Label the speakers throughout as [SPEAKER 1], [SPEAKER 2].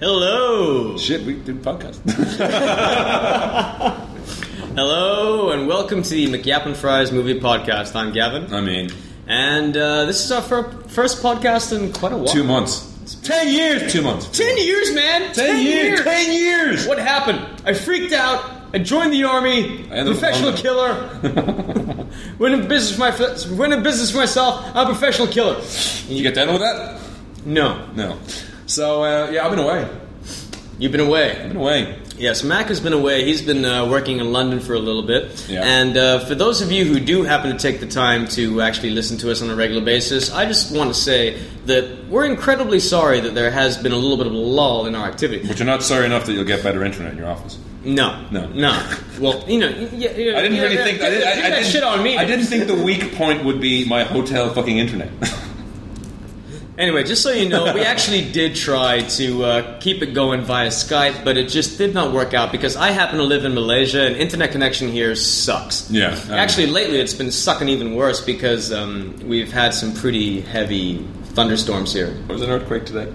[SPEAKER 1] Hello!
[SPEAKER 2] Shit, we did podcast.
[SPEAKER 1] Hello, and welcome to the McYappin Fries Movie Podcast. I'm Gavin,
[SPEAKER 2] I mean,
[SPEAKER 1] and uh, this is our fir- first podcast in quite a while.
[SPEAKER 2] two months. Ten years. Two months.
[SPEAKER 1] Ten years, man! Ten,
[SPEAKER 2] Ten years.
[SPEAKER 1] What happened? I freaked out. I joined the army.
[SPEAKER 2] I ended up
[SPEAKER 1] professional
[SPEAKER 2] on-
[SPEAKER 1] killer. went in business for my went in business for myself. I'm a professional killer.
[SPEAKER 2] You get done with that?
[SPEAKER 1] No,
[SPEAKER 2] No. So uh, yeah, I've been away. I've
[SPEAKER 1] you've been away.
[SPEAKER 2] been away.
[SPEAKER 1] Yes, Mac has been away. He's been uh, working in London for a little bit.
[SPEAKER 2] Yeah.
[SPEAKER 1] And uh, for those of you who do happen to take the time to actually listen to us on a regular basis, I just want to say that we're incredibly sorry that there has been a little bit of a lull in our activity.
[SPEAKER 2] But you're not sorry enough that you'll get better internet in your office.
[SPEAKER 1] No,
[SPEAKER 2] No.
[SPEAKER 1] no. Well, you know, y- y-
[SPEAKER 2] I didn't really think. I, did, I, I
[SPEAKER 1] that
[SPEAKER 2] didn't-
[SPEAKER 1] shit on me.
[SPEAKER 2] I didn't think the weak point would be my hotel fucking internet.
[SPEAKER 1] Anyway, just so you know, we actually did try to uh, keep it going via Skype, but it just did not work out because I happen to live in Malaysia and internet connection here sucks.
[SPEAKER 2] Yeah, I-
[SPEAKER 1] actually, lately it's been sucking even worse because um, we've had some pretty heavy thunderstorms here.
[SPEAKER 2] was an earthquake today.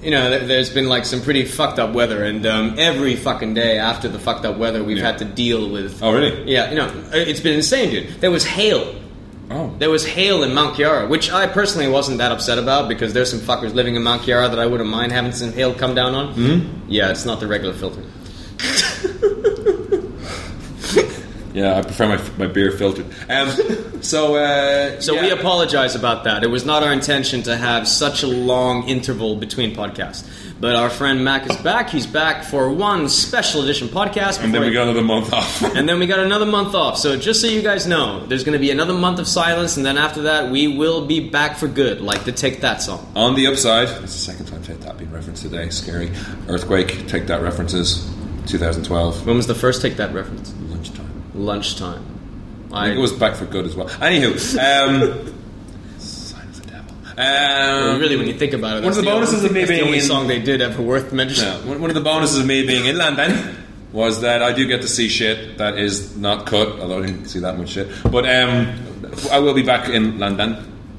[SPEAKER 1] You know, th- there's been like some pretty fucked up weather, and um, every fucking day after the fucked up weather, we've
[SPEAKER 2] Yeah.
[SPEAKER 1] had to deal with.
[SPEAKER 2] Oh really?
[SPEAKER 1] Yeah, you know, it's been insane, dude. There was hail.
[SPEAKER 2] Oh.
[SPEAKER 1] There was hail in Mount Kiara, which I personally wasn't that upset about because there's some fuckers living in Mount Kiara that I wouldn't mind having some hail come down on. Mm-hmm. Yeah, it's not the regular filter.
[SPEAKER 2] Yeah, I prefer my, my beer filtered. Um, so uh,
[SPEAKER 1] So
[SPEAKER 2] yeah.
[SPEAKER 1] we apologize about that. It was not our intention to have such a long interval between podcasts. But our friend Mac is back. He's back for one special edition podcast.
[SPEAKER 2] And
[SPEAKER 1] before
[SPEAKER 2] then we
[SPEAKER 1] he-
[SPEAKER 2] got another month off.
[SPEAKER 1] And then we got another month off. So just so you guys know, there's going to be another month of silence, and then after that, we will be back for good, like the Take That song.
[SPEAKER 2] On the upside, it's the second time Take That being referenced today. Scary. Earthquake, Take That references, 2012.
[SPEAKER 1] When was the first Take That reference?
[SPEAKER 2] Lunchtime.
[SPEAKER 1] Lunchtime.
[SPEAKER 2] I think it was back for good as well. Anywho, um, Sign of the Devil. Um,
[SPEAKER 1] really, when you think about it,
[SPEAKER 2] One
[SPEAKER 1] that's
[SPEAKER 2] of the bonuses
[SPEAKER 1] only,
[SPEAKER 2] of me
[SPEAKER 1] that's the
[SPEAKER 2] being
[SPEAKER 1] only
[SPEAKER 2] in-
[SPEAKER 1] song they did ever worth mentioning.
[SPEAKER 2] yeah, one one of the bonuses of me being in London was that I do get to see shit that is not cut, although I didn't see that much shit. But um, I will be back in London.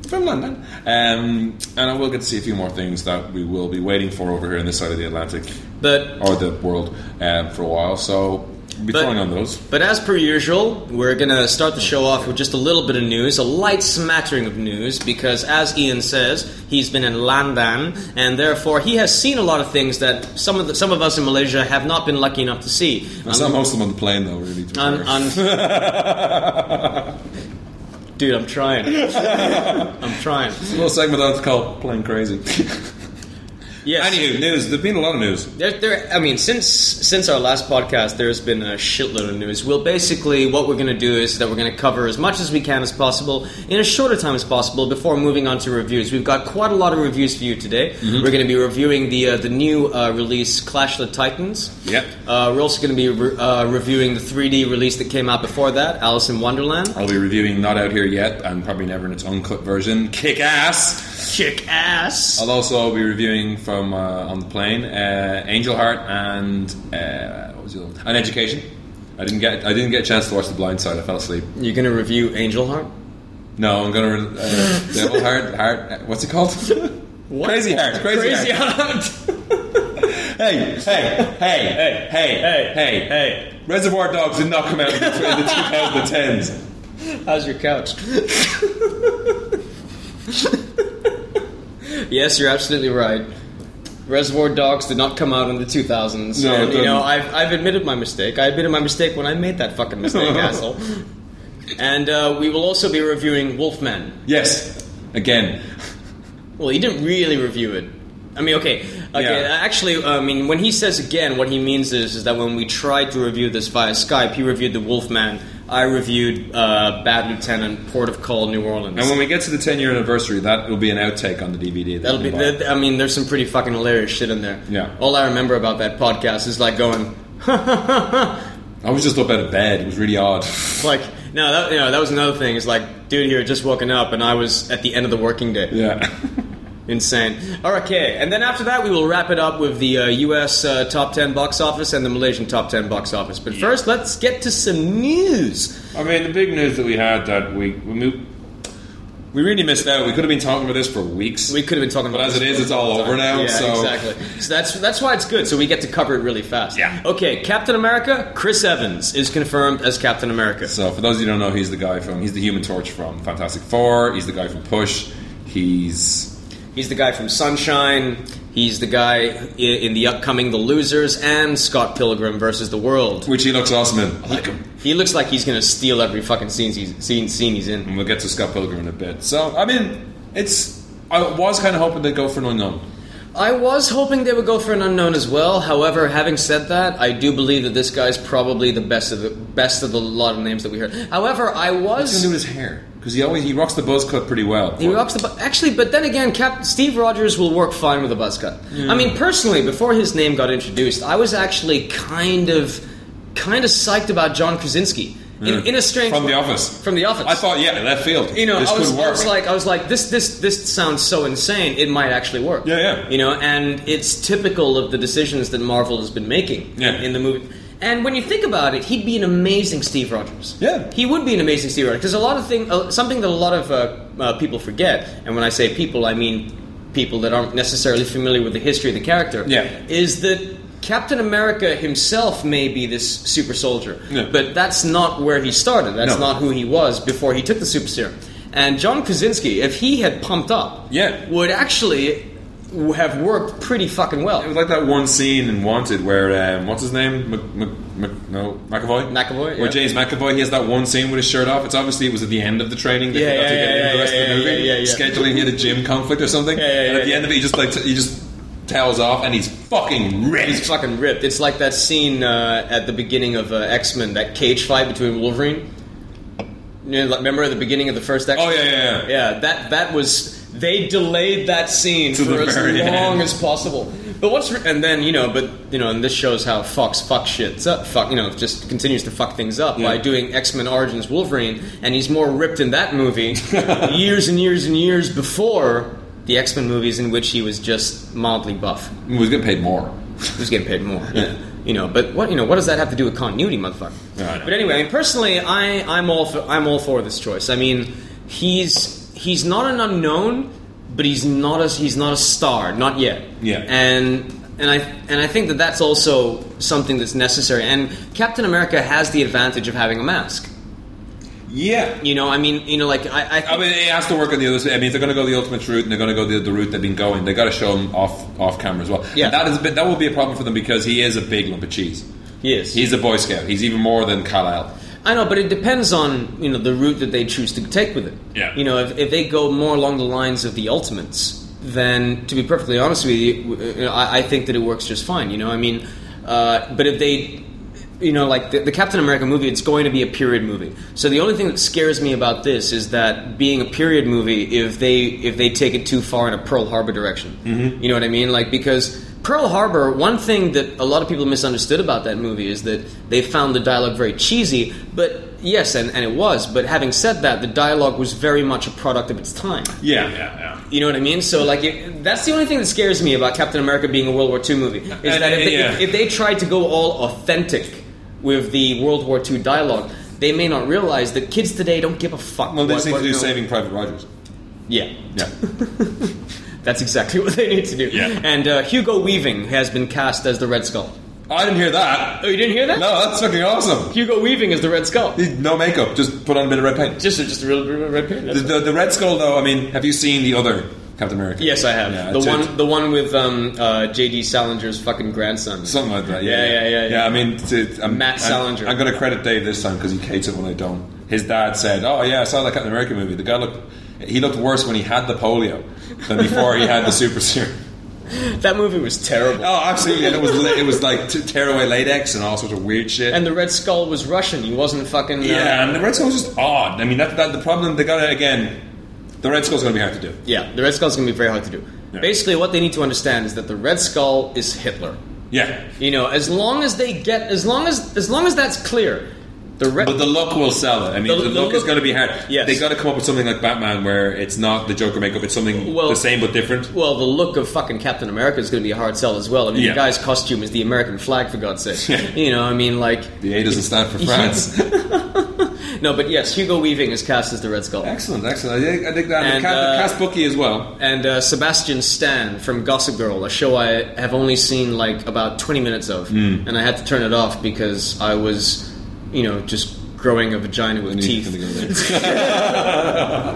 [SPEAKER 2] From London. Um, and I will get to see a few more things that we will be waiting for over here on this side of the Atlantic.
[SPEAKER 1] But
[SPEAKER 2] or the world um, for a while. So we'll be
[SPEAKER 1] But-
[SPEAKER 2] throwing on those.
[SPEAKER 1] but as per usual, we're gonna start the show off with just a little bit of news, a light smattering of news, because as Ian says, he's been in London, and therefore he has seen a lot of things that some of the, some of us in Malaysia have not been lucky enough to see.
[SPEAKER 2] I saw most of them on the plane, though. Really, to be
[SPEAKER 1] Un-
[SPEAKER 2] fair.
[SPEAKER 1] un- Dude, I'm trying. I'm trying.
[SPEAKER 2] a little segment that's called "Plane Crazy."
[SPEAKER 1] Yes.
[SPEAKER 2] Anywho, news. There's been a lot of news.
[SPEAKER 1] There, there, I mean, since since our last podcast, there's been a shitload of news. We'll basically what we're going to do is that we're going to cover as much as we can as possible in as short a time as possible before moving on to reviews. We've got quite a lot of reviews for you today.
[SPEAKER 2] Mm-hmm.
[SPEAKER 1] We're going to be reviewing the uh, the new uh, release Clash of the Titans.
[SPEAKER 2] Yep.
[SPEAKER 1] Uh, we're also going to be re- uh, reviewing the 3D release that came out before that, Alice in Wonderland.
[SPEAKER 2] I'll be reviewing "Not Out Here Yet" and probably never in its uncut version. Kick ass.
[SPEAKER 1] Kick ass.
[SPEAKER 2] I'll also be reviewing from uh, on the plane uh, "Angel Heart" and uh, what was the other one? And "Education." I didn't get. I didn't get a chance to watch The Blind Side. I fell asleep.
[SPEAKER 1] You're going to review Angel Heart.
[SPEAKER 2] No, I'm gonna. Re- uh, Devil Heart. Heart. uh, What's it called?
[SPEAKER 1] What?
[SPEAKER 2] Crazy Heart, Crazy
[SPEAKER 1] Heart.
[SPEAKER 2] Hey, hey, hey, hey, hey, hey,
[SPEAKER 1] hey.
[SPEAKER 2] Reservoir Dogs did not come out in the, in the 2010s.
[SPEAKER 1] How's your couch? yes, you're absolutely right. Reservoir Dogs did not come out in the 2000s.
[SPEAKER 2] No, it
[SPEAKER 1] and, you know, I've,
[SPEAKER 2] doesn't.
[SPEAKER 1] I've admitted my mistake. I admitted my mistake when I made that fucking mistake, asshole. And uh, we will also be reviewing Wolfman.
[SPEAKER 2] Yes, again.
[SPEAKER 1] Well, he didn't really review it. I mean, okay, okay.
[SPEAKER 2] Yeah.
[SPEAKER 1] Actually, I mean, when he says again, what he means is, is that when we tried to review this via Skype, he reviewed the Wolfman I reviewed uh, Bad Lieutenant, Port of Call, New Orleans.
[SPEAKER 2] And when we get to the 10 year anniversary, that will be an outtake on the DVD. that
[SPEAKER 1] That'll
[SPEAKER 2] you
[SPEAKER 1] be.
[SPEAKER 2] can buy.
[SPEAKER 1] I mean, there's some pretty fucking hilarious shit in there.
[SPEAKER 2] Yeah.
[SPEAKER 1] All I remember about that podcast is like going,
[SPEAKER 2] I was just up out of bed. It was really odd.
[SPEAKER 1] like, no, that, you know, that was another thing. Is like, dude, here just woken up, and I was at the end of the working day.
[SPEAKER 2] Yeah.
[SPEAKER 1] Insane. Okay, and then after that, we will wrap it up with the uh, U.S. Uh, top ten box office and the Malaysian top ten box office. But first, let's get to some news.
[SPEAKER 2] I mean, the big news that we had that week, we moved. We really missed out. We could have been talking about this for weeks.
[SPEAKER 1] We could have been talking
[SPEAKER 2] But
[SPEAKER 1] about
[SPEAKER 2] as
[SPEAKER 1] this
[SPEAKER 2] it is,
[SPEAKER 1] for a
[SPEAKER 2] it's all
[SPEAKER 1] long
[SPEAKER 2] over
[SPEAKER 1] time.
[SPEAKER 2] now,
[SPEAKER 1] Yeah,
[SPEAKER 2] so-
[SPEAKER 1] exactly. So that's that's why it's good. So we get to cover it really fast.
[SPEAKER 2] Yeah.
[SPEAKER 1] Okay, Captain America, Chris Evans is confirmed as Captain America.
[SPEAKER 2] So, for those of you who don't know, he's the guy from. He's the Human Torch from Fantastic Four. He's the guy from Push. He's.
[SPEAKER 1] He's the guy from Sunshine. He's the guy i- in the upcoming The Losers and Scott Pilgrim versus the World.
[SPEAKER 2] Which he looks awesome in. I like him.
[SPEAKER 1] He looks like he's going to steal every fucking scene he's, scene, scene he's in.
[SPEAKER 2] And we'll get to Scott Pilgrim in a bit. So, I mean, it's. I was kind of hoping they'd go for an unknown.
[SPEAKER 1] I was hoping they would go for an unknown as well. However, having said that, I do believe that this guy's probably the best of the best of the lot of names that we heard. However, I
[SPEAKER 2] What's he
[SPEAKER 1] was
[SPEAKER 2] gonna do with his hair? Because he always he rocks the buzz cut pretty well.
[SPEAKER 1] He rocks the bu- actually, but then again, Cap- Steve Rogers will work fine with a buzz cut. I mean, personally, before his name got introduced, I was actually kind of, kind of psyched about John Krasinski in,
[SPEAKER 2] Yeah.
[SPEAKER 1] in a strange
[SPEAKER 2] From
[SPEAKER 1] way.
[SPEAKER 2] The Office.
[SPEAKER 1] From the office,
[SPEAKER 2] I thought, yeah, left field.
[SPEAKER 1] you know,
[SPEAKER 2] this
[SPEAKER 1] I was,
[SPEAKER 2] could work.
[SPEAKER 1] I was like, I was like, this, this, this sounds so insane. It might actually work.
[SPEAKER 2] Yeah, yeah.
[SPEAKER 1] You know, and it's typical of the decisions that Marvel has been making
[SPEAKER 2] Yeah.
[SPEAKER 1] in the movie. And when you think about it, he'd be an amazing Steve Rogers.
[SPEAKER 2] Yeah.
[SPEAKER 1] he would be an amazing Steve Rogers because a lot of thing, uh, something that a lot of uh, uh, people forget, and when I say people, I mean people that aren't necessarily familiar with the history of the character.
[SPEAKER 2] Yeah.
[SPEAKER 1] is that. Captain America himself may be this super soldier,
[SPEAKER 2] Yeah.
[SPEAKER 1] but that's not where he started. That's
[SPEAKER 2] No.
[SPEAKER 1] not who he was before he took the super serum. And John Krasinski, if he had pumped up,
[SPEAKER 2] Yeah.
[SPEAKER 1] would actually w- have worked pretty fucking
[SPEAKER 2] it was
[SPEAKER 1] well.
[SPEAKER 2] like that one scene in Wanted where um, what's his name? Mc, Mc, Mc, no, McAvoy.
[SPEAKER 1] McAvoy,
[SPEAKER 2] Where
[SPEAKER 1] yeah.
[SPEAKER 2] James McAvoy, he has that one scene with his shirt off. It's obviously it was at the end of the training. They
[SPEAKER 1] Yeah,
[SPEAKER 2] forgot to
[SPEAKER 1] yeah,
[SPEAKER 2] get
[SPEAKER 1] yeah,
[SPEAKER 2] into the rest
[SPEAKER 1] yeah,
[SPEAKER 2] of the movie.
[SPEAKER 1] yeah, yeah, yeah.
[SPEAKER 2] Scheduling, he had a gym conflict or something.
[SPEAKER 1] yeah,
[SPEAKER 2] and at
[SPEAKER 1] yeah,
[SPEAKER 2] the
[SPEAKER 1] yeah.
[SPEAKER 2] end of it, he just like t- he just tails off and he's fucking
[SPEAKER 1] He's
[SPEAKER 2] ripped.
[SPEAKER 1] fucking ripped. It's like that scene uh, at the beginning of uh, X Men, that cage fight between Wolverine. You know, like, remember at the beginning of the first X?
[SPEAKER 2] Oh yeah, yeah, yeah.
[SPEAKER 1] Yeah, that that was they delayed that scene
[SPEAKER 2] To
[SPEAKER 1] for
[SPEAKER 2] the
[SPEAKER 1] as
[SPEAKER 2] very
[SPEAKER 1] long
[SPEAKER 2] end.
[SPEAKER 1] as possible. But what's re- and then you know, but you know, and this shows how Fox fuck shits up. Fuck, you know, just continues to fuck things up by
[SPEAKER 2] Yeah.
[SPEAKER 1] doing X Men Origins Wolverine, and he's more ripped in that movie years and years and years before the X Men movies in which he was just mildly buff.
[SPEAKER 2] He was getting paid more.
[SPEAKER 1] He was getting paid more. You know, but what you know, what does that have to do with continuity, motherfucker?
[SPEAKER 2] Yeah, I know.
[SPEAKER 1] But anyway, I mean, personally, I I'm all for, I'm all for this choice. I mean, he's he's not an unknown, but he's not a he's not a star, not yet.
[SPEAKER 2] Yeah.
[SPEAKER 1] And and I and I think that that's also something that's necessary. And Captain America has the advantage of having a mask.
[SPEAKER 2] Yeah,
[SPEAKER 1] You know, I mean, you know, like I I, think,
[SPEAKER 2] I mean, it has to work on the other side. I mean, if they're going to go the ultimate route and they're going to go the, the route they've been going, they got to show him off off camera as well.
[SPEAKER 1] Yeah.
[SPEAKER 2] And that is a bit, that will be a problem for them because he is a big lump of cheese.
[SPEAKER 1] he is.
[SPEAKER 2] He's a Boy Scout. He's even more than Kal El.
[SPEAKER 1] I know, but it depends on you know the route that they choose to take with it.
[SPEAKER 2] Yeah.
[SPEAKER 1] You know, if, if they go more along the lines of the Ultimates, then to be perfectly honest with you, w- you know, I, I think that it works just fine. You know, I mean, uh, but if they, you know, like the, the Captain America movie, it's going to be a period movie. So the only thing that scares me about this is that being a period movie, if they if they take it too far in a Pearl Harbor direction, mm-hmm. you know what I mean? Like because. Pearl Harbor, one thing that a lot of people misunderstood about that movie is that they found the dialogue very cheesy, but yes, and, and it was, but having said that, the dialogue was very much a product of its time.
[SPEAKER 2] Yeah, yeah,
[SPEAKER 1] You know what I mean? So, like, it, that's the only thing that scares me about Captain America being a World War II movie is
[SPEAKER 2] And-
[SPEAKER 1] that if they,
[SPEAKER 2] yeah.
[SPEAKER 1] if, if they tried to go all authentic with the World War II dialogue, they may not realize that kids today don't give a fuck.
[SPEAKER 2] Well, they
[SPEAKER 1] what-
[SPEAKER 2] just need
[SPEAKER 1] what-
[SPEAKER 2] to do
[SPEAKER 1] no.
[SPEAKER 2] Saving Private Rogers.
[SPEAKER 1] Yeah,
[SPEAKER 2] Yeah.
[SPEAKER 1] that's exactly what they need to do.
[SPEAKER 2] Yeah.
[SPEAKER 1] And uh, Hugo Weaving has been cast as the Red Skull.
[SPEAKER 2] I didn't hear that.
[SPEAKER 1] Oh, you didn't hear that?
[SPEAKER 2] No, that's fucking awesome.
[SPEAKER 1] Hugo Weaving is the Red Skull.
[SPEAKER 2] He- No makeup, just put on a bit of red paint.
[SPEAKER 1] Just just a real real red paint.
[SPEAKER 2] The, the, the Red Skull, though, I mean, have you seen the other Captain America?
[SPEAKER 1] Yes, I have
[SPEAKER 2] Yeah,
[SPEAKER 1] the
[SPEAKER 2] it's-
[SPEAKER 1] one the one with um, uh, J.D. Salinger's fucking grandson.
[SPEAKER 2] Something like that. Yeah,
[SPEAKER 1] Yeah, yeah, yeah, yeah.
[SPEAKER 2] I mean, to, I'm,
[SPEAKER 1] Matt Salinger.
[SPEAKER 2] I'm, I'm going to credit Dave this time because he hates it when I don't. His dad said, "Oh yeah, I saw that Captain America movie. The guy looked he looked worse when he had the polio than before he had the super serum."
[SPEAKER 1] that movie was terrible.
[SPEAKER 2] Oh, absolutely. And it was la- it was like t- tearaway latex and all sorts of weird shit.
[SPEAKER 1] And the Red Skull was Russian. He wasn't fucking. uh,
[SPEAKER 2] yeah, and the Red Skull was just odd. I mean, that, that the problem they got to again. The Red Skull's going to be hard to do.
[SPEAKER 1] yeah. The Red Skull's gonna be very hard to do.
[SPEAKER 2] Yeah.
[SPEAKER 1] Basically, what they need to understand is that the Red Skull is Hitler.
[SPEAKER 2] Yeah,
[SPEAKER 1] You know, as long as they get, as long as as long as that's clear, the Red.
[SPEAKER 2] but the look will sell it. I mean,
[SPEAKER 1] The- the
[SPEAKER 2] the, look, is
[SPEAKER 1] look-
[SPEAKER 2] going to be hard.
[SPEAKER 1] Yes.
[SPEAKER 2] they got to come up with something like Batman, where it's not the Joker makeup; it's something
[SPEAKER 1] Well-
[SPEAKER 2] the same but different.
[SPEAKER 1] well, the look of fucking Captain America is going to be a hard sell as well. I mean,
[SPEAKER 2] Yeah.
[SPEAKER 1] the guy's costume is the American flag, for God's sake. you know, I mean, like,
[SPEAKER 2] The A doesn't stand for France.
[SPEAKER 1] no, but yes, Hugo Weaving is cast as the Red Skull.
[SPEAKER 2] excellent, excellent. I think, I think that and
[SPEAKER 1] And,
[SPEAKER 2] cast,
[SPEAKER 1] uh,
[SPEAKER 2] cast Bucky as well.
[SPEAKER 1] and uh, Sebastian Stan from Gossip Girl, a show I have only seen like about 20 minutes of, and I had to turn it off because I was, you know, just growing a vagina with teeth.
[SPEAKER 2] I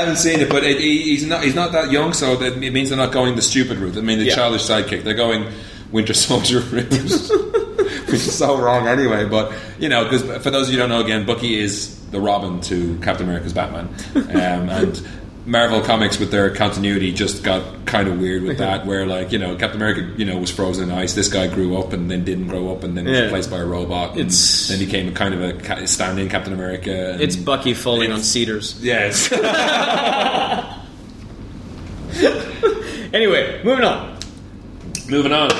[SPEAKER 2] haven't seen it, but it, he, he's not he's not that young, so that, it means they're not going the stupid route. I mean, the
[SPEAKER 1] Yeah.
[SPEAKER 2] childish sidekick. They're going Winter Soldier route, which is so wrong anyway. But you know, because for those of you who don't know, again, Bucky is the Robin to Captain America's Batman, um, and. Marvel Comics with their continuity just got kind of weird with that, where like you know Captain America you know was frozen in ice. This guy grew up and then didn't grow up and then was
[SPEAKER 1] Yeah.
[SPEAKER 2] replaced by a robot. And
[SPEAKER 1] It's-
[SPEAKER 2] then became a kind of a ca- standing Captain America. And
[SPEAKER 1] It's Bucky falling on
[SPEAKER 2] It's-
[SPEAKER 1] cedars.
[SPEAKER 2] yes.
[SPEAKER 1] Anyway, moving on.
[SPEAKER 2] Moving on.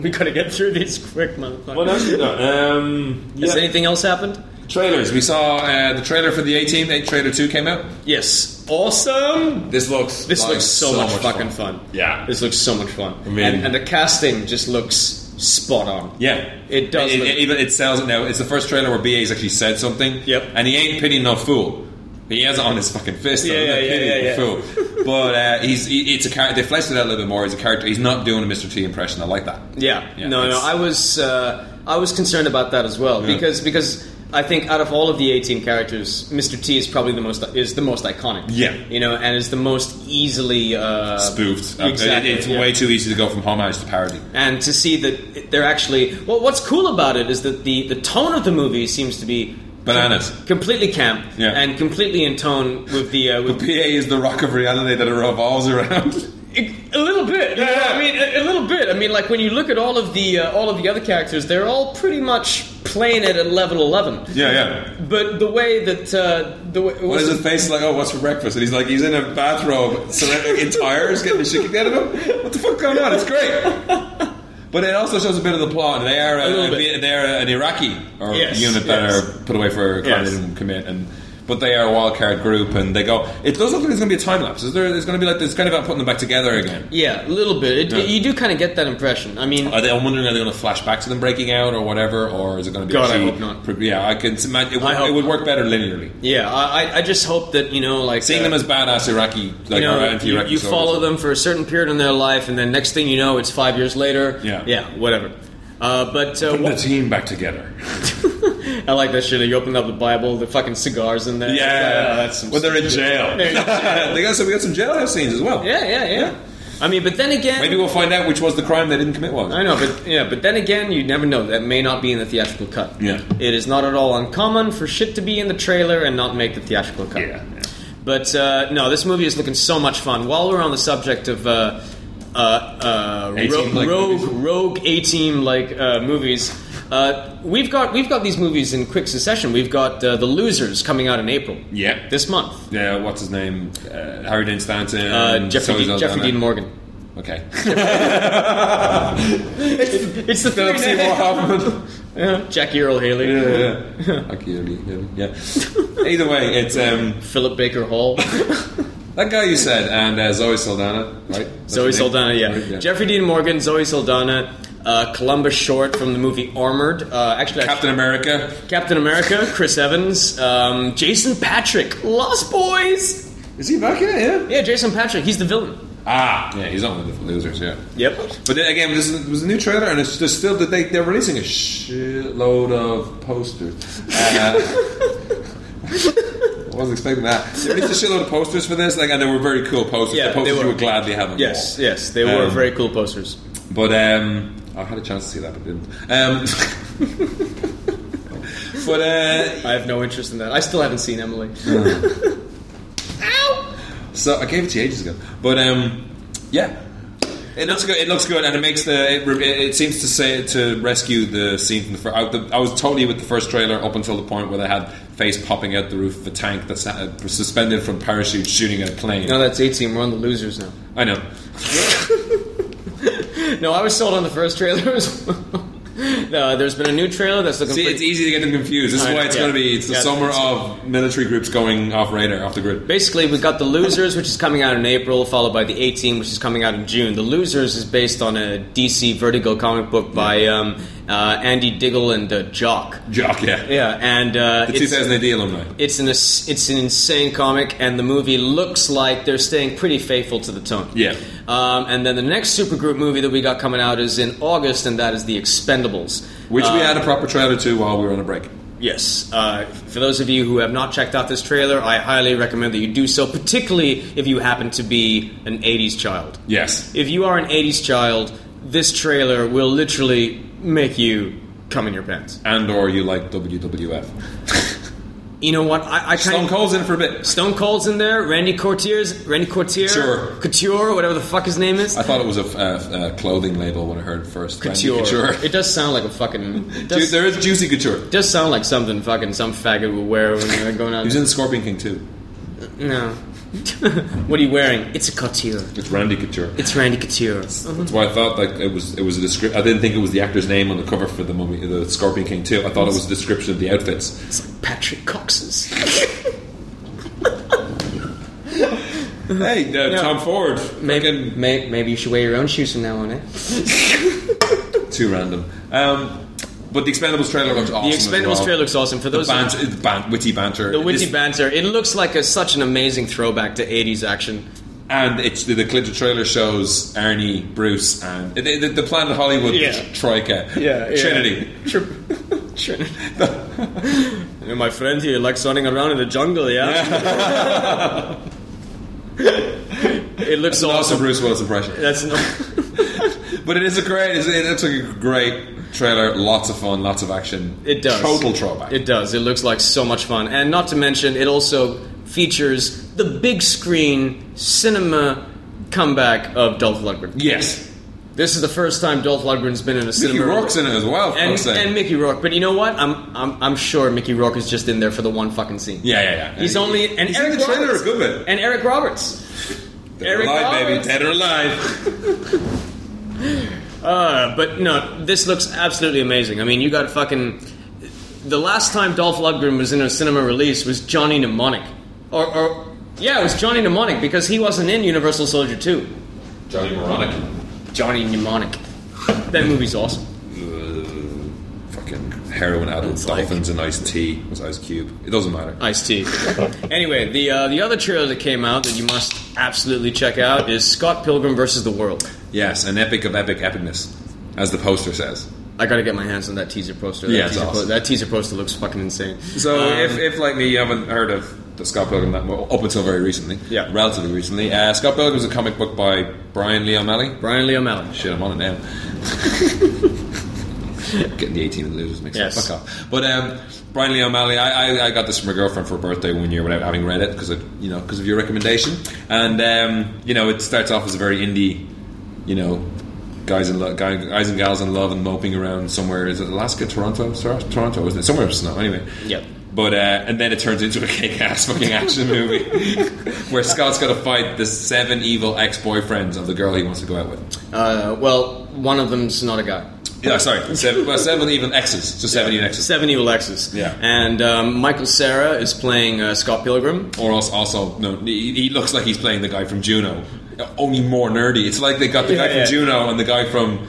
[SPEAKER 1] We gotta get through these quick, motherfucker.
[SPEAKER 2] What else we got? Um, yeah.
[SPEAKER 1] Has anything else happened?
[SPEAKER 2] Trailers. We saw uh, the trailer for the A Team. A Trailer Two came out.
[SPEAKER 1] Yes. Awesome!
[SPEAKER 2] This looks.
[SPEAKER 1] This
[SPEAKER 2] like,
[SPEAKER 1] looks so, much, fucking fun.
[SPEAKER 2] Yeah.
[SPEAKER 1] This looks so much fun.
[SPEAKER 2] mean-
[SPEAKER 1] and, and the casting just looks spot on.
[SPEAKER 2] Yeah,
[SPEAKER 1] It does
[SPEAKER 2] It,
[SPEAKER 1] look-
[SPEAKER 2] it- even it sells it now. It's the first trailer where BA's actually said something.
[SPEAKER 1] Yep.
[SPEAKER 2] And he ain't pitying no fool. He has it on his fucking fist. though.
[SPEAKER 1] Yeah, yeah, yeah,
[SPEAKER 2] He's not pitying
[SPEAKER 1] yeah,
[SPEAKER 2] no fool. But uh, he's he, it's a character. They fleshed it out a little bit more. He's a character. He's not doing a Mr. T impression. I like that.
[SPEAKER 1] Yeah.
[SPEAKER 2] Yeah,
[SPEAKER 1] no, no.
[SPEAKER 2] it's-
[SPEAKER 1] I was uh, I was concerned about that as well
[SPEAKER 2] Yeah.
[SPEAKER 1] because because I think out of all of the 18 characters, Mr. T is probably the most is the most iconic.
[SPEAKER 2] Yeah.
[SPEAKER 1] You know, and is the most easily uh,
[SPEAKER 2] Spoofed.
[SPEAKER 1] Exactly.
[SPEAKER 2] It- it's
[SPEAKER 1] yeah.
[SPEAKER 2] way too easy to go from homage to parody.
[SPEAKER 1] and to see that they're actually well, what's cool about it is that the the tone of the movie seems to be
[SPEAKER 2] Bananas.
[SPEAKER 1] completely camp
[SPEAKER 2] Yeah.
[SPEAKER 1] and completely in tone with the uh, with
[SPEAKER 2] PA is the rock of reality that it revolves around.
[SPEAKER 1] A little bit, yeah. I mean, a, a little bit. I mean, like when you look at all of the uh, all of the other characters, they're all pretty much playing it at level eleven.
[SPEAKER 2] yeah, yeah.
[SPEAKER 1] But the way that uh, the way,
[SPEAKER 2] What is
[SPEAKER 1] was-
[SPEAKER 2] his face like? Oh, what's for breakfast? And he's like, he's in a bathrobe, surrounded in tires, getting the shit kicked out of him. What the fuck going on? It's great. But it also shows a bit of the plot. They are
[SPEAKER 1] A
[SPEAKER 2] a,
[SPEAKER 1] little bit.
[SPEAKER 2] they are an Iraqi or
[SPEAKER 1] Yes,
[SPEAKER 2] unit that
[SPEAKER 1] yes.
[SPEAKER 2] are put away for crime
[SPEAKER 1] Yes.
[SPEAKER 2] they didn't commit, and but they are a wild card group, and they go. It does look like there's going to be a time lapse. Is there? There's going to be like there's kind of about putting them back together again.
[SPEAKER 1] yeah, a little bit. It,
[SPEAKER 2] Yeah.
[SPEAKER 1] You do kind of get that impression. I mean,
[SPEAKER 2] Are they, I'm wondering, are they going to flash back to them breaking out or whatever, or is it going to be?
[SPEAKER 1] God, I
[SPEAKER 2] actually-
[SPEAKER 1] hope not.
[SPEAKER 2] pre- Yeah, I could imagine it, would-
[SPEAKER 1] I hope
[SPEAKER 2] it would work
[SPEAKER 1] not.
[SPEAKER 2] better linearly.
[SPEAKER 1] yeah, I, I- I just hope that you know, like
[SPEAKER 2] Seeing
[SPEAKER 1] uh,
[SPEAKER 2] them as badass Iraqi, like
[SPEAKER 1] you know,
[SPEAKER 2] or anti-Iraqi,
[SPEAKER 1] you, you
[SPEAKER 2] soldiers.
[SPEAKER 1] follow them for a certain period in their life, and then next thing you know, it's five years later.
[SPEAKER 2] Yeah.
[SPEAKER 1] yeah, whatever. Uh, but uh,
[SPEAKER 2] Putting
[SPEAKER 1] what-
[SPEAKER 2] the team back together.
[SPEAKER 1] I like that shit. You open up the Bible, the fucking cigars in there. Uh, that's some
[SPEAKER 2] when they're in jail.
[SPEAKER 1] They're in jail.
[SPEAKER 2] they got some, we got some jailhouse scenes as well.
[SPEAKER 1] Yeah, yeah, yeah. I mean, but then again,
[SPEAKER 2] Maybe we'll find out which was the crime they didn't commit. Was
[SPEAKER 1] I know, but yeah, but then again, you never know. That may not be in the theatrical cut.
[SPEAKER 2] Yeah.
[SPEAKER 1] it is not at all uncommon for shit to be in the trailer and not make the theatrical cut.
[SPEAKER 2] Yeah, yeah.
[SPEAKER 1] But uh, no, this movie is looking so much fun. While we're on the subject of uh, uh, uh,
[SPEAKER 2] A-team
[SPEAKER 1] ro-
[SPEAKER 2] like
[SPEAKER 1] rogue
[SPEAKER 2] movies.
[SPEAKER 1] rogue A team like uh, movies, uh, we've got we've got these movies in quick succession. We've got uh, the Losers coming out in April.
[SPEAKER 2] Yeah.
[SPEAKER 1] this month.
[SPEAKER 2] Yeah, what's his name? Uh, Harry Dean Stanton.
[SPEAKER 1] Uh,
[SPEAKER 2] Zoe
[SPEAKER 1] Jeffrey, Dean- Jeffrey
[SPEAKER 2] Saldana.
[SPEAKER 1] Dean Morgan.
[SPEAKER 2] Okay.
[SPEAKER 1] It's the
[SPEAKER 2] Philip
[SPEAKER 1] three
[SPEAKER 2] Seymour
[SPEAKER 1] names.
[SPEAKER 2] Hoffman.
[SPEAKER 1] Yeah, Jackie Earl Haley.
[SPEAKER 2] yeah, yeah. Okay, early, early. yeah. Either way, it's um,
[SPEAKER 1] Philip Baker Hall,
[SPEAKER 2] that guy you said and uh, Zoe Saldana, right? That's
[SPEAKER 1] Zoe
[SPEAKER 2] her name?
[SPEAKER 1] Saldana, yeah.
[SPEAKER 2] Right,
[SPEAKER 1] Jeffrey Dean Morgan, Zoe Saldana, uh, Columbus Short from the movie Armored. Uh, actually,
[SPEAKER 2] Captain America.
[SPEAKER 1] Captain America, Chris Evans, um, Jason Patrick, Lost Boys.
[SPEAKER 2] Is he back in it? Yeah.
[SPEAKER 1] Yeah, Jason Patrick, he's the villain.
[SPEAKER 2] Ah, yeah, he's not one of the losers, yeah.
[SPEAKER 1] Yep.
[SPEAKER 2] But then again, this is, was a new trailer, and it's there's still that they they're releasing a shitload of posters. Uh, I wasn't expecting that. They released a shitload of posters for this, like, and they were very cool posters.
[SPEAKER 1] Yeah,
[SPEAKER 2] the
[SPEAKER 1] they
[SPEAKER 2] posters
[SPEAKER 1] were.
[SPEAKER 2] you would gladly have. on the
[SPEAKER 1] Yes,
[SPEAKER 2] wall.
[SPEAKER 1] yes, they were
[SPEAKER 2] Um,
[SPEAKER 1] very cool posters.
[SPEAKER 2] But um, I had a chance to see that, but didn't. Um, but uh,
[SPEAKER 1] I have no interest in that. I still haven't seen Emily.
[SPEAKER 2] So I gave it to you ages ago. But um, yeah. It looks good. It looks good, and it makes the it, re- it seems to say to rescue the scene from the first. I, the, I was totally with the first trailer up until the point where they had face popping out the roof of a tank that's uh, suspended from parachute shooting at a plane.
[SPEAKER 1] No, that's 18. We're on the losers now.
[SPEAKER 2] I know.
[SPEAKER 1] No, I was sold on the first trailer as well. Uh, there's been a new trailer that's looking
[SPEAKER 2] See,
[SPEAKER 1] pretty-
[SPEAKER 2] it's easy to get them confused. This is
[SPEAKER 1] I
[SPEAKER 2] why
[SPEAKER 1] know,
[SPEAKER 2] it's
[SPEAKER 1] yeah.
[SPEAKER 2] going to be. It's the
[SPEAKER 1] Yeah,
[SPEAKER 2] summer
[SPEAKER 1] it's-
[SPEAKER 2] of military groups going off radar, off the grid.
[SPEAKER 1] Basically, we've got The Losers, which is coming out in April, followed by The 18, which is coming out in June. The Losers is based on a DC Vertigo comic book by um, uh, Andy Diggle and uh, Jock.
[SPEAKER 2] Jock, yeah.
[SPEAKER 1] Yeah, and uh,
[SPEAKER 2] The
[SPEAKER 1] it's-
[SPEAKER 2] 2008 alumni.
[SPEAKER 1] It's an ins- it's an insane comic, and the movie looks like they're staying pretty faithful to the tone.
[SPEAKER 2] Yeah.
[SPEAKER 1] Um, and then the next supergroup movie that we got coming out is in August, and that is The Expendables,
[SPEAKER 2] Which
[SPEAKER 1] Uh,
[SPEAKER 2] we had a proper trailer to while we were on a break.
[SPEAKER 1] Yes. Uh, for those of you who have not checked out this trailer, I highly recommend that you do so, particularly if you happen to be an '80s child.
[SPEAKER 2] Yes.
[SPEAKER 1] If you are an '80s child, this trailer will literally make you come in your pants.
[SPEAKER 2] And or you like WWF.
[SPEAKER 1] You know what? I, I kind
[SPEAKER 2] Stone
[SPEAKER 1] of.
[SPEAKER 2] Cold's in for a bit.
[SPEAKER 1] Stone Cold's in there. Randy Couture's Randy Couture,
[SPEAKER 2] Sure.
[SPEAKER 1] Couture, whatever the fuck his name is.
[SPEAKER 2] I thought it was a, uh, uh clothing label when I heard first. Randy
[SPEAKER 1] Couture.
[SPEAKER 2] Couture.
[SPEAKER 1] It does sound like a fucking. it
[SPEAKER 2] Ju-
[SPEAKER 1] Does,
[SPEAKER 2] there is Juicy Couture.
[SPEAKER 1] does sound like something fucking some faggot would wear when they're going
[SPEAKER 2] He was
[SPEAKER 1] out.
[SPEAKER 2] in Scorpion King too.
[SPEAKER 1] no. what are you wearing? It's a couture.
[SPEAKER 2] It's Randy Couture.
[SPEAKER 1] It's Randy Couture.
[SPEAKER 2] That's why I thought like it was it was a descri- I didn't think it was the actor's name on the cover for the mummy, the Scorpion King too. I thought it was a description of the outfits.
[SPEAKER 1] It's like Patrick Cox's.
[SPEAKER 2] Hey, uh,
[SPEAKER 1] Mm-hmm. Yeah.
[SPEAKER 2] Tom Ford.
[SPEAKER 1] Maybe,
[SPEAKER 2] Fucking
[SPEAKER 1] may, maybe you should wear your own shoes from now on. Eh?
[SPEAKER 2] too random. Um, but the Expendables trailer looks awesome.
[SPEAKER 1] The
[SPEAKER 2] as
[SPEAKER 1] Expendables
[SPEAKER 2] well.
[SPEAKER 1] trailer looks awesome. For
[SPEAKER 2] The
[SPEAKER 1] those
[SPEAKER 2] banter, it's ban- witty banter.
[SPEAKER 1] the witty
[SPEAKER 2] This-
[SPEAKER 1] banter, it looks like a, such an amazing throwback to '80s action.
[SPEAKER 2] and it's the, the clip the trailer shows Arnie, Bruce, and the, the, the Planet Hollywood
[SPEAKER 1] Yeah.
[SPEAKER 2] Troika, Trinity.
[SPEAKER 1] Trinity. and my friend here likes running around in the jungle, yeah? it looks
[SPEAKER 2] Also
[SPEAKER 1] awesome.
[SPEAKER 2] Bruce Willis impression,
[SPEAKER 1] That's no-
[SPEAKER 2] but it is a great. It's, it looks like a great trailer. Lots of fun, lots of action.
[SPEAKER 1] It does.
[SPEAKER 2] Total throwback.
[SPEAKER 1] It does. It looks like so much fun. And not to mention, it also features the big screen cinema comeback of Dolph Lundgren.
[SPEAKER 2] yes,
[SPEAKER 1] This is the first time Dolph Lundgren's been in a
[SPEAKER 2] Mickey
[SPEAKER 1] cinema.
[SPEAKER 2] Rourke's in it as well. For
[SPEAKER 1] and,
[SPEAKER 2] fuck's sake.
[SPEAKER 1] and Mickey Rourke. But you know what? I'm, I'm I'm sure Mickey Rourke is just in there for the one fucking scene.
[SPEAKER 2] yeah, yeah, yeah.
[SPEAKER 1] He's only and
[SPEAKER 2] He's
[SPEAKER 1] Eric
[SPEAKER 2] in the trailer
[SPEAKER 1] Roberts.
[SPEAKER 2] a good bit.
[SPEAKER 1] And Eric Roberts.
[SPEAKER 2] Dead or
[SPEAKER 1] Eric
[SPEAKER 2] alive, baby.
[SPEAKER 1] Roberts.
[SPEAKER 2] Dead or alive.
[SPEAKER 1] Uh, but no, this looks absolutely amazing. I mean, you got fucking. The last time Dolph Lundgren was in a cinema release was Johnny Mnemonic, or, or yeah, it was Johnny Mnemonic because he wasn't in Universal Soldier Two.
[SPEAKER 2] Johnny Moronic.
[SPEAKER 1] Johnny Mnemonic. That movie's awesome.
[SPEAKER 2] Fucking heroin addled
[SPEAKER 1] like-
[SPEAKER 2] dolphins and iced tea was Ice Cube. It doesn't matter.
[SPEAKER 1] Ice tea. anyway, the uh, the other trailer that came out that you must absolutely check out is Scott Pilgrim versus the World.
[SPEAKER 2] Yes, an epic of epic epicness, as the poster says.
[SPEAKER 1] I gotta get my hands on that teaser poster. That
[SPEAKER 2] Yeah, it's
[SPEAKER 1] teaser
[SPEAKER 2] awesome.
[SPEAKER 1] that teaser poster looks fucking insane.
[SPEAKER 2] So,
[SPEAKER 1] Um,
[SPEAKER 2] if, if like me, you haven't heard of the Scott Pilgrim that well, up until very recently,
[SPEAKER 1] Yeah.
[SPEAKER 2] relatively recently, uh, Scott Pilgrim is a comic book by Brian Lee O'Malley.
[SPEAKER 1] Brian Lee O'Malley.
[SPEAKER 2] Shit, I'm on it now. Getting the 18 and the losers mixed
[SPEAKER 1] Yes.
[SPEAKER 2] up. Fuck off. But um, Brian Lee O'Malley, I, I, I got this from my girlfriend for her birthday one year without having read it because of you know because of your recommendation. And um, you know, it starts off as a very indie, you know, guys and lo- guy, guys and gals in love and moping around somewhere. Is it Alaska, Toronto, Sor- Toronto, isn't it? Somewhere in the snow. Anyway.
[SPEAKER 1] Yep.
[SPEAKER 2] But uh, and then it turns into a kick-ass fucking action movie where Scott's got to fight the seven evil ex-boyfriends of the girl he wants to go out with.
[SPEAKER 1] Uh, well, one of them's not a guy.
[SPEAKER 2] Yeah, sorry, seven, well, seven even X's. So seven even X's.
[SPEAKER 1] Seven Evil X's.
[SPEAKER 2] Oh, Yeah.
[SPEAKER 1] And um, Michael Sarah is playing uh, Scott Pilgrim.
[SPEAKER 2] Or else, also, no, he, he looks like he's playing the guy from Juno. Only more nerdy. It's like they got the
[SPEAKER 1] Yeah,
[SPEAKER 2] guy from
[SPEAKER 1] yeah.
[SPEAKER 2] Juno and the guy from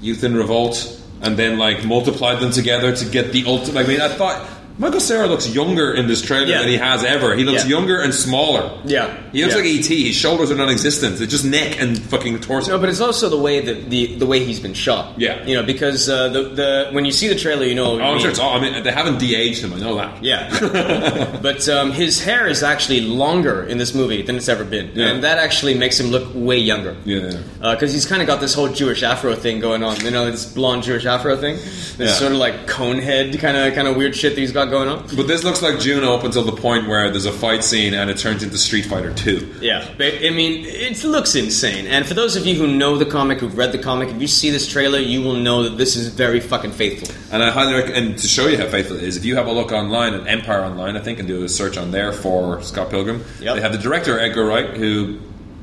[SPEAKER 2] Youth in Revolt, and then like multiplied them together to get the ultimate. I mean, I thought Michael Sarah looks younger in this trailer
[SPEAKER 1] Yeah.
[SPEAKER 2] than he has ever. He looks
[SPEAKER 1] Yeah.
[SPEAKER 2] younger and smaller.
[SPEAKER 1] Yeah.
[SPEAKER 2] he looks
[SPEAKER 1] Yeah.
[SPEAKER 2] like ET. His shoulders are non-existent. They're just neck and fucking torso.
[SPEAKER 1] No, but it's also the way that the the way he's been shot.
[SPEAKER 2] Yeah.
[SPEAKER 1] You know, because uh, the the when you see the trailer, you know.
[SPEAKER 2] Oh, I'm sure it's all. I mean, they haven't de-aged him. I know that.
[SPEAKER 1] Yeah. but um, his hair is actually longer in this movie than it's ever been,
[SPEAKER 2] Yeah.
[SPEAKER 1] and that actually makes him look way younger.
[SPEAKER 2] yeah.
[SPEAKER 1] because he's kind of got this whole Jewish Afro thing going on. You know, this blonde Jewish Afro thing. This
[SPEAKER 2] Yeah.
[SPEAKER 1] sort of like cone head kind of kind of weird shit that he's got got going on.
[SPEAKER 2] But this looks like Juno up until the point where there's a fight scene and it turns into Street Fighter 2.
[SPEAKER 1] Yeah, ba- I mean, it looks insane. And for those of you who know the comic, who've read the comic, if you see this trailer, you will know that this is very fucking faithful.
[SPEAKER 2] And I highly recommend, and to show you how faithful it is, if you have a look online at Empire Online, I think, and do a search on there for Scott Pilgrim,
[SPEAKER 1] Yep.
[SPEAKER 2] they have the director, Edgar Wright, who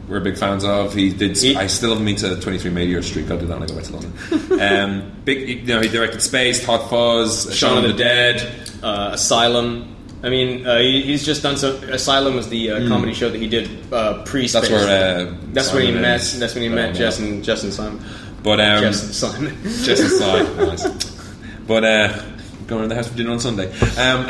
[SPEAKER 2] we're big fans of. He did,
[SPEAKER 1] He-
[SPEAKER 2] I still haven't been to 23 Meteor Street, God do that when I go back to London. um, big, you know, he directed Space, Hot Fuzz, Shaun of the Dead.
[SPEAKER 1] Uh, Asylum. I mean, uh, he, he's just done so. Asylum was the uh, comedy show that he did uh, pre.
[SPEAKER 2] Hmm. That's where, uh,
[SPEAKER 1] that's when he
[SPEAKER 2] Simon
[SPEAKER 1] met.
[SPEAKER 2] is.
[SPEAKER 1] That's when he
[SPEAKER 2] Oh,
[SPEAKER 1] met
[SPEAKER 2] yeah.
[SPEAKER 1] Justin. Justin Simon.
[SPEAKER 2] But, um,
[SPEAKER 1] Justin Simon.
[SPEAKER 2] just aside. nice. But uh, going to the house for dinner on Sunday. Um,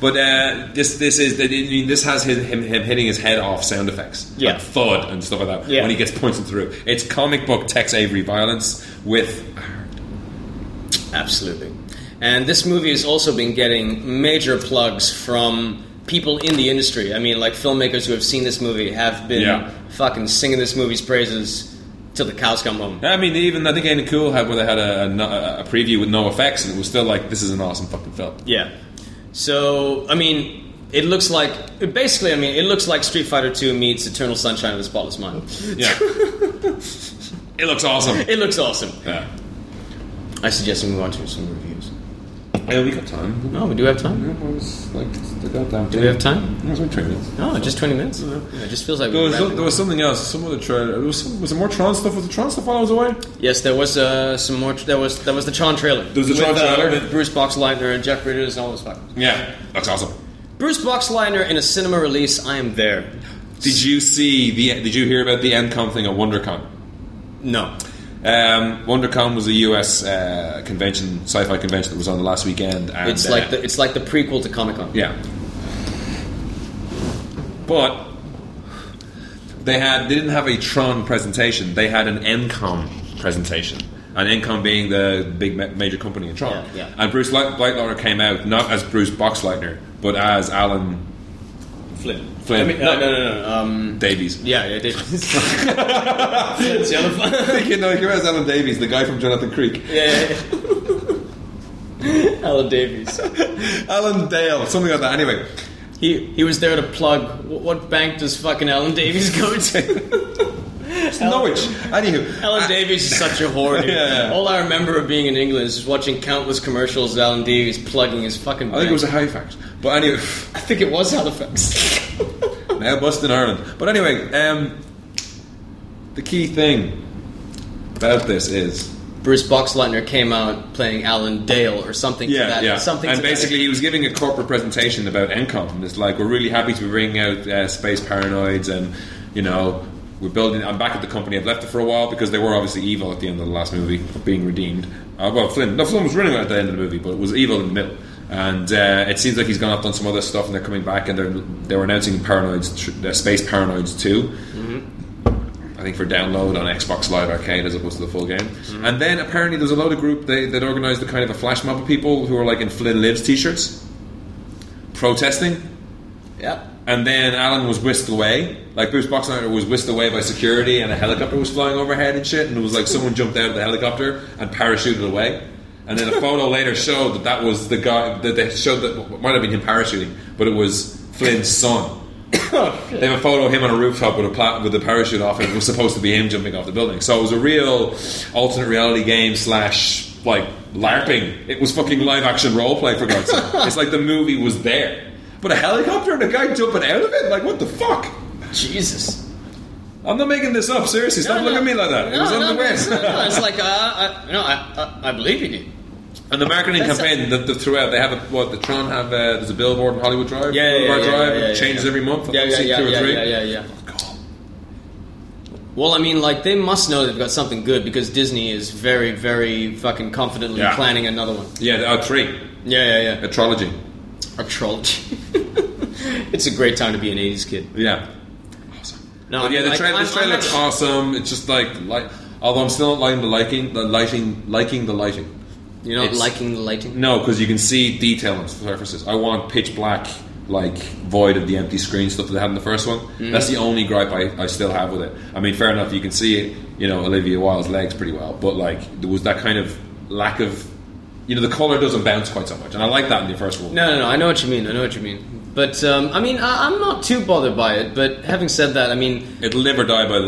[SPEAKER 2] but uh, this this is I mean, this has his, him him hitting his head off sound effects,
[SPEAKER 1] Yeah.
[SPEAKER 2] like thud and stuff like that.
[SPEAKER 1] Yeah.
[SPEAKER 2] When he gets pointed through, it's comic book Tex Avery violence with
[SPEAKER 1] Absolutely. And this movie has also been getting major plugs from people in the industry. I mean, like filmmakers who have seen this movie have been
[SPEAKER 2] Yeah.
[SPEAKER 1] fucking singing this movie's praises till the cows come home.
[SPEAKER 2] I mean, even I think Aiden Cool had where they had a, a, no- a preview with no effects, and it was still like this is an awesome fucking film.
[SPEAKER 1] Yeah. So, I mean, it looks like basically, I mean, it looks like Street Fighter 2 meets Eternal Sunshine of the Spotless Mind.
[SPEAKER 2] Yeah, it looks awesome.
[SPEAKER 1] It looks awesome.
[SPEAKER 2] Yeah,
[SPEAKER 1] I suggest we move on to some reviews.
[SPEAKER 2] yeah Uh, we got time.
[SPEAKER 1] No, we do have time.
[SPEAKER 2] It was like the goddamn.
[SPEAKER 1] Do we have time?
[SPEAKER 2] It was like three minutes.
[SPEAKER 1] No, just 20 minutes. Yeah, it just feels like
[SPEAKER 2] There
[SPEAKER 1] we're
[SPEAKER 2] was,
[SPEAKER 1] wrapping
[SPEAKER 2] there was something else. Some other trailer. There was, some, was there more Tron stuff? Was the Tron stuff while I was away?
[SPEAKER 1] Yes, there was uh, some more. There was there was the Tron trailer. There
[SPEAKER 2] was the Tron trailer?
[SPEAKER 1] with Bruce Boxleitner and Jeff Bridges and all those fuckers.
[SPEAKER 2] Yeah, that's awesome.
[SPEAKER 1] Bruce Boxleitner in a cinema release. I am there.
[SPEAKER 2] Did you see the? Did you hear about the Endcom thing at WonderCon?
[SPEAKER 1] No.
[SPEAKER 2] Um, WonderCon was a US uh, convention, sci-fi convention that was on the last weekend. And,
[SPEAKER 1] It's
[SPEAKER 2] uh,
[SPEAKER 1] like the it's like the prequel to Comic Con.
[SPEAKER 2] yeah. But they had they didn't have a Tron presentation. They had an Encom presentation. An Encom being the big ma- major company in Tron.
[SPEAKER 1] Yeah, yeah.
[SPEAKER 2] And Bruce Light- Lightloner came out not as Bruce Boxleitner, but as Alan
[SPEAKER 1] Flynn.
[SPEAKER 2] Flynn.
[SPEAKER 1] I mean, no, no, no, no. Um,
[SPEAKER 2] Davies.
[SPEAKER 1] yeah, yeah. They, Flynn's the other one.
[SPEAKER 2] you know, here is Alan Davies, the guy from Jonathan Creek.
[SPEAKER 1] Yeah. yeah, yeah. Alan Davies.
[SPEAKER 2] Alan Dale, something like that. Anyway,
[SPEAKER 1] He he was there to plug. What, what bank does fucking Alan Davies go to?
[SPEAKER 2] it's Norwich. Anywho,
[SPEAKER 1] Alan Davies is such a whore. Dude.
[SPEAKER 2] Yeah, yeah.
[SPEAKER 1] All I remember of being in England is just watching countless commercials of Alan Davies plugging his fucking.
[SPEAKER 2] I think it was a
[SPEAKER 1] bank.
[SPEAKER 2] Halifax. But anyway,
[SPEAKER 1] I think it was Halifax.
[SPEAKER 2] now Boston, Ireland. But anyway, um, the key thing about this is
[SPEAKER 1] Bruce Boxleitner came out playing Alan Dale or something. to that, Something.
[SPEAKER 2] and
[SPEAKER 1] to that-
[SPEAKER 2] basically he was giving a corporate presentation about Encom. And It's like we're really happy to be bringing out uh, space paranoids, and you know we're building. I'm back at the company. I've left it for a while because they were obviously evil at the end of the last movie, being redeemed. Uh, well, Flynn, no, Flynn was running at the end of the movie, but it was evil in the middle. And uh, it seems like he's gone off done some other stuff, and they're coming back, and they're they're announcing paranoids, tr- uh, space paranoids too. I think for download on Xbox Live Arcade as opposed to the full game. And then apparently there's a load of group they, that organised a kind of a flash mob of people who are like in Flynn Lives t-shirts, protesting.
[SPEAKER 1] yeah.
[SPEAKER 2] And then Alan was whisked away. Like Bruce Boxleitner was whisked away by security, and a helicopter was flying overhead and shit. And it was like someone jumped out of the helicopter and parachuted away. And then a photo later showed that that was the guy that they showed that it might have been him parachuting, but it was Flynn's son. They have a photo of him on a rooftop with a pla- with a parachute off, and it was supposed to be him jumping off the building. So it was a real alternate reality game slash like LARPing. It was fucking live action role play for God's sake. It's like the movie was there, but a helicopter and a guy jumping out of it. Like what the fuck?
[SPEAKER 1] Jesus.
[SPEAKER 2] I'm not making this up. Seriously, stop
[SPEAKER 1] No,
[SPEAKER 2] looking
[SPEAKER 1] no.
[SPEAKER 2] at me like that.
[SPEAKER 1] No,
[SPEAKER 2] it was
[SPEAKER 1] no,
[SPEAKER 2] on the
[SPEAKER 1] no, it's,
[SPEAKER 2] web.
[SPEAKER 1] no, it's like uh, I, no, I, I, I believe you, dude.
[SPEAKER 2] And the marketing
[SPEAKER 1] That's-
[SPEAKER 2] campaign that, that throughout they have a, what the Tron have uh, there's a billboard in Hollywood Drive,
[SPEAKER 1] Yeah, yeah,
[SPEAKER 2] Boulevard
[SPEAKER 1] yeah,
[SPEAKER 2] Drive,
[SPEAKER 1] yeah, yeah,
[SPEAKER 2] it changes
[SPEAKER 1] yeah.
[SPEAKER 2] every month. I
[SPEAKER 1] Yeah,
[SPEAKER 2] think
[SPEAKER 1] yeah,
[SPEAKER 2] it's
[SPEAKER 1] yeah,
[SPEAKER 2] two or
[SPEAKER 1] yeah,
[SPEAKER 2] three.
[SPEAKER 1] yeah, yeah, yeah.
[SPEAKER 2] God.
[SPEAKER 1] Well, I mean, like they must know they've got something good because Disney is very, very fucking confidently
[SPEAKER 2] Yeah.
[SPEAKER 1] planning another one.
[SPEAKER 2] Yeah, uh, three,
[SPEAKER 1] Yeah, yeah,
[SPEAKER 2] a trilogy.
[SPEAKER 1] yeah. A troll. it's a great time to be an '80s kid.
[SPEAKER 2] Yeah. Awesome.
[SPEAKER 1] No,
[SPEAKER 2] But yeah, the,
[SPEAKER 1] like,
[SPEAKER 2] tra-
[SPEAKER 1] I'm-
[SPEAKER 2] the trailer
[SPEAKER 1] I'm
[SPEAKER 2] looks
[SPEAKER 1] actually-
[SPEAKER 2] awesome. It's just like, like, although I'm still not liking the liking, the lighting, liking the lighting.
[SPEAKER 1] You're not
[SPEAKER 2] It's-
[SPEAKER 1] liking the lighting.
[SPEAKER 2] No, because you can see detail on surfaces. I want pitch black, like void of the empty screen stuff that they had in the first one. That's the only gripe I, I still have with it. I mean, fair enough, you can see it, you know, Olivia Wilde's legs pretty well, but like there was that kind of lack of you know the color doesn't bounce quite so much, and I like that in the first one.
[SPEAKER 1] No, no, no. I know what you mean. I know what you mean. But um, I mean, I, I'm not too bothered by it. But having said that, I mean,
[SPEAKER 2] It'll live or die by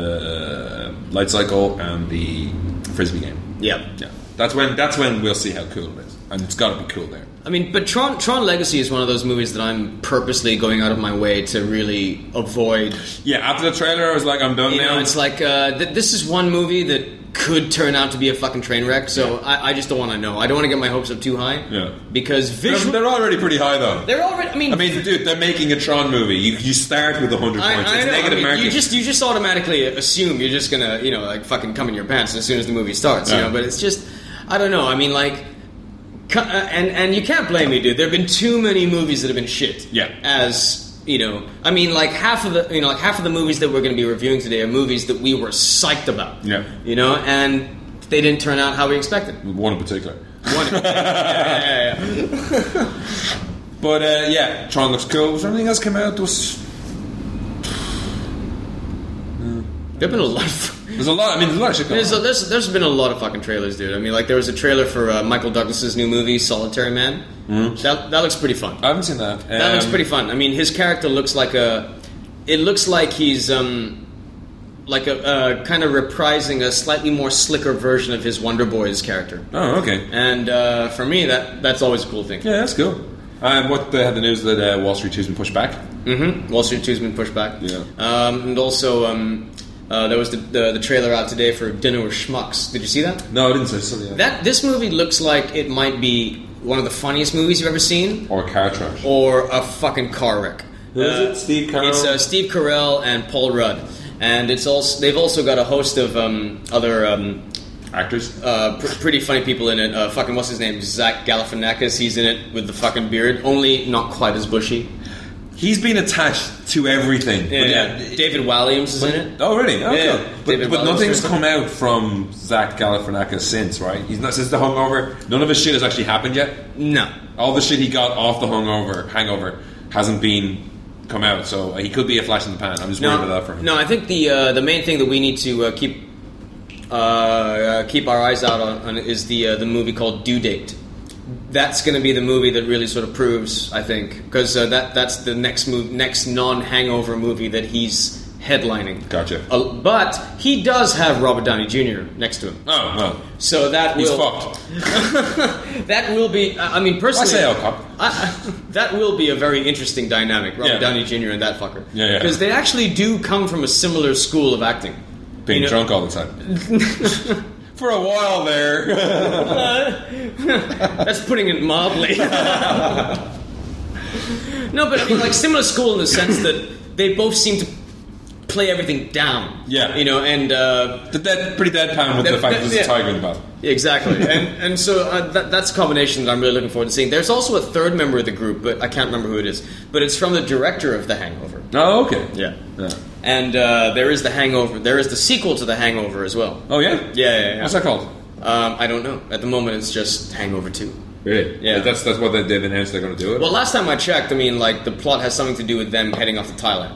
[SPEAKER 2] the uh, light cycle and the frisbee game.
[SPEAKER 1] yeah,
[SPEAKER 2] Yeah, that's when that's when we'll see how cool it is, and it's got to be cool there.
[SPEAKER 1] I mean, but Tron, Tron Legacy is one of those movies that I'm purposely going out of my way to really avoid.
[SPEAKER 2] Yeah, after the trailer, I was like, I'm done
[SPEAKER 1] You
[SPEAKER 2] now.
[SPEAKER 1] know, it's like uh, th- this is one movie that could turn out to be a fucking train wreck. So I, I just don't want to know. I don't want to get my hopes up too high.
[SPEAKER 2] Yeah.
[SPEAKER 1] Because
[SPEAKER 2] they're,
[SPEAKER 1] visually,
[SPEAKER 2] they're already pretty high though.
[SPEAKER 1] they're already. I mean,
[SPEAKER 2] I mean, dude, they're making a Tron movie. You, you start with 100
[SPEAKER 1] I,
[SPEAKER 2] points.
[SPEAKER 1] I
[SPEAKER 2] it's
[SPEAKER 1] know.
[SPEAKER 2] negative
[SPEAKER 1] I mean,
[SPEAKER 2] marketing.
[SPEAKER 1] You just you just automatically assume you're just gonna you know like fucking come in your pants as soon as the movie starts. You
[SPEAKER 2] Yeah.
[SPEAKER 1] know, but it's just I don't know. I mean, like. cu- uh, And and you can't blame me, dude. There have been too many movies that have been shit.
[SPEAKER 2] Yeah.
[SPEAKER 1] As you know, I mean, like half of the you know like half of the movies that we're going to be reviewing today are movies that we were psyched about.
[SPEAKER 2] Yeah.
[SPEAKER 1] You know, and they didn't turn out how we expected.
[SPEAKER 2] One in particular.
[SPEAKER 1] One. yeah, yeah, yeah, yeah.
[SPEAKER 2] But uh, yeah, Tron looks cool. Was there anything else came out? There was
[SPEAKER 1] There've been a lot of.
[SPEAKER 2] There's a lot. I mean, there's a lot of shit going
[SPEAKER 1] There's,
[SPEAKER 2] on.
[SPEAKER 1] there's, there's been a lot of fucking trailers, dude. I mean, like there was a trailer for uh, Michael Douglas's new movie, Solitary Man. That that looks pretty fun.
[SPEAKER 2] I haven't seen that. Mm-hmm. Um,
[SPEAKER 1] That looks pretty fun. I mean, his character looks like a. It looks like he's um, like a uh, kind of reprising a slightly more slicker version of his Wonder Boy's character.
[SPEAKER 2] Oh, okay.
[SPEAKER 1] And uh, for me, that that's always a cool thing.
[SPEAKER 2] Yeah, that's cool. Um, what they had the news that uh, Wall Street 2's been pushed back.
[SPEAKER 1] hmm Wall Street Two's been pushed back.
[SPEAKER 2] Yeah.
[SPEAKER 1] Um, and also, um, uh, there was the, the the trailer out today for Dinner with Schmucks. Did you see that?
[SPEAKER 2] No, I didn't say something. Like that.
[SPEAKER 1] That this movie looks like it might be one of the funniest movies you've ever seen,
[SPEAKER 2] Or car trash.
[SPEAKER 1] or a fucking car wreck.
[SPEAKER 2] Who is
[SPEAKER 1] Uh,
[SPEAKER 2] it? Steve Carell?
[SPEAKER 1] It's uh, Steve Carell and Paul Rudd, and it's also they've also got a host of um, other um,
[SPEAKER 2] Actors.
[SPEAKER 1] uh, pr- pretty funny people in it. Uh, fucking what's his name? Zach Galifianakis. He's in it with the fucking beard, only not quite as bushy.
[SPEAKER 2] He's been attached to everything.
[SPEAKER 1] Yeah,
[SPEAKER 2] But,
[SPEAKER 1] yeah. uh, David Walliams is in it.
[SPEAKER 2] Oh really? Oh,
[SPEAKER 1] Yeah.
[SPEAKER 2] cool.
[SPEAKER 1] David
[SPEAKER 2] But, but
[SPEAKER 1] Bowie
[SPEAKER 2] nothing's
[SPEAKER 1] was-
[SPEAKER 2] come out from Zach Galifianakis since, right? He's not since the Hungover. None of his shit has actually happened yet.
[SPEAKER 1] No,
[SPEAKER 2] All the shit he got off the Hungover hangover hasn't been come out, so uh, he could be a flash in the pan. I'm just worried
[SPEAKER 1] no,
[SPEAKER 2] about that for him.
[SPEAKER 1] no. I think the uh, the main thing that we need to uh, keep uh, uh, keep our eyes out on, on is the uh, the movie called Due Date. That's going to be the movie that really sort of proves, I think, because uh, that that's the next move, next non-hangover movie that he's headlining.
[SPEAKER 2] Gotcha.
[SPEAKER 1] Uh, but he does have Robert Downey Jr. next to him,
[SPEAKER 2] Oh well,
[SPEAKER 1] so that
[SPEAKER 2] he's
[SPEAKER 1] will
[SPEAKER 2] fucked.
[SPEAKER 1] that will be. I I mean, personally,
[SPEAKER 2] say I'll cop.
[SPEAKER 1] I- that will be a very interesting dynamic. Robert
[SPEAKER 2] Yeah.
[SPEAKER 1] Downey Jr. and that fucker.
[SPEAKER 2] Yeah, yeah.
[SPEAKER 1] Because they actually do come from a similar school of acting.
[SPEAKER 2] Being
[SPEAKER 1] You know-
[SPEAKER 2] drunk all the time. for a while there.
[SPEAKER 1] That's putting it mildly. no, but I mean, like similar school in the sense that they both seem to play everything down.
[SPEAKER 2] Yeah.
[SPEAKER 1] you know, and uh,
[SPEAKER 2] The dead, pretty deadpan with
[SPEAKER 1] That-
[SPEAKER 2] the fact
[SPEAKER 1] that-
[SPEAKER 2] that, there's
[SPEAKER 1] yeah.
[SPEAKER 2] a tiger in the bathroom.
[SPEAKER 1] Exactly, and and so uh, that, that's a combination that I'm really looking forward to seeing. There's also a third member of the group, but I can't remember who it is. But it's from the director of The Hangover.
[SPEAKER 2] Oh, okay.
[SPEAKER 1] Yeah,
[SPEAKER 2] Yeah.
[SPEAKER 1] and uh, there is The Hangover. There is the sequel to The Hangover as well.
[SPEAKER 2] Oh yeah.
[SPEAKER 1] Yeah, yeah, yeah.
[SPEAKER 2] What's that called?
[SPEAKER 1] Um, I don't know. At the moment, it's just Hangover Two.
[SPEAKER 2] Really?
[SPEAKER 1] Yeah.
[SPEAKER 2] That's that's what they, they've announced they're going to do it.
[SPEAKER 1] Well, last time I checked, I mean, like the plot has something to do with them heading off to Thailand.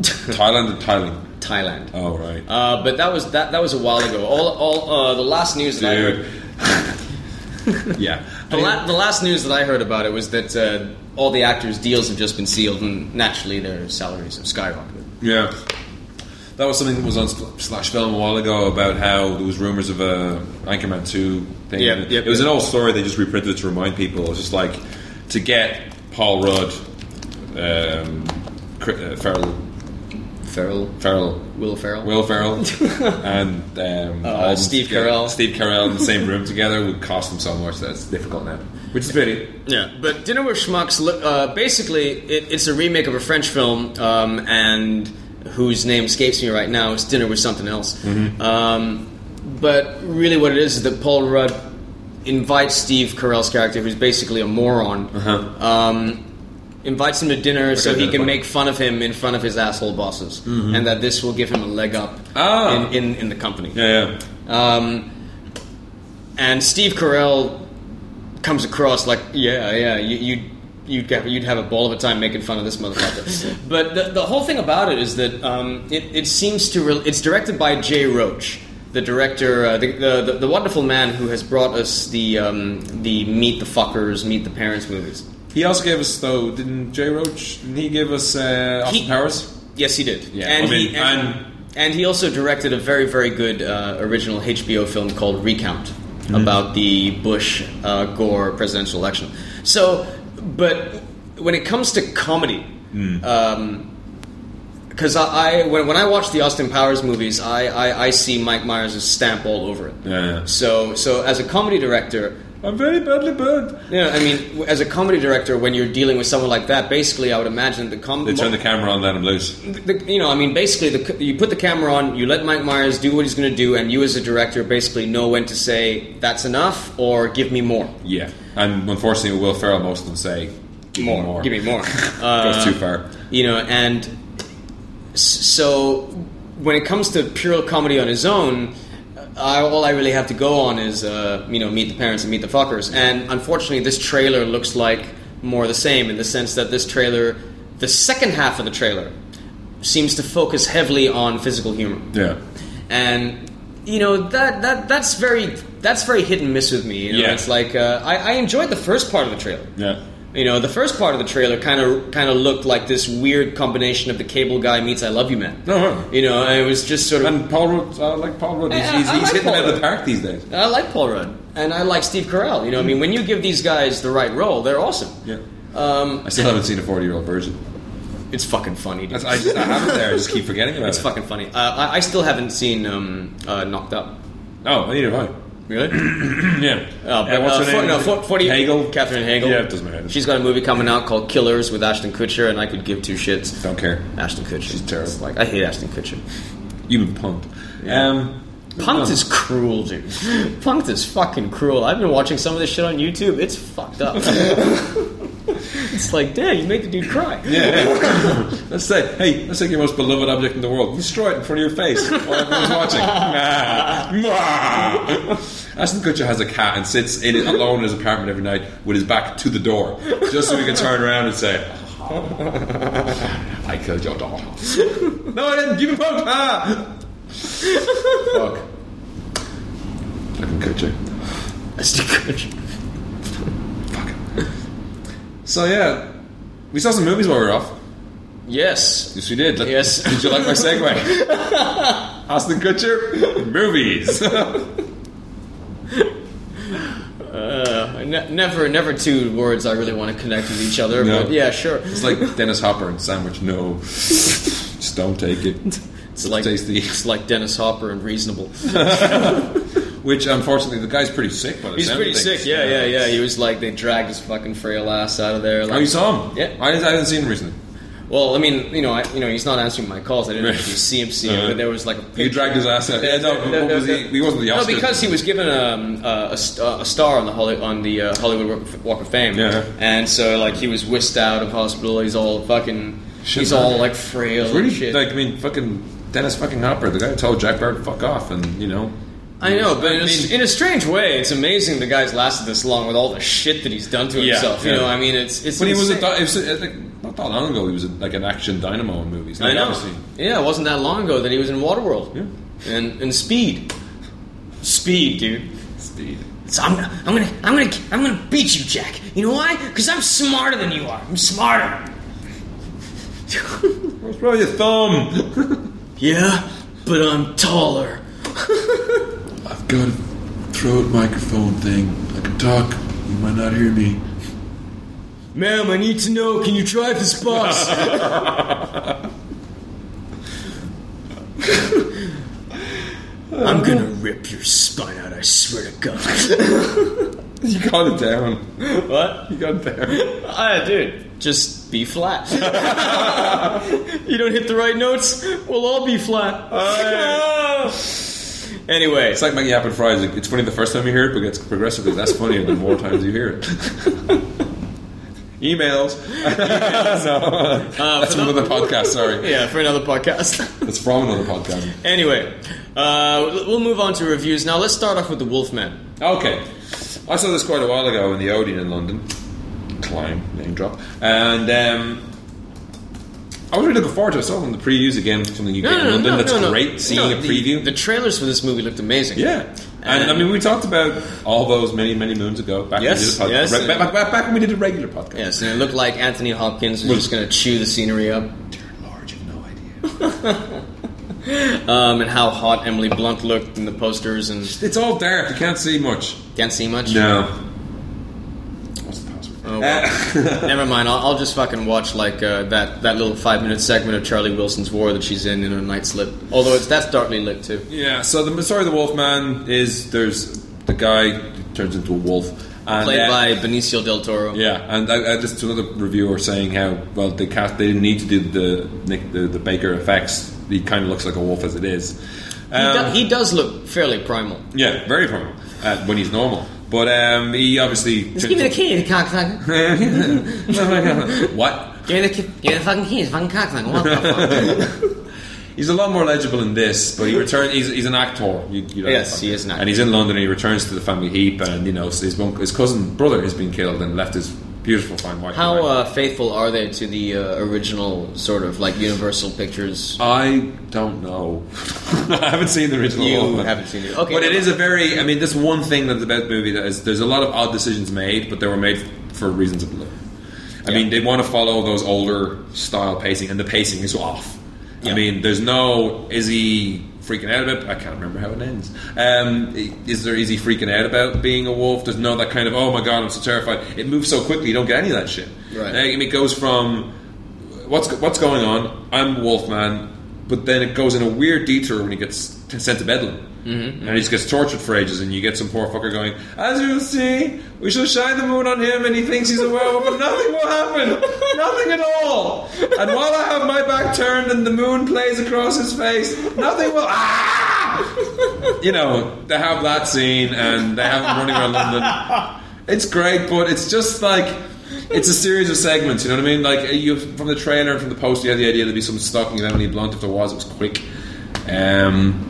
[SPEAKER 2] Thailand and Thailand.
[SPEAKER 1] Thailand.
[SPEAKER 2] Oh right.
[SPEAKER 1] Uh, but that was that. That was a while ago. All, all uh, the last news that I heard
[SPEAKER 2] Dude. yeah.
[SPEAKER 1] The, la- the last news that I heard about it was that uh, all the actors' deals have just been sealed, and naturally their salaries have skyrocketed.
[SPEAKER 2] yeah. That was something that was on Sl- Slash Film a while ago about how there was rumors of a Anchorman Two thing.
[SPEAKER 1] Yeah,
[SPEAKER 2] it,
[SPEAKER 1] yeah,
[SPEAKER 2] was
[SPEAKER 1] yeah.
[SPEAKER 2] an old story they just reprinted to remind people. It was just like to get Paul Rudd, um, Cri- uh, Farrell,
[SPEAKER 1] Farrell,
[SPEAKER 2] Farrell,
[SPEAKER 1] Will Farrell.
[SPEAKER 2] Will Ferrell and um, all of them
[SPEAKER 1] Uh, Steve
[SPEAKER 2] together-
[SPEAKER 1] Carell.
[SPEAKER 2] Steve Carell in the same room together would cost them so much that it's difficult now. Which is pity.
[SPEAKER 1] Yeah, but Dinner with Schmucks. lo- Uh, basically, it, it's a remake of a French film, um, and whose name escapes me right now. It's Dinner with Something Else.
[SPEAKER 2] Mm-hmm.
[SPEAKER 1] Um, but really, what it is is that Paul Rudd invites Steve Carell's character, who's basically a moron,
[SPEAKER 2] Uh-huh.
[SPEAKER 1] um, invites him to dinner so
[SPEAKER 2] Okay,
[SPEAKER 1] he
[SPEAKER 2] that's
[SPEAKER 1] can
[SPEAKER 2] funny.
[SPEAKER 1] make fun of him in front of his asshole bosses, and that this will give him a leg up
[SPEAKER 2] Mm-hmm. Ah.
[SPEAKER 1] in, in, in the company.
[SPEAKER 2] Yeah, yeah.
[SPEAKER 1] Um, and Steve Carell comes across like, yeah, yeah, you, you'd you'd have, you'd have a ball of a time making fun of this motherfucker. but the, the whole thing about it is that um, it, it seems to re- it's directed by Jay Roach, the director, uh, the, the, the the wonderful man who has brought us the um, the Meet the Fuckers, Meet the Parents movies.
[SPEAKER 2] He also gave us though, didn't Jay Roach? Didn't he give us uh, Austin
[SPEAKER 1] He-
[SPEAKER 2] Powers?
[SPEAKER 1] Yes, he did.
[SPEAKER 2] Yeah,
[SPEAKER 1] and
[SPEAKER 2] I mean,
[SPEAKER 1] he and,
[SPEAKER 2] I'm-
[SPEAKER 1] and he also directed a very very good uh, original HBO film called Recount about the Bush uh, Gore presidential election. So, but when it comes to comedy.
[SPEAKER 2] Hmm.
[SPEAKER 1] Um, because I, I when, when I watch the Austin Powers movies, I, I, I see Mike Myers' stamp all over it.
[SPEAKER 2] Yeah.
[SPEAKER 1] So so as a comedy director,
[SPEAKER 2] I'm very badly burned.
[SPEAKER 1] yeah, I mean, w- as a comedy director, when you're dealing with someone like that, basically, I would imagine the
[SPEAKER 2] They
[SPEAKER 1] comedy.
[SPEAKER 2] turned the camera on, let him loose.
[SPEAKER 1] the, you know, I mean, basically, the, c- you put the camera on, you let Mike Myers do what he's going to do, and you, as a director, basically know when to say that's enough or give me more,
[SPEAKER 2] Yeah, and unfortunately, Will Ferrell most of them say give me more.
[SPEAKER 1] give me more.
[SPEAKER 2] Goes
[SPEAKER 1] Uh,
[SPEAKER 2] too far.
[SPEAKER 1] you know, and s- so when it comes to pure comedy on his own. I, all I really have to go on is, uh, you know, meet the parents and meet the fuckers. And unfortunately, this trailer looks like more the same in the sense that this trailer, the second half of the trailer, seems to focus heavily on physical humor.
[SPEAKER 2] Yeah,
[SPEAKER 1] and you know that that that's very that's very hit and miss with me. You know,
[SPEAKER 2] Yeah.
[SPEAKER 1] it's like uh, I, I enjoyed the first part of the trailer.
[SPEAKER 2] yeah.
[SPEAKER 1] You know, the first part of the trailer kind of kind of looked like this weird combination of the Cable Guy meets I Love You Man.
[SPEAKER 2] No, huh.
[SPEAKER 1] You know, and it was just sort of.
[SPEAKER 2] and Paul Rudd. I like Paul Rudd. He's,
[SPEAKER 1] Yeah,
[SPEAKER 2] he's,
[SPEAKER 1] I
[SPEAKER 2] he's
[SPEAKER 1] like
[SPEAKER 2] hitting
[SPEAKER 1] Paul
[SPEAKER 2] out of the
[SPEAKER 1] Rudd.
[SPEAKER 2] park these days.
[SPEAKER 1] I like Paul Rudd and I like Steve Carell. You know, I mean, when you give these guys the right role, they're awesome.
[SPEAKER 2] Yeah,
[SPEAKER 1] Um,
[SPEAKER 2] I still haven't seen a forty-year-old version.
[SPEAKER 1] it's fucking funny. Dude.
[SPEAKER 2] That's, I, just, I have it there. I just keep forgetting about
[SPEAKER 1] it's
[SPEAKER 2] it.
[SPEAKER 1] fucking funny. Uh, I, I still haven't seen um, uh, Knocked Up.
[SPEAKER 2] Oh, I need it right.
[SPEAKER 1] Really?
[SPEAKER 2] yeah.
[SPEAKER 1] Oh, but,
[SPEAKER 2] Uh, what's
[SPEAKER 1] uh,
[SPEAKER 2] her name?
[SPEAKER 1] for- no, for- 40
[SPEAKER 2] Hagel.
[SPEAKER 1] Catherine Hagel.
[SPEAKER 2] Yeah, it doesn't matter.
[SPEAKER 1] She's got a movie coming out called Killers with Ashton Kutcher, and I could give two shits.
[SPEAKER 2] Don't care.
[SPEAKER 1] Ashton Kutcher. She's
[SPEAKER 2] terrible.
[SPEAKER 1] like I hate Ashton Kutcher.
[SPEAKER 2] You've been punked.
[SPEAKER 1] Yeah.
[SPEAKER 2] Um,
[SPEAKER 1] Punked
[SPEAKER 2] no.
[SPEAKER 1] is cruel, dude. Punked is fucking cruel. I've been watching some of this shit on YouTube. It's fucked up. it's like, damn, you made the dude cry.
[SPEAKER 2] Yeah. let's say, hey, let's take your most beloved object in the world, destroy it in front of your face while everyone's watching. Mwah. Mwah. Ashton Kutcher has a cat and sits in it alone in his apartment every night with his back to the door, just so he can turn around and say, "I killed your dog." no, I didn't. Give him poked. Ah. Fuck. Fucking Kutcher.
[SPEAKER 1] Ashton Kutcher.
[SPEAKER 2] So yeah, we saw some movies while we were off.
[SPEAKER 1] Yes.
[SPEAKER 2] Yes, we did. Let-
[SPEAKER 1] Yes.
[SPEAKER 2] Did you like my segue? Austin Kutcher, movies.
[SPEAKER 1] Uh, ne- never, never two words I really want to connect with each other.
[SPEAKER 2] No.
[SPEAKER 1] But yeah, sure.
[SPEAKER 2] it's like Dennis Hopper and Sandwich. No, just don't take it.
[SPEAKER 1] It's like
[SPEAKER 2] tasty.
[SPEAKER 1] it's like Dennis Hopper and Reasonable.
[SPEAKER 2] Which, unfortunately, the guy's pretty sick. By the
[SPEAKER 1] He's
[SPEAKER 2] sound
[SPEAKER 1] pretty
[SPEAKER 2] of things.
[SPEAKER 1] sick. Yeah, yeah, yeah. He was like they dragged his fucking frail ass out of there.
[SPEAKER 2] Oh,
[SPEAKER 1] Like,
[SPEAKER 2] you saw him?
[SPEAKER 1] Yeah.
[SPEAKER 2] I, didn't- I didn't see him recently.
[SPEAKER 1] well, I mean, you know, I, you know, he's not answering my calls. I didn't
[SPEAKER 2] Right.
[SPEAKER 1] actually see him see him,
[SPEAKER 2] Uh-huh.
[SPEAKER 1] but there was like a picture.
[SPEAKER 2] You dragged his ass out. Yeah, no,
[SPEAKER 1] No,
[SPEAKER 2] what
[SPEAKER 1] no,
[SPEAKER 2] was
[SPEAKER 1] no.
[SPEAKER 2] he? He wasn't the
[SPEAKER 1] No,
[SPEAKER 2] Oscar.
[SPEAKER 1] because he was given um, uh, a, st- uh, a star on the Holly- on the uh, Hollywood Walk of Fame,
[SPEAKER 2] Yeah.
[SPEAKER 1] and so like he was whisked out of hospital. He's all fucking,
[SPEAKER 2] Shit,
[SPEAKER 1] he's
[SPEAKER 2] man.
[SPEAKER 1] all like frail
[SPEAKER 2] It's really
[SPEAKER 1] and shit.
[SPEAKER 2] like I mean, fucking Dennis fucking Hopper, the guy who told Jack Bauer to fuck off, and you know.
[SPEAKER 1] I know, but
[SPEAKER 2] I
[SPEAKER 1] in a,
[SPEAKER 2] mean-
[SPEAKER 1] in a strange way, it's amazing the guy's lasted this long with all the shit that he's done to
[SPEAKER 2] Yeah,
[SPEAKER 1] himself.
[SPEAKER 2] yeah.
[SPEAKER 1] You know, I mean, it's it's.
[SPEAKER 2] But he was a,
[SPEAKER 1] insane.
[SPEAKER 2] di- it was a like, not that long ago. He was a, like an action dynamo in movies. Like,
[SPEAKER 1] I know.
[SPEAKER 2] Obviously,
[SPEAKER 1] Yeah, it wasn't that long ago that he was in Waterworld.
[SPEAKER 2] Yeah.
[SPEAKER 1] And and Speed. Speed, dude.
[SPEAKER 2] speed.
[SPEAKER 1] So I'm gonna, I'm gonna, I'm gonna, I'm gonna beat you, Jack. You know why? Because I'm smarter than you are. I'm smarter.
[SPEAKER 2] What's wrong with your thumb?
[SPEAKER 1] Yeah, but I'm taller.
[SPEAKER 3] I've got a throat microphone thing. I can talk. You might not hear me.
[SPEAKER 1] Ma'am, I need to know. Can you drive this bus? I'm gonna rip your spine out. I swear to God.
[SPEAKER 2] You got it down.
[SPEAKER 1] what?
[SPEAKER 2] You got it down.
[SPEAKER 1] Ah, dude, just be flat. you don't hit the right notes, we'll all be flat. Oh! anyway,
[SPEAKER 2] It's like Maggie Apple Fries. Like, It's funny the first time you hear it, but it's progressively less funny the more times you hear it. Emails.
[SPEAKER 1] uh,
[SPEAKER 2] That's
[SPEAKER 1] for
[SPEAKER 2] from
[SPEAKER 1] the-
[SPEAKER 2] another podcast, sorry.
[SPEAKER 1] yeah, for another podcast.
[SPEAKER 2] That's from another podcast.
[SPEAKER 1] anyway, uh, we'll move on to reviews now. Let's start off with the Wolfman.
[SPEAKER 2] Okay. I saw this quite a while ago in the Odeon in London. Klein, name drop. And um, I was really looking forward to it. I saw it on the previews again, something you get in London. That's great seeing
[SPEAKER 1] No,
[SPEAKER 2] a
[SPEAKER 1] the-
[SPEAKER 2] preview.
[SPEAKER 1] The, trailers for this movie looked amazing.
[SPEAKER 2] Yeah. And I mean, we talked about all those many, many moons ago. Back
[SPEAKER 1] Yes,
[SPEAKER 2] when we did a podcast.
[SPEAKER 1] yes.
[SPEAKER 2] Re- back, back, back when we did a regular podcast.
[SPEAKER 1] Yes, and it looked like Anthony Hopkins was
[SPEAKER 2] Well-
[SPEAKER 1] just going to chew the scenery up,
[SPEAKER 2] Dear Lord, you've no idea.
[SPEAKER 1] um, and how hot Emily Blunt looked in the posters, and
[SPEAKER 2] It's all dark. You can't see much.
[SPEAKER 1] can't see much.
[SPEAKER 2] No. What's the password?
[SPEAKER 1] Oh, well. Never mind. I'll, I'll just fucking watch like uh, that that little five minute segment of Charlie Wilson's War that she's in in a night slip. Although it's that's darkly lit too.
[SPEAKER 2] Yeah, so the Sorry the Wolf Man is there's the guy who turns into a wolf. And,
[SPEAKER 1] Played
[SPEAKER 2] uh,
[SPEAKER 1] by Benicio del Toro.
[SPEAKER 2] Yeah, and I, I just another reviewer saying how well they cast they didn't need to do the Nick the, the Baker effects. He kind of looks like a wolf as it is.
[SPEAKER 1] He,
[SPEAKER 2] Um,
[SPEAKER 1] do- he does look fairly primal.
[SPEAKER 2] Yeah, very formal uh, when he's normal. But um, he obviously.
[SPEAKER 1] Just give me the key, cocksucker.
[SPEAKER 2] what?
[SPEAKER 1] Give me the key. Give me the fucking keys, fucking cocksucker. What the fuck?
[SPEAKER 2] He's a lot more legible in this, but he returns. He's, he's an actor. You, you know,
[SPEAKER 1] Yes, he is an actor.
[SPEAKER 2] And he's in London, and he returns to the family heap, and you know his one- his cousin brother has been killed and left his beautiful fine wife.
[SPEAKER 1] How
[SPEAKER 2] behind.
[SPEAKER 1] uh, faithful are they to the uh, original sort of like Universal Pictures?
[SPEAKER 2] I don't know. I haven't seen the original.
[SPEAKER 1] You
[SPEAKER 2] one.
[SPEAKER 1] haven't seen it. Oh. Okay.
[SPEAKER 2] but it is a very. I mean, this one thing that's about the movie that is there's a lot of odd decisions made, but they were made for reasons of love. I
[SPEAKER 1] Yeah.
[SPEAKER 2] mean, they want to follow those older style pacing, and the pacing is off. I
[SPEAKER 1] Yeah.
[SPEAKER 2] mean, there's no is he freaking out about? I can't remember how it ends. Um, i- is there is he freaking out about being a wolf? There's no that kind of oh my god, I'm so terrified. It moves so quickly, you don't get any of that shit.
[SPEAKER 1] Right.
[SPEAKER 2] Uh, I mean, it goes from what's what's going on? I'm Wolfman, but then it goes in a weird detour when he gets t- sent to Bedlam, and he just gets tortured for ages. And you get some poor fucker going, "As you will see, we shall shine the moon on him, and he thinks he's a werewolf, but nothing will happen, nothing at all. And while I have my back turned and the moon plays across his face, nothing will." Ah! You know, they have that scene, and they have him running around London. It's great, but it's just like it's a series of segments. You know what I mean? Like you from the trailer and from the poster, you had the idea there'd be some stalking of Emily Blunt. If there was, it was quick. Um,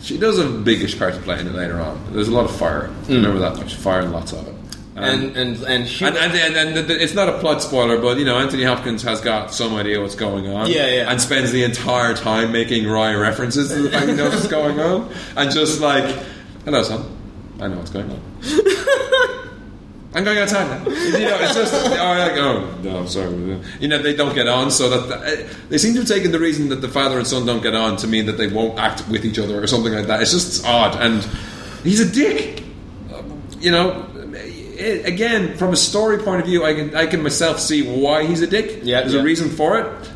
[SPEAKER 2] she does have a biggish part to play in it later on. There's a lot of fire. I remember that much fire and lots of it. Um,
[SPEAKER 1] and and and, Hugh-
[SPEAKER 2] and, and, and, and, th- it's not a plot spoiler, but you know Anthony Hopkins has got some idea what's going on.
[SPEAKER 1] Yeah, yeah.
[SPEAKER 2] And spends the entire time making wry references to the fact he knows what's going on, and just like, "Hello, son, I know what's going on. I'm going outside now." You know, it's just, oh, like, oh no, I'm sorry. You know, they don't get on, so that eh, they seem to have taken the reason that the father and son don't get on to mean that they won't act with each other or something like that. It's just odd, and he's a dick you know, it, again, from a story point of view, I can I can myself see why he's a dick.
[SPEAKER 1] Yeah,
[SPEAKER 2] there's
[SPEAKER 1] yeah.
[SPEAKER 2] a reason for it,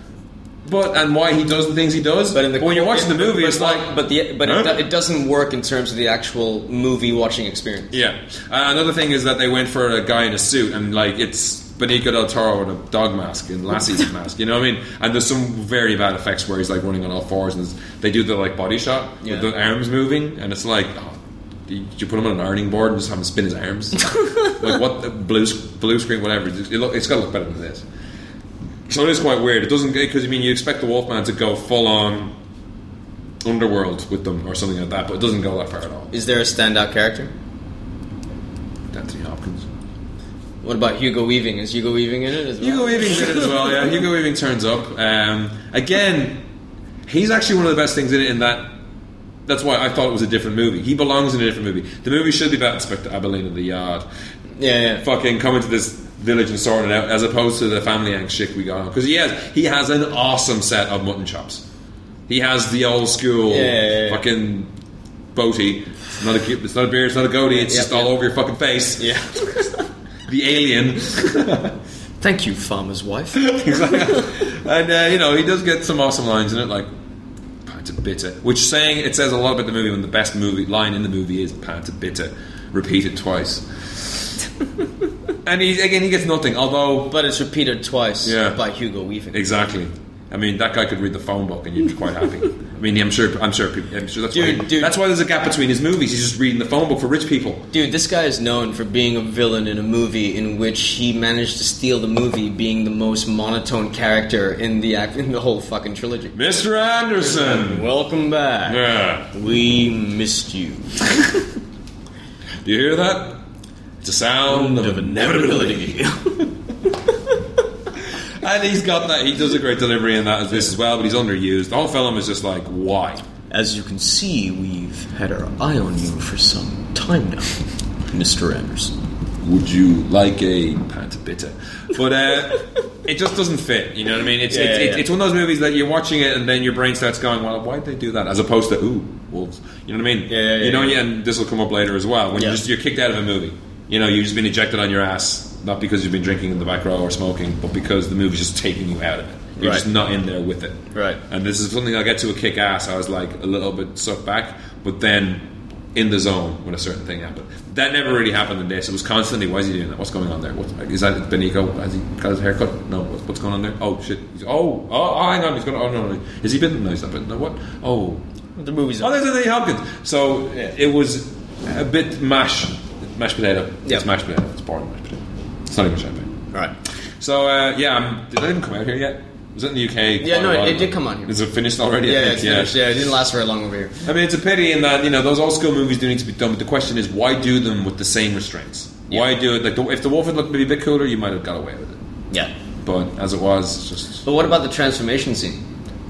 [SPEAKER 2] but and why he does the things he does.
[SPEAKER 1] but in the
[SPEAKER 2] when you're watching the
[SPEAKER 1] but-
[SPEAKER 2] movie,
[SPEAKER 1] but,
[SPEAKER 2] it's like,
[SPEAKER 1] but the but
[SPEAKER 2] Huh?
[SPEAKER 1] it, do- it doesn't work in terms of the actual movie watching experience.
[SPEAKER 2] yeah. Uh, another thing is that they went for a guy in a suit, and like it's Benicio del Toro in a dog mask and Lassie's mask. You know what I mean? And there's some very bad effects where he's like running on all fours, and they do the like body shot
[SPEAKER 1] Yeah.
[SPEAKER 2] with the arms moving, and it's like. Oh, you you put him on an ironing board and just have him spin his arms, like what the blue sc- blue screen, whatever. It look, it's got to look better than this. So it is quite weird. It doesn't because I mean you expect the Wolfman to go full on underworld with them or something like that, but it doesn't go that far at all.
[SPEAKER 1] Is there a standout character?
[SPEAKER 2] Anthony Hopkins.
[SPEAKER 1] What about Hugo Weaving? Is Hugo Weaving in it as well?
[SPEAKER 2] Hugo Weaving's in it as well. Yeah, Hugo Weaving turns up um, again. He's actually one of the best things in it. In that, that's why I thought it was a different movie. He belongs in a different movie. The movie should be about Inspector Abilene of the Yard,
[SPEAKER 1] Yeah, yeah.
[SPEAKER 2] fucking coming to this village and sorting it out, as opposed to the family angst shit we got on. Because he has he has an awesome set of mutton chops. He has the old school
[SPEAKER 1] Yeah, yeah, yeah.
[SPEAKER 2] fucking boaty. It's not a cu- it's not a beard. It's not a goatee. It's
[SPEAKER 1] Yeah,
[SPEAKER 2] just
[SPEAKER 1] yeah.
[SPEAKER 2] all over your fucking face.
[SPEAKER 1] Yeah.
[SPEAKER 2] The alien.
[SPEAKER 1] Thank you, farmer's wife.
[SPEAKER 2] and uh, you know he does get some awesome lines in it, like "pant a bitter," which saying it says a lot about the movie when the best movie line in the movie is "pant a bitter," repeated twice. and he again he gets nothing. Although
[SPEAKER 1] But it's repeated twice
[SPEAKER 2] Yeah.
[SPEAKER 1] by Hugo Weaving.
[SPEAKER 2] exactly, I mean that guy could read the phone book and you'd be quite happy. I mean I'm sure I'm sure people, I'm sure that's why
[SPEAKER 1] Dude, dude.
[SPEAKER 2] that's why there's a gap between his movies. He's just reading the phone book for rich people.
[SPEAKER 1] Dude, this guy is known for being a villain in a movie in which he managed to steal the movie being the most monotone character in the act in the whole fucking trilogy.
[SPEAKER 2] Mr. Anderson.
[SPEAKER 1] Welcome back.
[SPEAKER 2] Yeah.
[SPEAKER 1] We missed you.
[SPEAKER 2] Do you hear that? It's a sound of inevitability. and he's got that. He does a great delivery in that as this as well, but he's underused. The whole film is just like, why?
[SPEAKER 1] As you can see, we've had our eye on you for some time now, Mr. Anderson.
[SPEAKER 2] Would you like a pat bitter? But uh, it just doesn't fit. You know what I mean? It's
[SPEAKER 1] Yeah,
[SPEAKER 2] it's,
[SPEAKER 1] yeah,
[SPEAKER 2] it's,
[SPEAKER 1] yeah.
[SPEAKER 2] it's one of those movies that you're watching it and then your brain starts going, well, why did they do that? As opposed to ooh wolves. You know what I mean?
[SPEAKER 1] Yeah, yeah, yeah,
[SPEAKER 2] you know,
[SPEAKER 1] yeah.
[SPEAKER 2] and this will come up later as well. When
[SPEAKER 1] Yeah.
[SPEAKER 2] you just you're kicked out of a movie, you know, you've just been ejected on your ass, not because you've been drinking in the back row or smoking, but because the movie's just taking you out of it. You're
[SPEAKER 1] Right.
[SPEAKER 2] just not in there with it.
[SPEAKER 1] Right.
[SPEAKER 2] And this is something I get to a kick ass. I was like a little bit sucked back, but then in the zone when a certain thing happened. That never really happened in this. It was constantly, why is he doing that? What's going on there? What's, is that Benico? Has he got his hair cut? No. What's, what's going on there? Oh, shit. He's, oh, oh, oh, hang on. He's going, oh, no, no. Is he bitten? No, he's not bitten. No, what? Oh.
[SPEAKER 1] The movie's
[SPEAKER 2] Oh,
[SPEAKER 1] on.
[SPEAKER 2] there's Anthony Hopkins. So it was a bit mash, mashed potato.
[SPEAKER 1] Yeah.
[SPEAKER 2] It's mashed potato. It's boring mashed potato. It's not even champagne.
[SPEAKER 1] All right.
[SPEAKER 2] So uh, yeah, um, did that even come out here yet? Was it in the
[SPEAKER 1] Yeah,
[SPEAKER 2] UK? quite
[SPEAKER 1] no,
[SPEAKER 2] a
[SPEAKER 1] it-
[SPEAKER 2] while
[SPEAKER 1] it did
[SPEAKER 2] ago?
[SPEAKER 1] come out here.
[SPEAKER 2] Is it finished already? I
[SPEAKER 1] Yeah, yeah,
[SPEAKER 2] think?
[SPEAKER 1] it's finished. Yeah, it didn't last very long over here.
[SPEAKER 2] I mean, it's a pity in that you know those old school movies do need to be done, but the question is, why do them with the same restraints?
[SPEAKER 1] Yeah.
[SPEAKER 2] Why do it? Like, the, if the Wolf had looked maybe a bit cooler, you might have got away with it.
[SPEAKER 1] Yeah.
[SPEAKER 2] But as it was, it's just
[SPEAKER 1] But what about the transformation scene?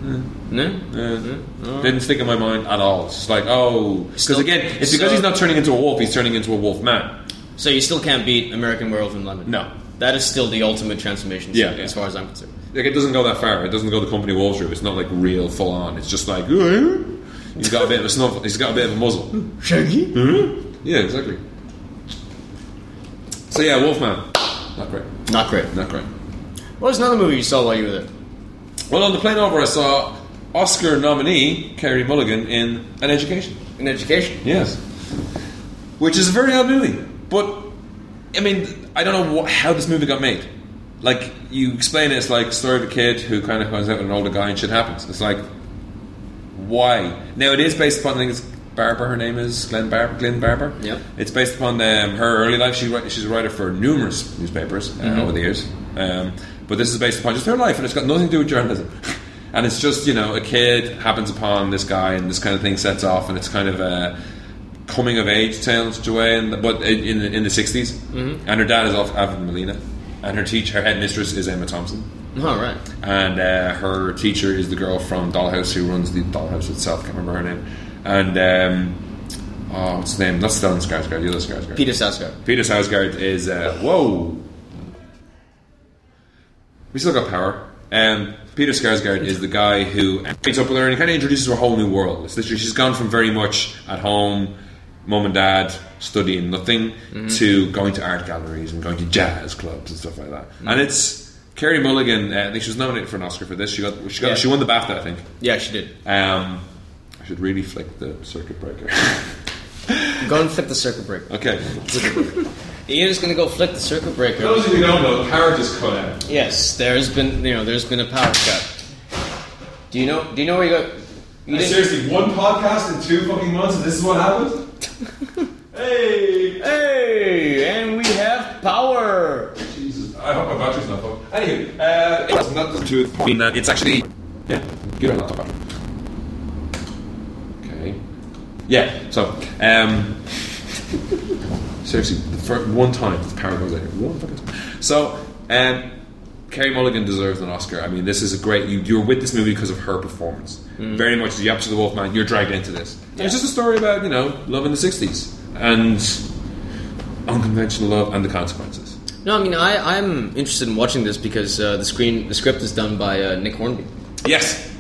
[SPEAKER 1] No?
[SPEAKER 2] uh,
[SPEAKER 1] Mm-hmm.
[SPEAKER 2] didn't stick in my mind at all. It's just like, oh, because
[SPEAKER 1] Still-
[SPEAKER 2] again, it's because
[SPEAKER 1] so-
[SPEAKER 2] he's not turning into a wolf; he's turning into a wolf man.
[SPEAKER 1] So you still can't beat American Werewolf in London?
[SPEAKER 2] No.
[SPEAKER 1] That is still the ultimate transformation scene,
[SPEAKER 2] Yeah, yeah.
[SPEAKER 1] as far as I'm concerned.
[SPEAKER 2] Like, it doesn't go that far. It doesn't go the company Wall Street. It's not like real full on. It's just like "Ooh." he's got a bit of a snuff. He's got a bit of a muzzle.
[SPEAKER 1] Shaggy?
[SPEAKER 2] Yeah, exactly. So yeah, Wolfman. Not great.
[SPEAKER 1] Not great.
[SPEAKER 2] Not great.
[SPEAKER 1] What was another movie you saw while you were there?
[SPEAKER 2] Well, on the plane over, I saw Oscar nominee Kerry Mulligan in An Education.
[SPEAKER 1] In education?
[SPEAKER 2] Yes, which is a very odd movie. But I mean, I don't know what, how this movie got made. Like you explain it, it's like story of a kid who kind of finds out with an older guy and shit happens. It's like why? Now it is based upon I think it's Barber. Her name is Glenn Barber. Glenn Barber.
[SPEAKER 1] Yep.
[SPEAKER 2] It's based upon um, her early life. She wri- she's a writer for numerous newspapers uh, over the years. Um, but this is based upon just her life, and it's got nothing to do with journalism. and it's just you know a kid happens upon this guy, and this kind of thing sets off, and it's kind of a coming of age tale in such a way. And but in in the 60s and her dad is off Avon Molina, and her teacher, her headmistress is Emma Thompson
[SPEAKER 1] All right.
[SPEAKER 2] and uh, her teacher is the girl from Dollhouse who runs the Dollhouse itself. Can't remember her name. And um, oh, what's his name? Not Stellan Skarsgård. The other Skarsgård.
[SPEAKER 1] Peter Saskar.
[SPEAKER 2] Peter Sarsgaard is uh, whoa. We still got power. Um, Peter Skarsgård is the guy who meets up with her and kind of introduces her a whole new world. It's literally she's gone from very much at home, mom and dad studying nothing, to going to art galleries and going to jazz clubs and stuff like that. And it's Carrie Mulligan. Uh, I think she was nominated for an Oscar for this. She got she got
[SPEAKER 1] Yeah.
[SPEAKER 2] she won the BAFTA, I think.
[SPEAKER 1] Yeah, she did.
[SPEAKER 2] Um, I should really flick the circuit breaker.
[SPEAKER 1] Go and flick the circuit breaker.
[SPEAKER 2] okay.
[SPEAKER 1] Ian's gonna go flick the circuit breaker.
[SPEAKER 2] of you who don't know, carrot is cut out.
[SPEAKER 1] Yes, there's been you know there's been a power cut. Do you know? Do you know where you got? You didn't-
[SPEAKER 2] one podcast in two fucking months, and this is what happened. hey,
[SPEAKER 1] Hey, and we have power.
[SPEAKER 2] Jesus! I hope my battery's not fucked. Anyway, uh, it's not to the point that it's actually yeah. Get on laptop. Okay. Yeah. So, um, seriously, the fir- one time the power goes out here. One fucking time. So, um, Carey Mulligan deserves an Oscar. I mean, this is a great. You, you're with this movie because of her performance. Very much the opposite of the Wolfman. You're dragged into this. And It's just a story about you know love in the '60s and unconventional love and the consequences.
[SPEAKER 1] No, I mean I I'm interested in watching this because uh, the screen the script is done by uh, Nick Hornby,
[SPEAKER 2] Yes,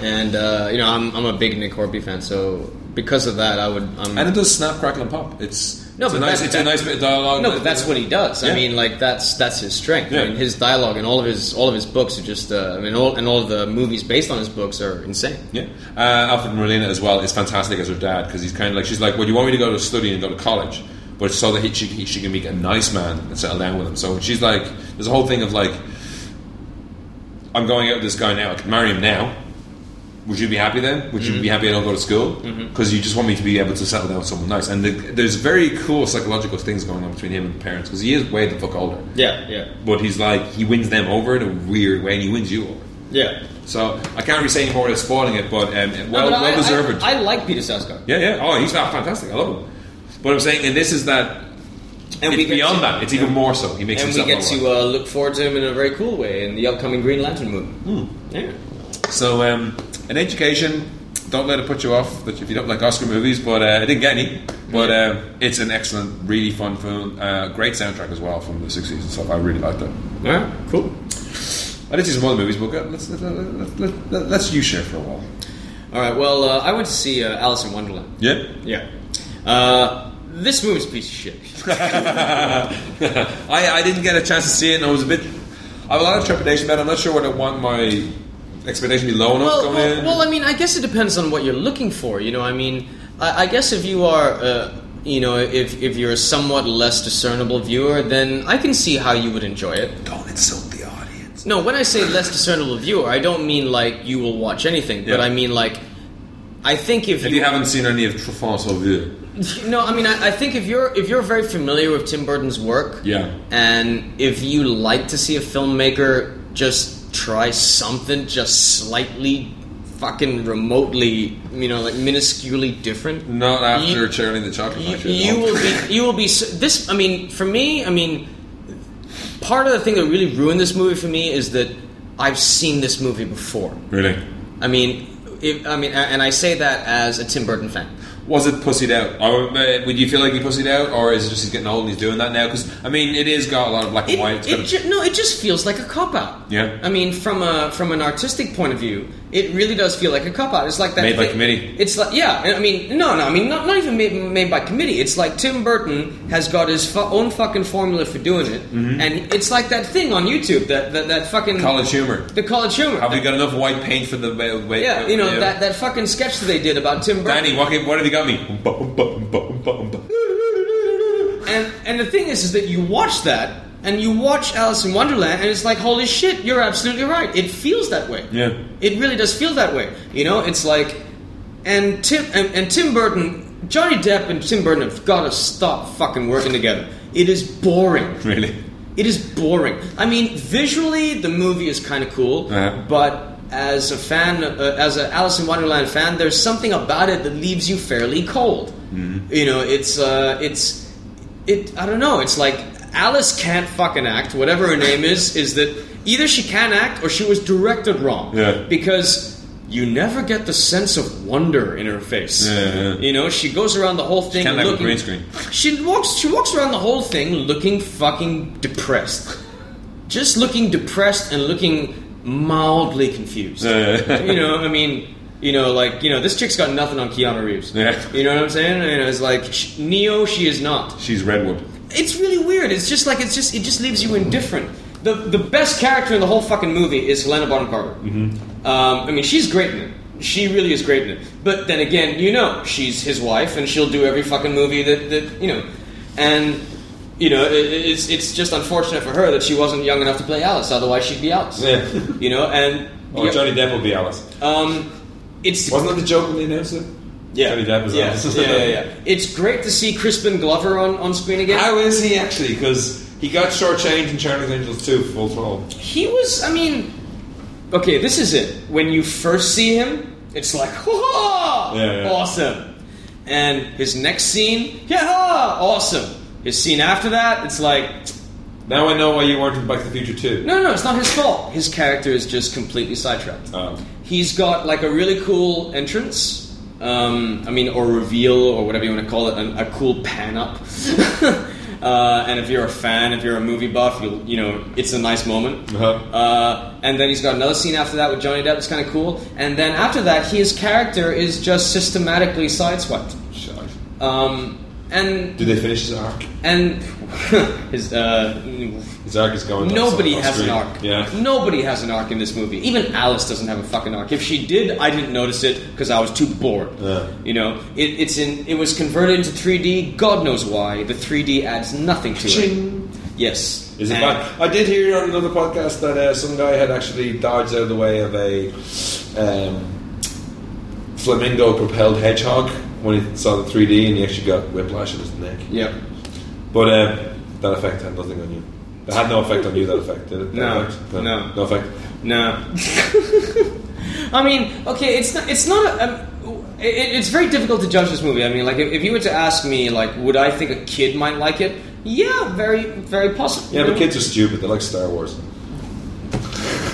[SPEAKER 1] and uh, you know I'm I'm a big Nick Hornby fan, so because of that I would I'm
[SPEAKER 2] and it does snap, crackle, and pop. It's
[SPEAKER 1] No,
[SPEAKER 2] it's a
[SPEAKER 1] but
[SPEAKER 2] nice,
[SPEAKER 1] that-
[SPEAKER 2] it's a
[SPEAKER 1] that-
[SPEAKER 2] nice bit of dialogue.
[SPEAKER 1] no, but that's what he does.
[SPEAKER 2] Yeah.
[SPEAKER 1] I mean, like that's that's his strength.
[SPEAKER 2] Yeah.
[SPEAKER 1] I mean, his dialogue and all of his all of his books are just. Uh, I mean, all and all of the movies based on his books are insane.
[SPEAKER 2] Yeah, uh, Alfred Molina as well is fantastic as her dad because he's kind of like she's like, well, you want me to go to study and go to college, but it's so that he, she, he, she can meet a nice man and settle down with him. So she's like, there's a whole thing of like, I'm going out with this guy now. I could marry him now. Would you be happy then? Would you
[SPEAKER 1] Mm-hmm.
[SPEAKER 2] be happy I don't go to school? Because you just want me to be able to settle down with someone nice. And the, there's very cool psychological things going on between him and the parents because he is way the fuck older.
[SPEAKER 1] Yeah, yeah,
[SPEAKER 2] But he's like, he wins them over in a weird way and he wins you over.
[SPEAKER 1] yeah.
[SPEAKER 2] So I can't really say any more without spoiling it, but um, well,
[SPEAKER 1] No, but
[SPEAKER 2] well
[SPEAKER 1] I-
[SPEAKER 2] deserved.
[SPEAKER 1] I, I like Peter Sarsgaard.
[SPEAKER 2] yeah, yeah. Oh, he's not fantastic. I love him. But I'm saying, and this is that
[SPEAKER 1] And we
[SPEAKER 2] it's
[SPEAKER 1] get
[SPEAKER 2] beyond
[SPEAKER 1] to-
[SPEAKER 2] that. It's even more so. He makes
[SPEAKER 1] and we
[SPEAKER 2] himself
[SPEAKER 1] get
[SPEAKER 2] all
[SPEAKER 1] to uh, look forward to him in a very cool way in the upcoming Green Lantern movie. Yeah.
[SPEAKER 2] So, um, an education. Don't let it put you off that if you don't like Oscar movies, but uh, I didn't get any. But
[SPEAKER 1] Yeah.
[SPEAKER 2] um, it's an excellent, really fun film. Uh, great soundtrack as well from the 60s and stuff. I really liked that.
[SPEAKER 1] All right. Cool.
[SPEAKER 2] I did see some other movies, but go- let's, let, let, let, let, let's you share for a while.
[SPEAKER 1] All right. Well, uh, I went to see uh, Alice in Wonderland.
[SPEAKER 2] Yeah?
[SPEAKER 1] Yeah. Uh, this movie's a piece of shit.
[SPEAKER 2] I, I didn't get a chance to see it, and I was a bit. I have a lot of trepidation about it. I'm not sure whether I want my expectation to be low enough
[SPEAKER 1] Well,
[SPEAKER 2] going
[SPEAKER 1] well,
[SPEAKER 2] in.
[SPEAKER 1] well, I mean, I guess it depends on what you're looking for. You know, I mean, I, I guess if you are, uh, you know, if if you're a somewhat less discernible viewer, then I can see how you would enjoy it.
[SPEAKER 2] don't insult the audience.
[SPEAKER 1] No, when I say less discernible viewer, I don't mean like you will watch anything, but
[SPEAKER 2] Yeah.
[SPEAKER 1] I mean like I think if
[SPEAKER 2] If
[SPEAKER 1] you,
[SPEAKER 2] you haven't seen any of Truffaut's Vieux,
[SPEAKER 1] no, I mean I, I think if you're if you're very familiar with Tim Burton's work,
[SPEAKER 2] yeah.
[SPEAKER 1] and if you like to see a filmmaker just try something just slightly fucking remotely, you know, like minusculely different,
[SPEAKER 2] Not after
[SPEAKER 1] You-
[SPEAKER 2] Charlie and the Chocolate
[SPEAKER 1] you,
[SPEAKER 2] Factory.
[SPEAKER 1] you
[SPEAKER 2] no.
[SPEAKER 1] will be you will be s- this i mean for me i mean part of the thing that really ruined this movie for me is that i've seen this movie before
[SPEAKER 2] really.
[SPEAKER 1] i mean if, i mean a- and i say that as a tim burton fan
[SPEAKER 2] Was it pussied out? Or, uh, would you feel like he pussied out, or is it just he's getting old and he's doing that now? Because I mean, it is got a lot of black and
[SPEAKER 1] it,
[SPEAKER 2] white. It's got
[SPEAKER 1] it
[SPEAKER 2] a-
[SPEAKER 1] ju- no it just feels like a cop out
[SPEAKER 2] Yeah.
[SPEAKER 1] i mean from a from an artistic point of view it really does feel like a cop out it's like that
[SPEAKER 2] Made by
[SPEAKER 1] thing-
[SPEAKER 2] committee.
[SPEAKER 1] it's like yeah and i mean no no i mean not, not even made, made by committee it's like tim burton has got his fu- own fucking formula for doing it and it's like that thing on youtube that that, that fucking
[SPEAKER 2] Mm-hmm. college humor.
[SPEAKER 1] the college humor
[SPEAKER 2] Have we got enough white paint for the way? way
[SPEAKER 1] yeah you know that that fucking sketch that they did about tim burton
[SPEAKER 2] Danny, what, what have you got me?
[SPEAKER 1] And and the thing is, is that you watch that and you watch Alice in Wonderland, and it's like, holy shit, you're absolutely right. It feels that way.
[SPEAKER 2] Yeah.
[SPEAKER 1] it really does feel that way. You know, it's like, and Tim and, and Tim Burton, Johnny Depp and Tim Burton have got to stop fucking working together. It is boring.
[SPEAKER 2] Really?
[SPEAKER 1] It is boring. I mean, visually, the movie is kind of cool,
[SPEAKER 2] Uh-huh.
[SPEAKER 1] but as a fan, uh, as an Alice in Wonderland fan, there's something about it that leaves you fairly cold.
[SPEAKER 2] Mm-hmm.
[SPEAKER 1] You know, it's uh, it's it. I don't know. It's like Alice can't fucking act. Whatever her name is, is that either she can act or she was directed wrong.
[SPEAKER 2] Yeah.
[SPEAKER 1] Because you never get the sense of wonder in her face.
[SPEAKER 2] Yeah, yeah.
[SPEAKER 1] You know, she goes around the whole thing
[SPEAKER 2] kinda like a
[SPEAKER 1] looking
[SPEAKER 2] green screen.
[SPEAKER 1] she walks. She walks around the whole thing looking fucking depressed, just looking depressed and looking mildly confused.
[SPEAKER 2] Yeah.
[SPEAKER 1] you know, I mean, you know, like you know, this chick's got nothing on Keanu Reeves.
[SPEAKER 2] Yeah.
[SPEAKER 1] You know what I'm saying? And it's like sh Neo, she is not.
[SPEAKER 2] She's Redwood.
[SPEAKER 1] It's really weird. It's just like it's just it just leaves you indifferent. The the best character in the whole fucking movie is Helena Bonham Carter. Mm-hmm. Um, I mean, she's great in it. She really is great in it. But then again, you know, she's his wife, and she'll do every fucking movie that, that you know. And you know, it, it's it's just unfortunate for her that she wasn't young enough to play Alice. Otherwise, she'd be Alice.
[SPEAKER 2] Yeah.
[SPEAKER 1] You know, and
[SPEAKER 2] Oh, Johnny Depp will be Alice.
[SPEAKER 1] um, it's
[SPEAKER 2] Wasn't that the joke when they announced it?
[SPEAKER 1] yeah,
[SPEAKER 2] Johnny Depp is
[SPEAKER 1] yeah,
[SPEAKER 2] Alice.
[SPEAKER 1] yeah, yeah, yeah. It's great to see Crispin Glover on, on screen again.
[SPEAKER 2] How is he actually? Because he got shortchanged in Charlie's Angels 2 full throttle.
[SPEAKER 1] he was i mean okay this is it when you first see him it's like ha
[SPEAKER 2] Yeah, yeah.
[SPEAKER 1] awesome and his next scene yeah awesome his scene after that it's like
[SPEAKER 2] Now I know why you weren't in Back to the Future 2.
[SPEAKER 1] no no it's not his fault his character is just completely sidetracked
[SPEAKER 2] Oh.
[SPEAKER 1] he's got like a really cool entrance um, i mean or reveal or whatever you want to call it an, a cool pan up uh, and if you're a fan if you're a movie buff you'll you know it's a nice moment
[SPEAKER 2] Uh-huh.
[SPEAKER 1] uh, and then he's got another scene after that with Johnny Depp. It's kind of cool. And then after that, his character is just systematically sideswiped.
[SPEAKER 2] Shite.
[SPEAKER 1] Um, and
[SPEAKER 2] Did they finish his arc?
[SPEAKER 1] and his uh,
[SPEAKER 2] His arc is going.
[SPEAKER 1] nobody
[SPEAKER 2] off- off
[SPEAKER 1] has an
[SPEAKER 2] screen.
[SPEAKER 1] arc.
[SPEAKER 2] Yeah.
[SPEAKER 1] Nobody has an arc in this movie. Even Alice doesn't have a fucking arc. If she did, I didn't notice it because I was too bored.
[SPEAKER 2] Yeah.
[SPEAKER 1] You know, it, it's in. It was converted into 3D. God knows why. The 3D adds nothing to
[SPEAKER 2] Ching.
[SPEAKER 1] it. Yes.
[SPEAKER 2] Is it
[SPEAKER 1] And-
[SPEAKER 2] bad? I did hear on another podcast that uh, some guy had actually dodged out of the way of a um, flamingo propelled hedgehog when he saw the 3D and he actually got whiplash in his neck.
[SPEAKER 1] Yep.
[SPEAKER 2] But uh, that effect had nothing on you. It had no effect on you, that effect, did it? That
[SPEAKER 1] No,
[SPEAKER 2] effect?
[SPEAKER 1] no.
[SPEAKER 2] No effect.
[SPEAKER 1] No. I mean, okay, it's not. It's not. A, um, it, it's very difficult to judge this movie. I mean, like, if, if you were to ask me, like, would I think a kid might like it? Yeah, very, very possible.
[SPEAKER 2] Yeah, but kids are stupid. They like Star Wars.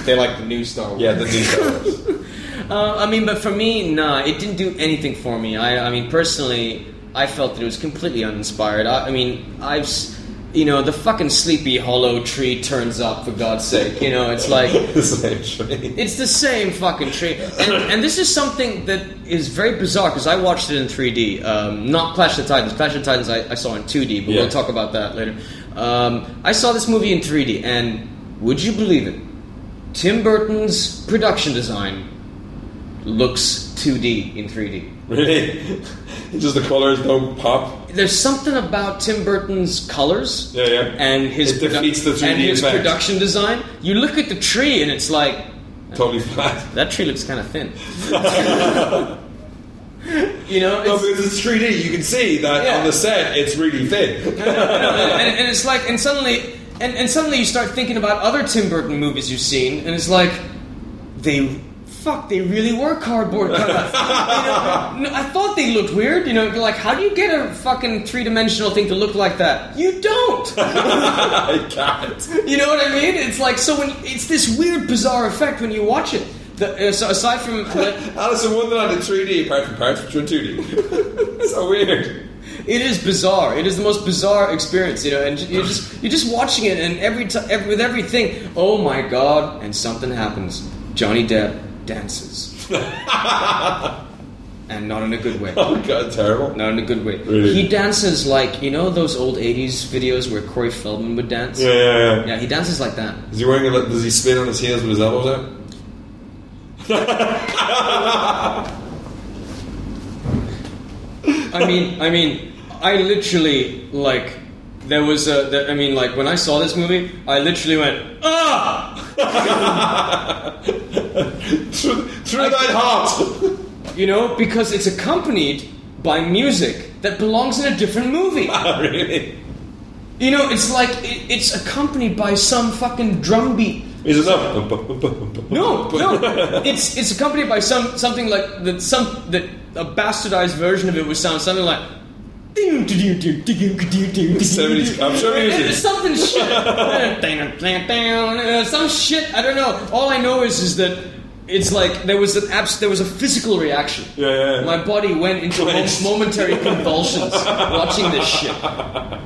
[SPEAKER 1] They like the new Star Wars.
[SPEAKER 2] Yeah, the new Star Wars.
[SPEAKER 1] Uh, I mean, but for me, nah, it didn't do anything for me. I, I mean, personally, I felt that it was completely uninspired. I, I mean, I've, s- you know, the fucking Sleepy Hollow tree turns up for God's sake. You know, it's like
[SPEAKER 2] It's actually-
[SPEAKER 1] it's the same fucking tree. And, and this is something that is very bizarre because I watched it in 3D. Um, not Clash of the Titans. Clash of the Titans I, I saw in 2D, but
[SPEAKER 2] Yeah.
[SPEAKER 1] we'll talk about that later. Um, I saw this movie in 3D, and would you believe it? Tim Burton's production design looks 2D in 3D.
[SPEAKER 2] Really? Just the colors don't pop.
[SPEAKER 1] There's something about Tim Burton's colors
[SPEAKER 2] Yeah, yeah.
[SPEAKER 1] and his
[SPEAKER 2] It defeats the 3D
[SPEAKER 1] and his
[SPEAKER 2] effect.
[SPEAKER 1] production design. You look at the tree and it's like
[SPEAKER 2] Totally flat.
[SPEAKER 1] That tree looks kind of thin. you know,
[SPEAKER 2] No,
[SPEAKER 1] it's,
[SPEAKER 2] because it's 3D. You can see that
[SPEAKER 1] Yeah.
[SPEAKER 2] on the set. It's really thin.
[SPEAKER 1] and, and it's like, and suddenly, and, and suddenly you start thinking about other Tim Burton movies you've seen, and it's like, they, fuck, they really were cardboard cutouts. you know, no, I thought they looked weird. You know, you're like, how do you get a fucking three dimensional thing to look like that? You don't.
[SPEAKER 2] I can't.
[SPEAKER 1] You know what I mean? It's like so when it's this weird, bizarre effect when you watch it. The, uh, so aside from the,
[SPEAKER 2] Alice in Wonderland in 3D, apart from parts which are in 2D. so weird.
[SPEAKER 1] It is bizarre. It is the most bizarre experience, you know. And you're just you're just watching it, and every time every, with everything, oh my god! And something happens. Johnny Depp dances, and not in a good way.
[SPEAKER 2] Oh god, terrible.
[SPEAKER 1] Not in a good way.
[SPEAKER 2] Really?
[SPEAKER 1] He dances like you know those old '80s videos where Corey Feldman would dance.
[SPEAKER 2] Yeah, yeah, yeah.
[SPEAKER 1] Yeah, he dances like that.
[SPEAKER 2] Is he wearing? A, does he spin on his heels with his elbows out?
[SPEAKER 1] I mean, I mean, I literally like there was a. There, I mean, like when I saw this movie, I literally went ah.
[SPEAKER 2] Through, through that heart.
[SPEAKER 1] You know, because it's accompanied by music that belongs in a different movie.
[SPEAKER 2] Oh, really?
[SPEAKER 1] you know, it's like it, it's accompanied by some fucking drum beat.
[SPEAKER 2] Is it not?
[SPEAKER 1] No, no, it's it's accompanied by some something like that. Some that a bastardized version of it would sound something like.
[SPEAKER 2] 70s
[SPEAKER 1] 70s
[SPEAKER 2] capture music.
[SPEAKER 1] Something shit. Uh, Some shit. I don't know. All I know is is that it's like there was an abs- there was a physical reaction.
[SPEAKER 2] Yeah, yeah, yeah.
[SPEAKER 1] My body went into mom-
[SPEAKER 2] Twitched.
[SPEAKER 1] momentary convulsions watching this shit.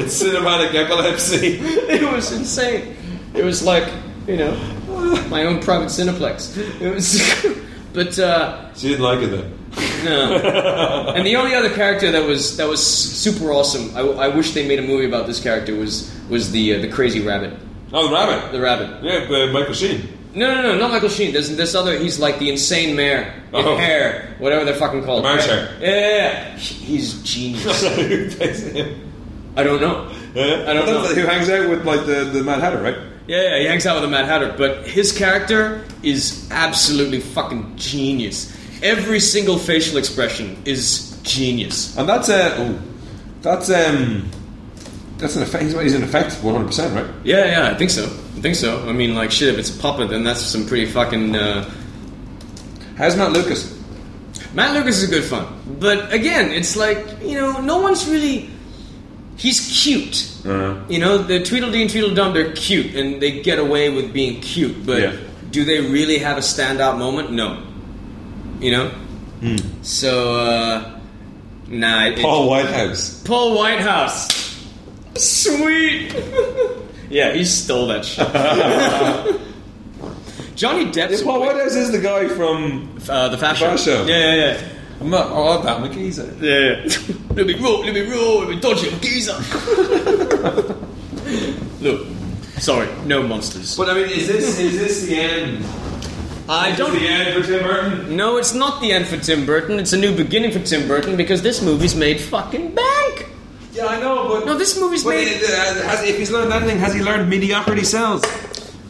[SPEAKER 2] It's cinematic epilepsy.
[SPEAKER 1] It was insane. It was like you know my own private cineplex. It was, but. uh
[SPEAKER 2] She didn't like it then.
[SPEAKER 1] No. and the only other character that was that was super awesome. I, I wish they made a movie about this character. Was was the uh, the crazy rabbit?
[SPEAKER 2] Oh, the rabbit.
[SPEAKER 1] The rabbit.
[SPEAKER 2] Yeah, but Michael Sheen.
[SPEAKER 1] No, no, no, not Michael Sheen. There's this other. He's like the insane mayor in
[SPEAKER 2] Oh.
[SPEAKER 1] hair, whatever they're fucking called.
[SPEAKER 2] The March Hare.
[SPEAKER 1] Yeah, yeah, yeah. He- He's genius.
[SPEAKER 2] Who plays him?
[SPEAKER 1] I don't know.
[SPEAKER 2] Yeah.
[SPEAKER 1] I don't know.
[SPEAKER 2] Who hangs out with like the, the Mad Hatter, right?
[SPEAKER 1] Yeah, yeah, he hangs out with a Mad Hatter, but his character is absolutely fucking genius. Every single facial expression is genius.
[SPEAKER 2] And that's a oh, that's um that's an effect. He's he's an effect, one hundred percent, right?
[SPEAKER 1] Yeah, yeah, I think so. I think so. I mean, like, shit, if it's Papa, then that's some pretty fucking. Uh...
[SPEAKER 2] How's Matt Lucas?
[SPEAKER 1] Matt Lucas is good fun. But again, it's like, you know, no one's really. He's cute.
[SPEAKER 2] Uh,
[SPEAKER 1] You know, the Tweedledee and Tweedledum, they're cute, and they get away with being cute, but
[SPEAKER 2] Yeah.
[SPEAKER 1] do they really have a standout moment? No. You know? Hmm. So, uh. Nah. it-
[SPEAKER 2] Paul Whitehouse.
[SPEAKER 1] Paul Whitehouse. Sweet. yeah, he stole that shit. Johnny Depp's
[SPEAKER 2] Paul Whitehouse is the guy from.
[SPEAKER 1] uh, the fashion.
[SPEAKER 2] Fast Show.
[SPEAKER 1] Yeah, yeah,
[SPEAKER 2] I'm not. I love that McKeezer.
[SPEAKER 1] yeah, yeah. yeah. let me roll, let me roll, let me dodge it, geezer. Look, sorry, no monsters.
[SPEAKER 2] But I mean, is this is this the end?
[SPEAKER 1] I
[SPEAKER 2] Is this the end for Tim Burton?
[SPEAKER 1] No, it's not the end for Tim Burton. It's a new beginning for Tim Burton because this movie's made fucking bank.
[SPEAKER 2] Yeah, I know, but
[SPEAKER 1] No, this movie's
[SPEAKER 2] But
[SPEAKER 1] made.
[SPEAKER 2] it- uh, has, if he's learned anything, has he learned mediocrity sells?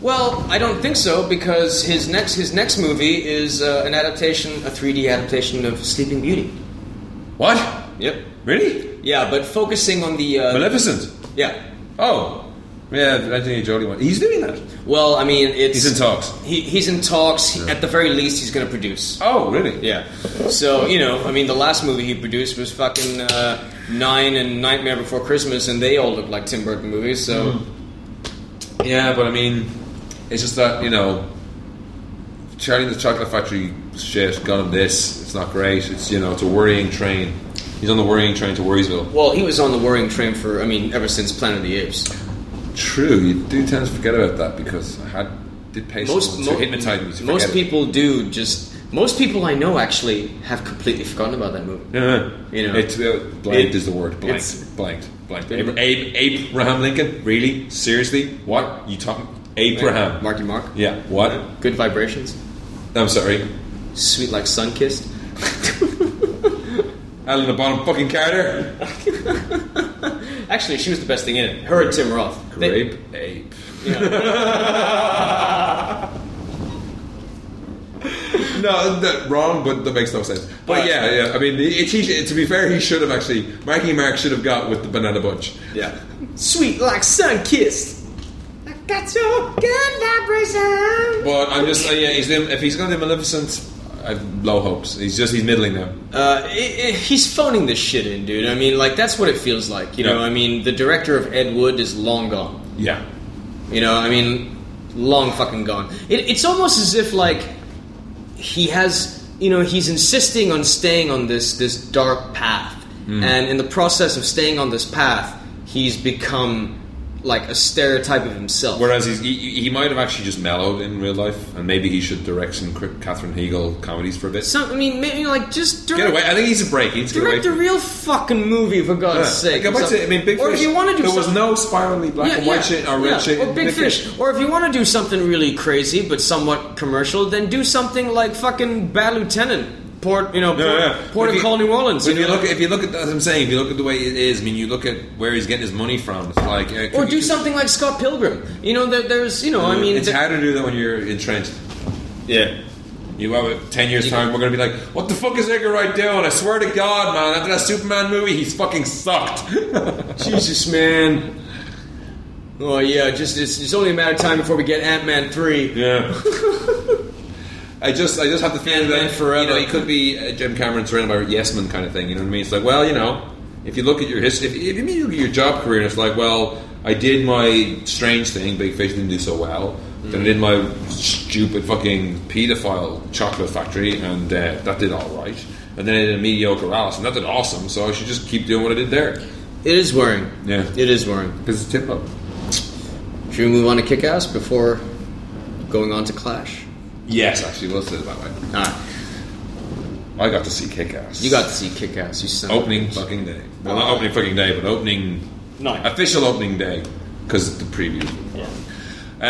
[SPEAKER 1] Well, I don't think so because his next his next movie is uh, an adaptation, a 3D adaptation of Sleeping Beauty.
[SPEAKER 2] What?
[SPEAKER 1] Yep.
[SPEAKER 2] Really?
[SPEAKER 1] Yeah, but focusing on the uh,
[SPEAKER 2] Maleficent.
[SPEAKER 1] yeah,
[SPEAKER 2] Oh. Yeah, Angelina Jolie one. He's doing that.
[SPEAKER 1] Well, I mean, it's
[SPEAKER 2] He's in talks.
[SPEAKER 1] He, he's in talks. He- at the very least, he's going to produce.
[SPEAKER 2] Oh, really?
[SPEAKER 1] Yeah. So you know, I mean, the last movie he produced was fucking uh, Nine and Nightmare Before Christmas, and they all look like Tim Burton movies. So
[SPEAKER 2] Mm-hmm. Yeah, but I mean, it's just that you know, Charlie and the Chocolate Factory shit got him this. It's not great. It's you know, it's a worrying train. He's on the worrying train to Worriesville.
[SPEAKER 1] well, he was on the worrying train for I mean, ever since Planet of the Apes.
[SPEAKER 2] True, you do tend to forget about that because I had did pay
[SPEAKER 1] Most
[SPEAKER 2] someone
[SPEAKER 1] mo-
[SPEAKER 2] to hypnotize me to
[SPEAKER 1] most
[SPEAKER 2] forget
[SPEAKER 1] people do just. Most people I know actually have completely forgotten about that movie.
[SPEAKER 2] It. Yeah,
[SPEAKER 1] you know,
[SPEAKER 2] it's, uh, blanked
[SPEAKER 1] it-
[SPEAKER 2] is the word.
[SPEAKER 1] it's-
[SPEAKER 2] Blanked, blanked, blanked. Abra- Ab- Abraham Lincoln, really? Seriously? What you talking? Abraham?
[SPEAKER 1] Marky Mark.
[SPEAKER 2] Yeah. What?
[SPEAKER 1] Good vibrations.
[SPEAKER 2] I'm sorry.
[SPEAKER 1] Sweet like sun kissed.
[SPEAKER 2] Alan the bottom fucking Carter.
[SPEAKER 1] Actually, she was the best thing in it. Her and Tim Roth. They-
[SPEAKER 2] Grape ape. no, that, wrong, but that makes no sense. But
[SPEAKER 1] Alright.
[SPEAKER 2] yeah, yeah. I mean, it, he, to be fair, he should have actually. Marky Mark should have got with the banana bunch.
[SPEAKER 1] Yeah. Sweet like sun kissed. I got your good vibration.
[SPEAKER 2] But I'm just uh, yeah. He's doing, if he's going to do Maleficent, I've low hopes. He's just he's middling now.
[SPEAKER 1] Uh, i i he's phoning this shit in, dude. I mean, like that's what it feels like. You know,
[SPEAKER 2] Yeah.
[SPEAKER 1] I mean, the director of Ed Wood is long gone.
[SPEAKER 2] Yeah.
[SPEAKER 1] You know, I mean, long fucking gone. It, it's almost as if like he has, you know, he's insisting on staying on this this dark path,
[SPEAKER 2] Hmm.
[SPEAKER 1] and in the process of staying on this path, he's become like a stereotype of himself.
[SPEAKER 2] Whereas he's, he, he might have actually just mellowed in real life, and maybe he should direct some Cri- Catherine Hegel comedies for a bit.
[SPEAKER 1] Some, I mean, maybe like just direct,
[SPEAKER 2] Get away! I think he's a break. He needs to get away
[SPEAKER 1] direct a
[SPEAKER 2] from-
[SPEAKER 1] real fucking movie for God's
[SPEAKER 2] Yeah.
[SPEAKER 1] sake.
[SPEAKER 2] Like, I
[SPEAKER 1] or
[SPEAKER 2] might say- I
[SPEAKER 1] something.
[SPEAKER 2] mean, Big
[SPEAKER 1] or
[SPEAKER 2] Fish.
[SPEAKER 1] if you want to do
[SPEAKER 2] there was
[SPEAKER 1] something-
[SPEAKER 2] no spirally black and white shit or red
[SPEAKER 1] yeah.
[SPEAKER 2] shit.
[SPEAKER 1] Or
[SPEAKER 2] in
[SPEAKER 1] Big, Fish. Or if you want to do something really crazy but somewhat commercial, then do something like fucking Bad Lieutenant, Port, you know, Port,
[SPEAKER 2] Yeah, yeah.
[SPEAKER 1] Port
[SPEAKER 2] If
[SPEAKER 1] of
[SPEAKER 2] you-
[SPEAKER 1] Call New Orleans.
[SPEAKER 2] But if
[SPEAKER 1] you
[SPEAKER 2] you
[SPEAKER 1] know?
[SPEAKER 2] look, at- if you look at as I'm saying, if you look at the way it is, I mean, you look at where he's getting his money from. It's like, uh,
[SPEAKER 1] or
[SPEAKER 2] could you-
[SPEAKER 1] do something like Scott Pilgrim. You know, there, there's, you know, I mean,
[SPEAKER 2] it's
[SPEAKER 1] there-
[SPEAKER 2] hard to do that when you're entrenched.
[SPEAKER 1] yeah.
[SPEAKER 2] You have a ten years time, we're gonna be like, what the fuck is Edgar Wright doing? I swear to God, man, after that Superman movie, he's fucking sucked.
[SPEAKER 1] Jesus, man. Oh yeah, just it's, it's only a matter of time before we get Ant Man three.
[SPEAKER 2] yeah. I just, I just have the feeling
[SPEAKER 1] Ant-Man
[SPEAKER 2] that
[SPEAKER 1] forever.
[SPEAKER 2] You know, he could be uh, Jim Cameron surrounded by yes men kind of thing. You know what I mean? It's like, well, you know, if you look at your history, if, if you mean you look at your job career, and it's like, well, I did my strange thing, Big Fish didn't do so well.
[SPEAKER 1] Mm.
[SPEAKER 2] Then I did my stupid fucking pedophile chocolate factory, and uh, that did all right. And then I did a mediocre Alice, and that did awesome. So I should just keep doing what I did there
[SPEAKER 1] It is worrying.
[SPEAKER 2] Yeah.
[SPEAKER 1] it is worrying.
[SPEAKER 2] because it's tip up.
[SPEAKER 1] Should we move on to Kick Ass before going on to Clash?
[SPEAKER 2] Yes, actually, let's do it that way.
[SPEAKER 1] All right,
[SPEAKER 2] I got to see Kick Ass.
[SPEAKER 1] you got to see Kick Ass. You son of a
[SPEAKER 2] opening fucking day. Well, not opening fucking day, but opening
[SPEAKER 1] Night.
[SPEAKER 2] official opening day because the preview.
[SPEAKER 1] Yeah.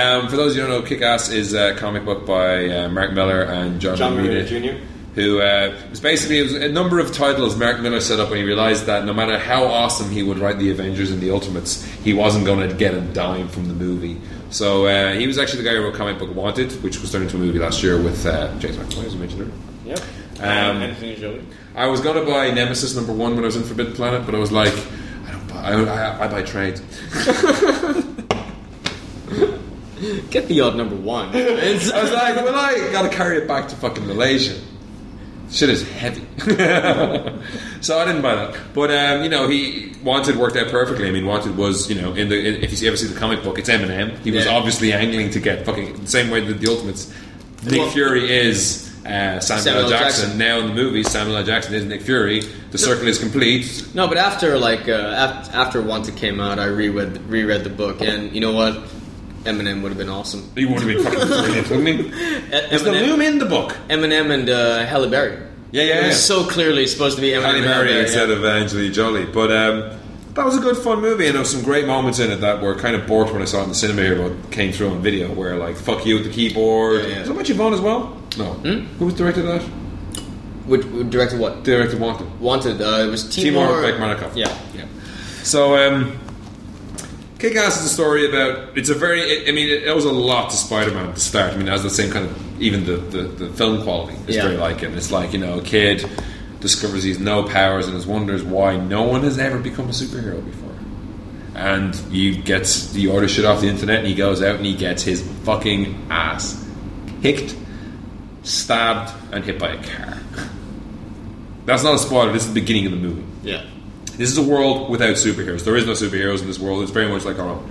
[SPEAKER 2] Um, for those who don't know, Kick Ass is a comic book by uh, Mark Miller and John,
[SPEAKER 1] John Romita
[SPEAKER 2] Romita,
[SPEAKER 1] Jr..
[SPEAKER 2] Who uh, it was basically it was a number of titles Mark Miller set up when he realized that no matter how awesome he would write the Avengers and the Ultimates, he wasn't going to get a dime from the movie. So uh, he was actually the guy who wrote comic book Wanted, which was turned into a movie last year with uh, James McAvoy, as I mentioned earlier.
[SPEAKER 1] Yep. Uh,
[SPEAKER 2] Um, I was gonna buy Nemesis number one when I was in Forbidden Planet, but I was like, I don't buy. I, I, I buy trades.
[SPEAKER 1] Get the odd number one. It's-
[SPEAKER 2] I was like, well, I gotta carry it back to fucking Malaysia. Shit is heavy. so I didn't buy that. But um, you know, he wanted worked out perfectly. I mean, wanted was you know in the in, if you ever see the comic book, it's Eminem. He was
[SPEAKER 1] Yeah.
[SPEAKER 2] obviously angling to get fucking the same way that the Ultimates. Nick
[SPEAKER 1] Well-
[SPEAKER 2] Fury is. Uh, Samuel,
[SPEAKER 1] Samuel
[SPEAKER 2] L. Jackson.
[SPEAKER 1] Jackson.
[SPEAKER 2] Now in the movie, Samuel L. Jackson is Nick Fury. The circle is complete.
[SPEAKER 1] No, but after like uh, af- after Wanted came out, I reread reread the book, and you know what? Eminem would have been awesome.
[SPEAKER 2] He would have been fucking brilliant, wouldn't he?
[SPEAKER 1] E-
[SPEAKER 2] Is the
[SPEAKER 1] Eminem,
[SPEAKER 2] loom in the book?
[SPEAKER 1] Eminem and uh, Halle Berry.
[SPEAKER 2] Yeah, yeah,
[SPEAKER 1] It was
[SPEAKER 2] yeah.
[SPEAKER 1] so clearly supposed to be Eminem.
[SPEAKER 2] Halle
[SPEAKER 1] and Halle
[SPEAKER 2] Berry
[SPEAKER 1] Berry,
[SPEAKER 2] instead
[SPEAKER 1] yeah.
[SPEAKER 2] of Angelina Jolie. But um, that was a good, fun movie, and there was some great moments in it that were kind of bored when I saw it in the cinema here, but came through on video, where like "fuck you" with the
[SPEAKER 1] Yeah,
[SPEAKER 2] keyboard.
[SPEAKER 1] Hmm? yeah.
[SPEAKER 2] Was that Matthew Vaughn as well? No. Who was directed that?
[SPEAKER 1] Which, who directed what?
[SPEAKER 2] Directed Wanted.
[SPEAKER 1] Wanted. Uh, it was Timur.
[SPEAKER 2] Timur Bekmambetov.
[SPEAKER 1] Yeah.
[SPEAKER 2] yeah. So, um, Kick Ass is a story about. It's a very. I- I mean, it, it was a lot to Spider Man at the start. I mean, it has the same kind of. Even the, the, the film quality is
[SPEAKER 1] Yeah.
[SPEAKER 2] very like it. It's like, you know, a kid discovers he has no powers and is wonders why no one has ever become a superhero before. and you gets you order shit off the internet, and he goes out and he gets his fucking ass kicked, stabbed, and hit by a car. That's not a spoiler. This is the beginning of the movie.
[SPEAKER 1] Yeah.
[SPEAKER 2] This is a world without superheroes. There is no superheroes in this world. It's very much like our own.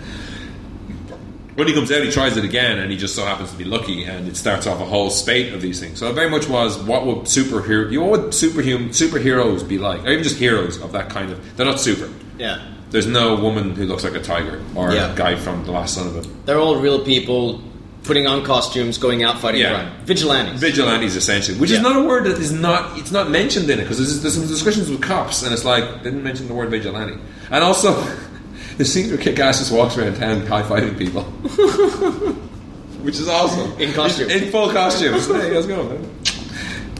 [SPEAKER 2] When he comes out, he tries it again, and he just so happens to be lucky, and it starts off a whole spate of these things. So it very much was what would superhero, you know, what would superhuman superheroes be like, or even just heroes of that kind of? They're not super.
[SPEAKER 1] Yeah.
[SPEAKER 2] There's no woman who looks like a tiger or
[SPEAKER 1] Yeah.
[SPEAKER 2] a guy from The Last Son of a
[SPEAKER 1] They're all real people putting on costumes, going out fighting
[SPEAKER 2] Yeah.
[SPEAKER 1] crime. Vigilantes.
[SPEAKER 2] vigilantes, essentially, which
[SPEAKER 1] Yeah.
[SPEAKER 2] is not a word that is not it's not mentioned in it because there's, there's some discussions with cops and it's like they didn't mention the word vigilante, and also the scene where kick ass just walks around town high fiving people, which is awesome
[SPEAKER 1] In costume.
[SPEAKER 2] in full costume. It's like, Hey, how's it going? Man?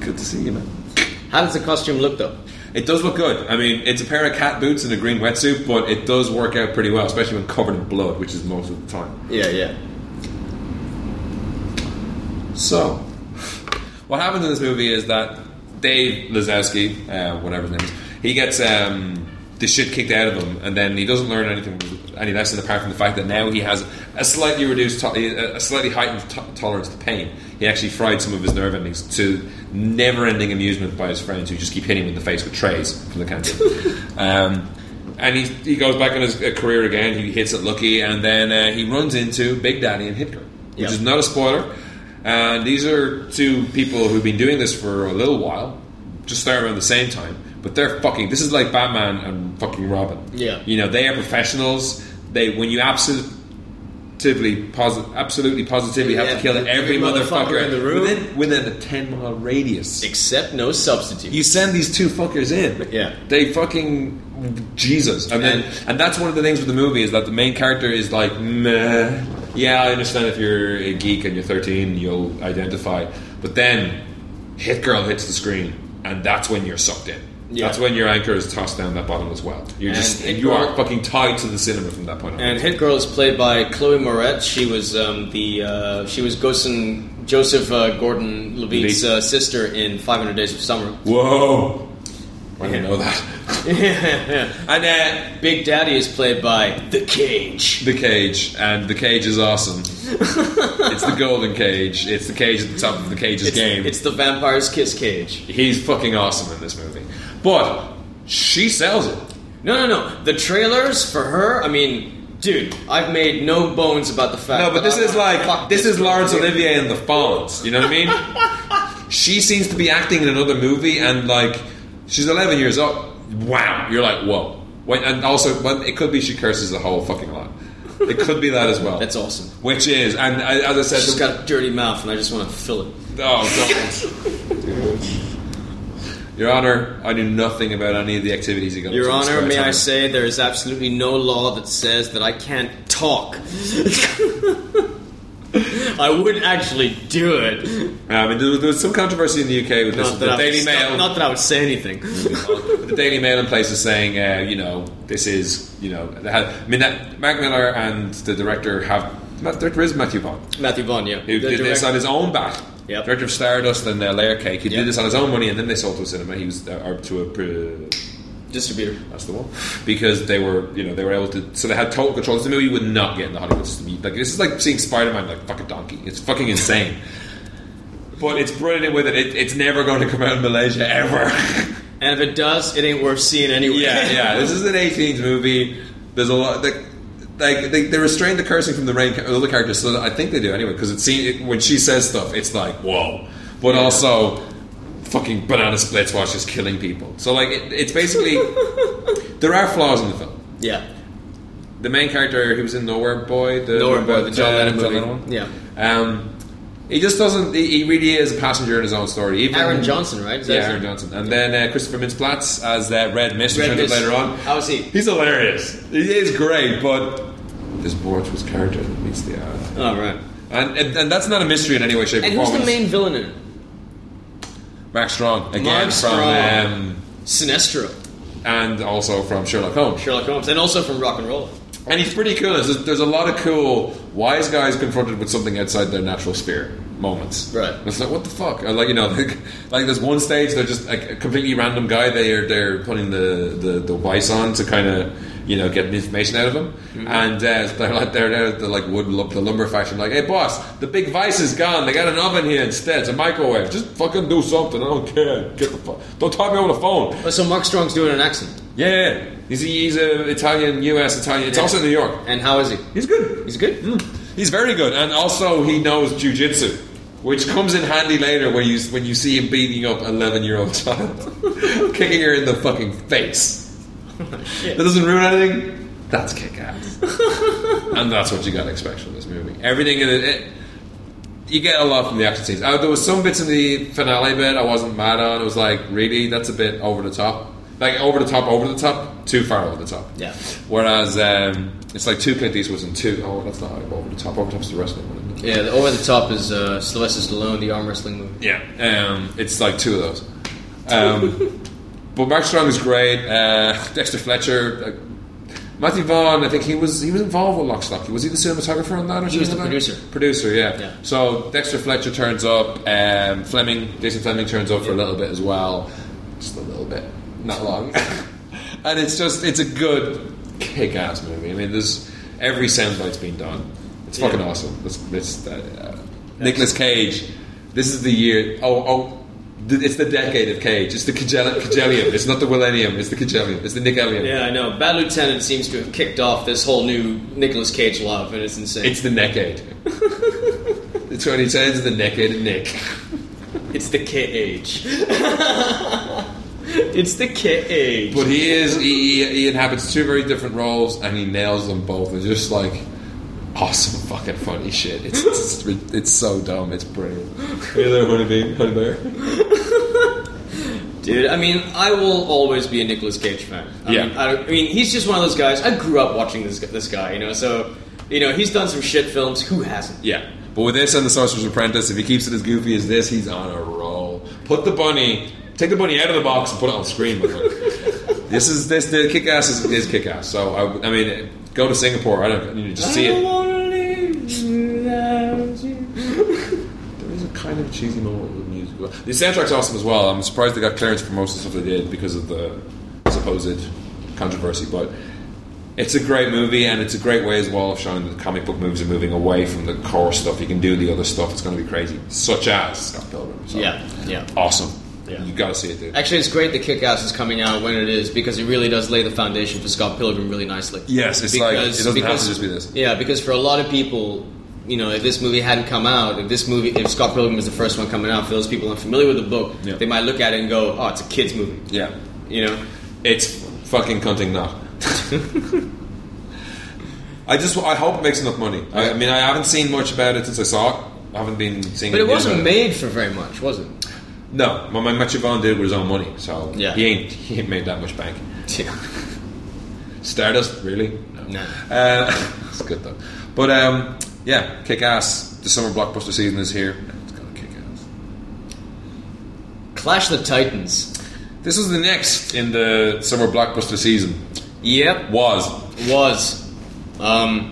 [SPEAKER 2] Good to see you, man.
[SPEAKER 1] How does the costume look though?
[SPEAKER 2] It does look good. I mean, it's a pair of cat boots and a green wetsuit, but it does work out pretty well, especially when covered in blood, which is most of the time.
[SPEAKER 1] Yeah, yeah.
[SPEAKER 2] So, what happens in this movie is that Dave Lazowski, uh, whatever his name is, he gets um, the shit kicked out of him, and then he doesn't learn anything, any lesson apart from the fact that now he has a slightly reduced, to- a slightly heightened to- tolerance to pain. He actually fried some of his nerve endings to never-ending amusement by his friends, who just keep hitting him in the face with trays from the canteen. um, and he, he goes back on his uh, career again. He hits it lucky, and then uh, he runs into Big Daddy and Hitler, which
[SPEAKER 1] Yeah.
[SPEAKER 2] is not a spoiler. And these are two people who've been doing this for a little while, just start around the same time. But they're fucking. This is like Batman and fucking Robin.
[SPEAKER 1] Yeah.
[SPEAKER 2] you know they are professionals. They when you absolutely, posi- absolutely positively have
[SPEAKER 1] Yeah,
[SPEAKER 2] to kill
[SPEAKER 1] every
[SPEAKER 2] every, motherfucker,
[SPEAKER 1] motherfucker in the room.
[SPEAKER 2] within within a ten mile radius.
[SPEAKER 1] Except no substitute.
[SPEAKER 2] You send these two fuckers in.
[SPEAKER 1] Yeah.
[SPEAKER 2] They fucking Jesus. And then and that's one of the things with the movie is that the main character is like, meh. Yeah, I understand if you're a geek and you're 13, you'll identify. But then Hit Girl hits the screen, and that's when you're sucked in.
[SPEAKER 1] Yeah.
[SPEAKER 2] That's when your anchor is tossed down that bottomless well. You're
[SPEAKER 1] And
[SPEAKER 2] just
[SPEAKER 1] Hit
[SPEAKER 2] you are
[SPEAKER 1] Girl-
[SPEAKER 2] fucking tied to the cinema from that point on.
[SPEAKER 1] And Hit Girl is played by Chloe Moretz. She was um, the uh, she was Gosen, Joseph uh, Gordon Levitt's
[SPEAKER 2] Levitt.
[SPEAKER 1] uh, sister in Five Hundred Days of Summer.
[SPEAKER 2] Whoa! I didn't know that. and uh,
[SPEAKER 1] Big Daddy is played by The Cage.
[SPEAKER 2] the cage, and the cage is awesome. it's the golden cage. It's the cage at the top of the cage's
[SPEAKER 1] It's,
[SPEAKER 2] game.
[SPEAKER 1] it's the vampire's kiss cage.
[SPEAKER 2] He's fucking awesome in this movie. But she sells it.
[SPEAKER 1] No, no, no. The trailers for her. I mean, dude, I've made no bones about the fact.
[SPEAKER 2] No, but
[SPEAKER 1] that
[SPEAKER 2] this
[SPEAKER 1] I
[SPEAKER 2] is
[SPEAKER 1] wanna
[SPEAKER 2] like
[SPEAKER 1] fuck
[SPEAKER 2] this is
[SPEAKER 1] girl.
[SPEAKER 2] Laurence Olivier and the Fonz. You know what I mean? she seems to be acting in another movie, and like she's 11 years old. Wow, you're like whoa. Wait, and also, but it could be she curses a whole fucking lot. It could be that as well.
[SPEAKER 1] That's awesome.
[SPEAKER 2] Which is, and I, as I said,
[SPEAKER 1] She's
[SPEAKER 2] the-
[SPEAKER 1] got a dirty mouth, and I just want to fill it.
[SPEAKER 2] Oh, don't. Your Honor, I knew nothing about any of the activities you got.
[SPEAKER 1] Your
[SPEAKER 2] up to
[SPEAKER 1] Honor,
[SPEAKER 2] this
[SPEAKER 1] may I
[SPEAKER 2] time.
[SPEAKER 1] say there is absolutely no law that says that I can't talk. I wouldn't actually do it.
[SPEAKER 2] I mean, there was, there was some controversy in the UK with this.
[SPEAKER 1] Not
[SPEAKER 2] The
[SPEAKER 1] that, I
[SPEAKER 2] Daily
[SPEAKER 1] would,
[SPEAKER 2] Mail,
[SPEAKER 1] not, not that I would say anything.
[SPEAKER 2] the Daily Mail in places saying, uh, you know, this is, you know, they had, I mean, that Mark Miller and the director have. The director is Matthew Bond.
[SPEAKER 1] Matthew Vaughn, yeah.
[SPEAKER 2] who
[SPEAKER 1] The
[SPEAKER 2] did this on
[SPEAKER 1] direct-
[SPEAKER 2] his own back.
[SPEAKER 1] Yep.
[SPEAKER 2] Director of Stardust and uh, Layer Cake, who
[SPEAKER 1] Yep.
[SPEAKER 2] did this on his own money, and then they sold to a cinema. He was uh, or to a. Pre-
[SPEAKER 1] distributor.
[SPEAKER 2] That's the one. Because they were, you know, they were able to. So they had total control. It's a movie you would not get in the Hollywood system. You- Like this is like seeing Spider Man like fuck a donkey. It's fucking insane. but it's brilliant with it. it it's never going to come out in Malaysia ever.
[SPEAKER 1] And if it does, it ain't worth seeing anyway.
[SPEAKER 2] yeah, yeah. This is an 18s movie. There's a lot. Like, like they, they restrain the cursing from the rain the other characters. So I think they do anyway. Because it seems when she says stuff, it's like whoa. But also, fucking banana splits while she's killing people. So like it, it's basically there are flaws in the film.
[SPEAKER 1] yeah.
[SPEAKER 2] The main character who was in Nowhere Boy, the
[SPEAKER 1] Nowhere Boy, the John
[SPEAKER 2] uh,
[SPEAKER 1] Lennon
[SPEAKER 2] John
[SPEAKER 1] movie.
[SPEAKER 2] one.
[SPEAKER 1] Yeah.
[SPEAKER 2] Um, he just doesn't. He, he really is a passenger in his own story. Even
[SPEAKER 1] Aaron Johnson, right? Is that
[SPEAKER 2] Yeah,
[SPEAKER 1] his
[SPEAKER 2] Aaron
[SPEAKER 1] name?
[SPEAKER 2] Johnson, and then uh, Christopher Mintz-Platz as uh, Red Mist,
[SPEAKER 1] Red
[SPEAKER 2] which I did
[SPEAKER 1] Mist.
[SPEAKER 2] later on.
[SPEAKER 1] How is he?
[SPEAKER 2] He's hilarious. He is great, but there's more to his character that meets the eye.
[SPEAKER 1] Oh, right.
[SPEAKER 2] And, and and that's not a mystery in any way, shape,
[SPEAKER 1] And
[SPEAKER 2] or
[SPEAKER 1] who's
[SPEAKER 2] form.
[SPEAKER 1] the main
[SPEAKER 2] It's
[SPEAKER 1] villain in it?
[SPEAKER 2] Mark Strong again
[SPEAKER 1] Mark
[SPEAKER 2] from
[SPEAKER 1] Strong.
[SPEAKER 2] Um,
[SPEAKER 1] Sinestro.
[SPEAKER 2] and also from Sherlock Holmes.
[SPEAKER 1] Sherlock Holmes. And also from Rock and Roll.
[SPEAKER 2] And he's pretty cool. There's, there's a lot of cool wise guys confronted with something outside their natural sphere moments.
[SPEAKER 1] Right.
[SPEAKER 2] It's like what the fuck? Or like you know, like, like there's one stage they're just like a completely random guy. They are they're putting the the the vice on to kind of you know, getting information out of him.
[SPEAKER 1] Mm-hmm.
[SPEAKER 2] And uh, they're like they're there at the like wood lump, the lumber faction, like, hey boss, the big vice is gone. They got an oven here instead. It's a microwave. Just fucking do something. I don't care. Get the fu- don't talk me over the phone.
[SPEAKER 1] Oh, so Mark Strong's doing an accent.
[SPEAKER 2] Yeah, yeah, yeah. he's a, he's a Italian, U.S. Italian. It's
[SPEAKER 1] Yeah.
[SPEAKER 2] also New York.
[SPEAKER 1] And how is he?
[SPEAKER 2] He's good.
[SPEAKER 1] He's good.
[SPEAKER 2] He's very good, and also he knows jujitsu, which comes in handy later when you when you see him beating up an eleven-year-old child, kicking her in the fucking face. That doesn't ruin anything. That's kick-ass, and that's what you got to expect from this movie. Everything in it. it you get a lot from the action scenes. Uh, there was some bits in the finale bit I wasn't mad on. It was like, really, that's a bit over the top. Like over the top, over the top, too far over the top.
[SPEAKER 1] Yeah.
[SPEAKER 2] Whereas um, it's like two Clint Eastwoods and two. Oh, that's not over the top. Over the top's the wrestling one. Isn't it?
[SPEAKER 1] Yeah, the, over the top is uh, Sylvester Stallone, the arm wrestling movie.
[SPEAKER 2] Yeah. Um, it's like two of those. Um, but Mark Strong is great. Uh, Dexter Fletcher. Uh, Matthew Vaughn, I think he was he was involved with Lock, Stock. Was he the cinematographer on that? Or
[SPEAKER 1] He was
[SPEAKER 2] something
[SPEAKER 1] the
[SPEAKER 2] like that?
[SPEAKER 1] producer.
[SPEAKER 2] Producer, yeah.
[SPEAKER 1] Yeah.
[SPEAKER 2] So Dexter Fletcher turns up. Um, Fleming, Jason Fleming turns up for a little bit as well. Just a little bit, not long. and it's just it's a good kick-ass movie. I mean, there's every soundbite's been done. It's fucking
[SPEAKER 1] Yeah.
[SPEAKER 2] awesome. It's, it's, uh, uh, Nicholas Cage. This is the year. Oh, oh. th- It's the decade of Cage. It's the Cagel- Cagelium. It's not the Millennium. It's the Cagelium. It's the Nickelium.
[SPEAKER 1] Yeah, I know. Bad Lieutenant seems to have kicked off this whole new Nicolas Cage love, and it's insane.
[SPEAKER 2] It's the Neckade. the 2010s is the Neckade Nick.
[SPEAKER 1] It's the K-Age. it's the K-Age.
[SPEAKER 2] But he is he, he, he inhabits two very different roles, and he nails them both. It's just like awesome, fucking funny shit. It's it's, it's so dumb. It's brilliant. You know, honey bee, honey bear.
[SPEAKER 1] Dude, I mean, I will always be a Nicolas Cage fan. I
[SPEAKER 2] Yeah.
[SPEAKER 1] Mean, I, I mean, he's just one of those guys. I grew up watching this, gu- this guy, you know, so, you know, he's done some shit films. Who hasn't?
[SPEAKER 2] Yeah, but with this and the Sorcerer's Apprentice, if he keeps it as goofy as this, he's on a roll. Put the bunny, take the bunny out of the box and put it on screen. my friend. this is this the kick ass is, is kick ass. So I, I mean, go to Singapore. I don't you know, just see
[SPEAKER 1] I
[SPEAKER 2] it.
[SPEAKER 1] don't wanna live without you.
[SPEAKER 2] There is a kind of cheesy moment with music. Well, The soundtrack's awesome as well. I'm surprised they got clearance for most of the stuff they did because of the supposed controversy, but it's a great movie and it's a great way as well of showing that comic book movies are moving away from the core stuff. You can do the other stuff, it's going to be crazy, such as Scott Pilgrim. So,
[SPEAKER 1] Yeah, yeah.
[SPEAKER 2] Awesome.
[SPEAKER 1] Yeah.
[SPEAKER 2] you got to see it, dude.
[SPEAKER 1] Actually, it's great that Kick Ass is coming out when it is because it really does lay the foundation for Scott Pilgrim really nicely.
[SPEAKER 2] Yes, it's like- it doesn't have to just be this.
[SPEAKER 1] Yeah, because for a lot of people, you know, if this movie hadn't come out, if this movie, if Scott Pilgrim was the first one coming out, for those people unfamiliar with the book,
[SPEAKER 2] Yeah.
[SPEAKER 1] they might look at it and go, "Oh, it's a kids' movie,"
[SPEAKER 2] Yeah.
[SPEAKER 1] you know.
[SPEAKER 2] It's fucking cunting not. I just I hope it makes enough money. I, I mean, I haven't seen much about it since I saw it. I haven't been seeing
[SPEAKER 1] But it
[SPEAKER 2] anything
[SPEAKER 1] wasn't
[SPEAKER 2] about
[SPEAKER 1] made for very much, was it?
[SPEAKER 2] No, my man Matthew Vaughn did it with his own money, so
[SPEAKER 1] Yeah.
[SPEAKER 2] he ain't he ain't made that much bank.
[SPEAKER 1] Yeah.
[SPEAKER 2] Stardust, really?
[SPEAKER 1] No.
[SPEAKER 2] Uh, it's good though. But um, yeah, kick ass. The summer blockbuster season is here. It's gonna kick ass.
[SPEAKER 1] Clash of the Titans.
[SPEAKER 2] This was the next in the summer blockbuster season.
[SPEAKER 1] Yep,
[SPEAKER 2] Was
[SPEAKER 1] was. Um,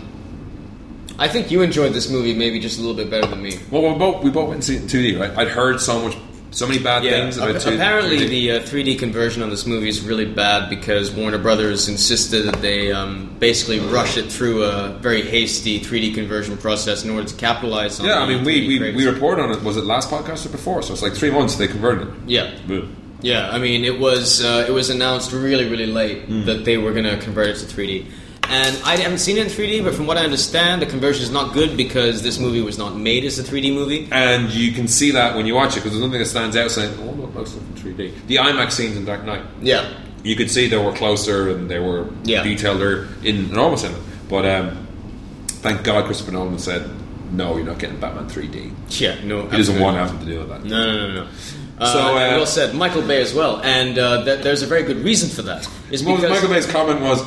[SPEAKER 1] I think you enjoyed this movie maybe just a little bit better than me.
[SPEAKER 2] well, we both we both went to see it in two D, right? I'd heard so much, so many bad things about
[SPEAKER 1] ap-
[SPEAKER 2] two.
[SPEAKER 1] apparently
[SPEAKER 2] 2D.
[SPEAKER 1] the uh, 3D conversion on this movie is really bad because Warner Brothers insisted that they um, basically rush it through a very hasty 3D conversion process in order to capitalize on.
[SPEAKER 2] yeah, I
[SPEAKER 1] the
[SPEAKER 2] mean we
[SPEAKER 1] 3D
[SPEAKER 2] we,
[SPEAKER 1] craze.
[SPEAKER 2] we reported on it. Was it last podcast or before? So it's like three months they converted it.
[SPEAKER 1] yeah.
[SPEAKER 2] Boo.
[SPEAKER 1] Yeah, I mean, it was uh, it was announced really, really late
[SPEAKER 2] Hmm.
[SPEAKER 1] that they were going to convert it to 3D, and I haven't seen it in 3D, but from what I understand, the conversion is not good because this movie was not made as a 3D movie.
[SPEAKER 2] and you can see that when you watch it because there's nothing that stands out saying, "Oh, look, that's in 3D." The IMAX scenes in Dark Knight,
[SPEAKER 1] Yeah,
[SPEAKER 2] you could see they were closer and they were
[SPEAKER 1] Yeah.
[SPEAKER 2] detailer in enormous in it. But um, thank God, Christopher Nolan said, "No, you're not getting Batman 3D." He
[SPEAKER 1] yeah, no, he
[SPEAKER 2] doesn't want having to deal with that.
[SPEAKER 1] No, no, no, no. Uh,
[SPEAKER 2] So, uh,
[SPEAKER 1] well said, Michael Bay as well, and uh, th- there's a very good reason for that. Is
[SPEAKER 2] Well,
[SPEAKER 1] because
[SPEAKER 2] Michael Bay's comment was,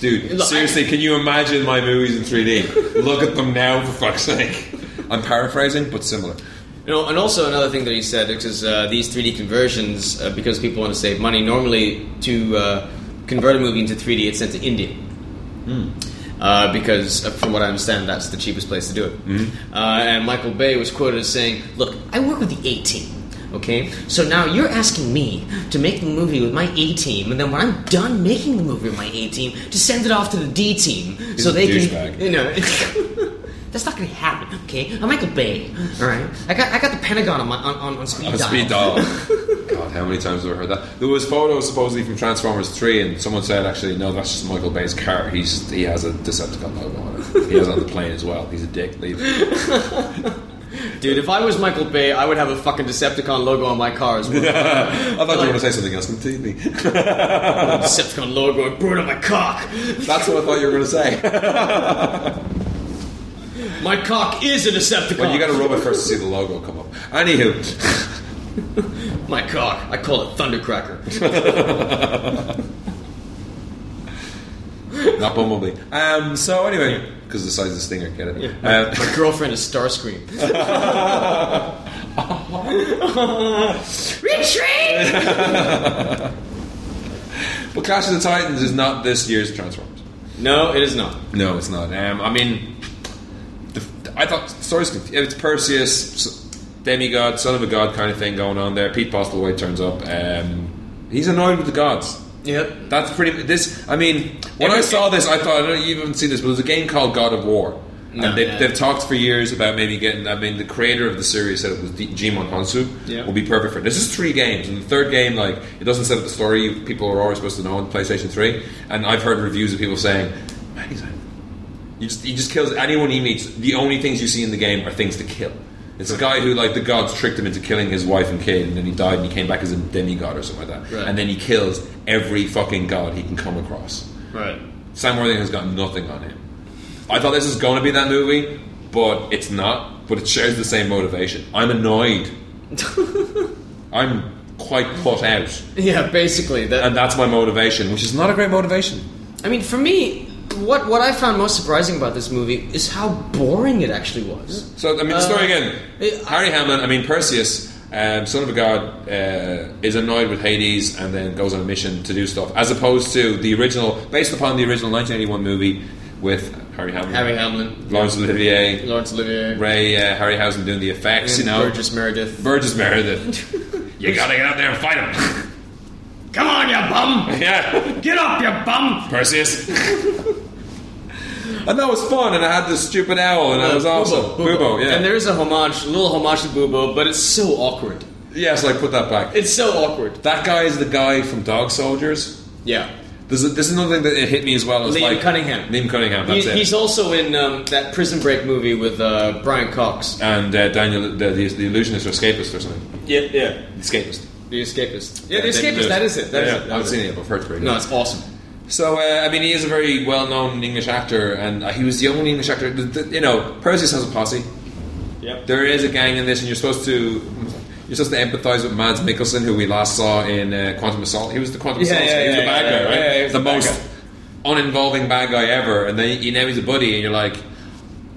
[SPEAKER 2] "Dude,
[SPEAKER 1] Look,
[SPEAKER 2] seriously, can you imagine my movies in 3D? Look at them now, for fuck's sake." I'm paraphrasing, but similar.
[SPEAKER 1] you know, and also another thing that he said is uh, these 3D conversions uh, because people want to save money. Normally, to uh, convert a movie into 3D, it's sent to India.
[SPEAKER 2] Hmm.
[SPEAKER 1] Uh, because, uh, from what I understand, that's
[SPEAKER 2] Mm-hmm.
[SPEAKER 1] the cheapest place to do it. Uh, and Michael Bay was quoted as saying, "Look, I work with the A team. Okay, so now you're asking me to make the movie with my A team, and then when I'm done making the movie with my A team, to send it off to the D team so
[SPEAKER 2] a
[SPEAKER 1] they can,
[SPEAKER 2] douchebag.
[SPEAKER 1] you know. That's not gonna happen, okay? I'm Michael Bay, all right. I got I got the Pentagon on my on, on, on speed
[SPEAKER 2] On a
[SPEAKER 1] dial.
[SPEAKER 2] speed dial. God, how many times have I heard that? There was photos supposedly from Transformers Three, and someone said actually, no, that's just Michael Bay's car. He's he has a Decepticon logo on it. He has it on the plane as well. He's a dick. Leave. it.
[SPEAKER 1] Dude, if I was Michael Bay, I would have a fucking Decepticon logo on my car as well.
[SPEAKER 2] I thought you were going to say something else completely.
[SPEAKER 1] Decepticon logo, I blew it on my cock.
[SPEAKER 2] That's what I thought you were going to say.
[SPEAKER 1] My cock is a Decepticon.
[SPEAKER 2] But you got to rub it first to see the logo come up. Anywho,
[SPEAKER 1] my cock. I call it Thundercracker.
[SPEAKER 2] not Bumblebee. Um, so anyway, because the size of the stinger, get it? Um,
[SPEAKER 1] my girlfriend is Starscream. Retreat!
[SPEAKER 2] But Clash of the Titans is not this year's Transformers.
[SPEAKER 1] No, it is not.
[SPEAKER 2] No, it's not. Um, I mean, the, I thought stories. conf- It's Perseus, s- demigod, son of a god kind of thing going on there. Pete Postlewaite turns up. Um, he's annoyed with the gods.
[SPEAKER 1] Yep.
[SPEAKER 2] That's pretty. This, I mean, when I
[SPEAKER 1] Every-
[SPEAKER 2] saw this, I thought I don't know, you haven't seen this, but there's a game called God of War,
[SPEAKER 1] No,
[SPEAKER 2] and they've,
[SPEAKER 1] yeah.
[SPEAKER 2] they've talked for years about maybe getting. I mean, the creator of the series said it was D- Jimon Hansu
[SPEAKER 1] Yeah.
[SPEAKER 2] will be perfect for it. This is three games, and the third game, like, it doesn't set up the story. You, people are always supposed to know on PlayStation Three, and I've heard reviews of people saying, "Man, he's angry." He just, he just kills anyone he meets. The only things you see in the game are things to kill. It's a guy who, like, the gods tricked him into killing his wife and kid, and then he died and he came back as a demigod or something like that.
[SPEAKER 1] Right.
[SPEAKER 2] And then he kills every fucking god he can come across.
[SPEAKER 1] Right.
[SPEAKER 2] Sam Worthington has got nothing on him. I thought this was going to be that movie, but it's not. But it shares the same motivation. I'm annoyed. I'm quite put out.
[SPEAKER 1] Yeah, basically that.
[SPEAKER 2] And that's my motivation, which is not a great motivation.
[SPEAKER 1] I mean, for me, what what I found most surprising about this movie is how boring it actually was.
[SPEAKER 2] So I mean, the story
[SPEAKER 1] Uh,
[SPEAKER 2] again.
[SPEAKER 1] it-
[SPEAKER 2] Harry Hamlin. I mean, Perseus, um, son of a god, uh, is annoyed with Hades and then goes on a mission to do stuff. As opposed to the original, based upon the original 1981 movie with Harry Hamlin,
[SPEAKER 1] Harry Hamlin,
[SPEAKER 2] Laurence Olivier,
[SPEAKER 1] Laurence Olivier,
[SPEAKER 2] Ray uh, Harryhausen doing the effects.
[SPEAKER 1] and
[SPEAKER 2] you know,
[SPEAKER 1] Burgess Meredith.
[SPEAKER 2] Burgess Meredith. you gotta get out there and fight him.
[SPEAKER 1] Come on, you bum!
[SPEAKER 2] yeah,
[SPEAKER 1] Get up, you bum!
[SPEAKER 2] Perseus. And that was fun, and I had this stupid owl, and that was awesome. Bubo, yeah.
[SPEAKER 1] Uh, And there is a homage, a little homage to Bubo, but it's so awkward.
[SPEAKER 2] yes, I put that back.
[SPEAKER 1] It's so awkward.
[SPEAKER 2] That guy is the guy from Dog Soldiers.
[SPEAKER 1] Yeah.
[SPEAKER 2] There's a, this is another thing that it hit me as well. Is
[SPEAKER 1] Liam
[SPEAKER 2] like
[SPEAKER 1] Cunningham.
[SPEAKER 2] Liam Cunningham.
[SPEAKER 1] He,
[SPEAKER 2] That's it.
[SPEAKER 1] he's also in um, that Prison Break movie with uh, Brian Cox.
[SPEAKER 2] and uh, Daniel, the, the, the illusionist or escapist or something.
[SPEAKER 1] Yeah, yeah.
[SPEAKER 2] Escapist.
[SPEAKER 1] The Escapist. Yeah, The
[SPEAKER 2] David Lewis.
[SPEAKER 1] Escapist, that is it. That is
[SPEAKER 2] yeah,
[SPEAKER 1] it.
[SPEAKER 2] I haven't seen it, but I've heard it's pretty
[SPEAKER 1] No,
[SPEAKER 2] good.
[SPEAKER 1] it's awesome.
[SPEAKER 2] So uh, I mean, he is a very well-known English actor, and uh, he was the only English actor. th th you know, Perseus has a posse.
[SPEAKER 1] Yep.
[SPEAKER 2] There is a gang in this, and you're supposed to you're supposed to empathise with Mads Mikkelsen, who we last saw in uh, Quantum Assault. He was the Quantum
[SPEAKER 1] Yeah,
[SPEAKER 2] Assault.
[SPEAKER 1] yeah,
[SPEAKER 2] he was
[SPEAKER 1] yeah,
[SPEAKER 2] the bad
[SPEAKER 1] yeah,
[SPEAKER 2] guy,
[SPEAKER 1] yeah,
[SPEAKER 2] right?
[SPEAKER 1] yeah, he was
[SPEAKER 2] the
[SPEAKER 1] the bad
[SPEAKER 2] most uninvolving bad guy ever. And then you know he's a buddy, and you're like,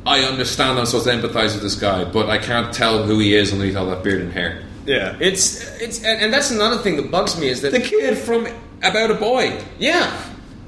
[SPEAKER 2] I understand. I'm supposed to empathise with this guy, but I can't tell who he is underneath all that beard and hair.
[SPEAKER 1] Yeah. It's it's and, and that's another thing that bugs me is that
[SPEAKER 2] The kid from About a Boy.
[SPEAKER 1] yeah,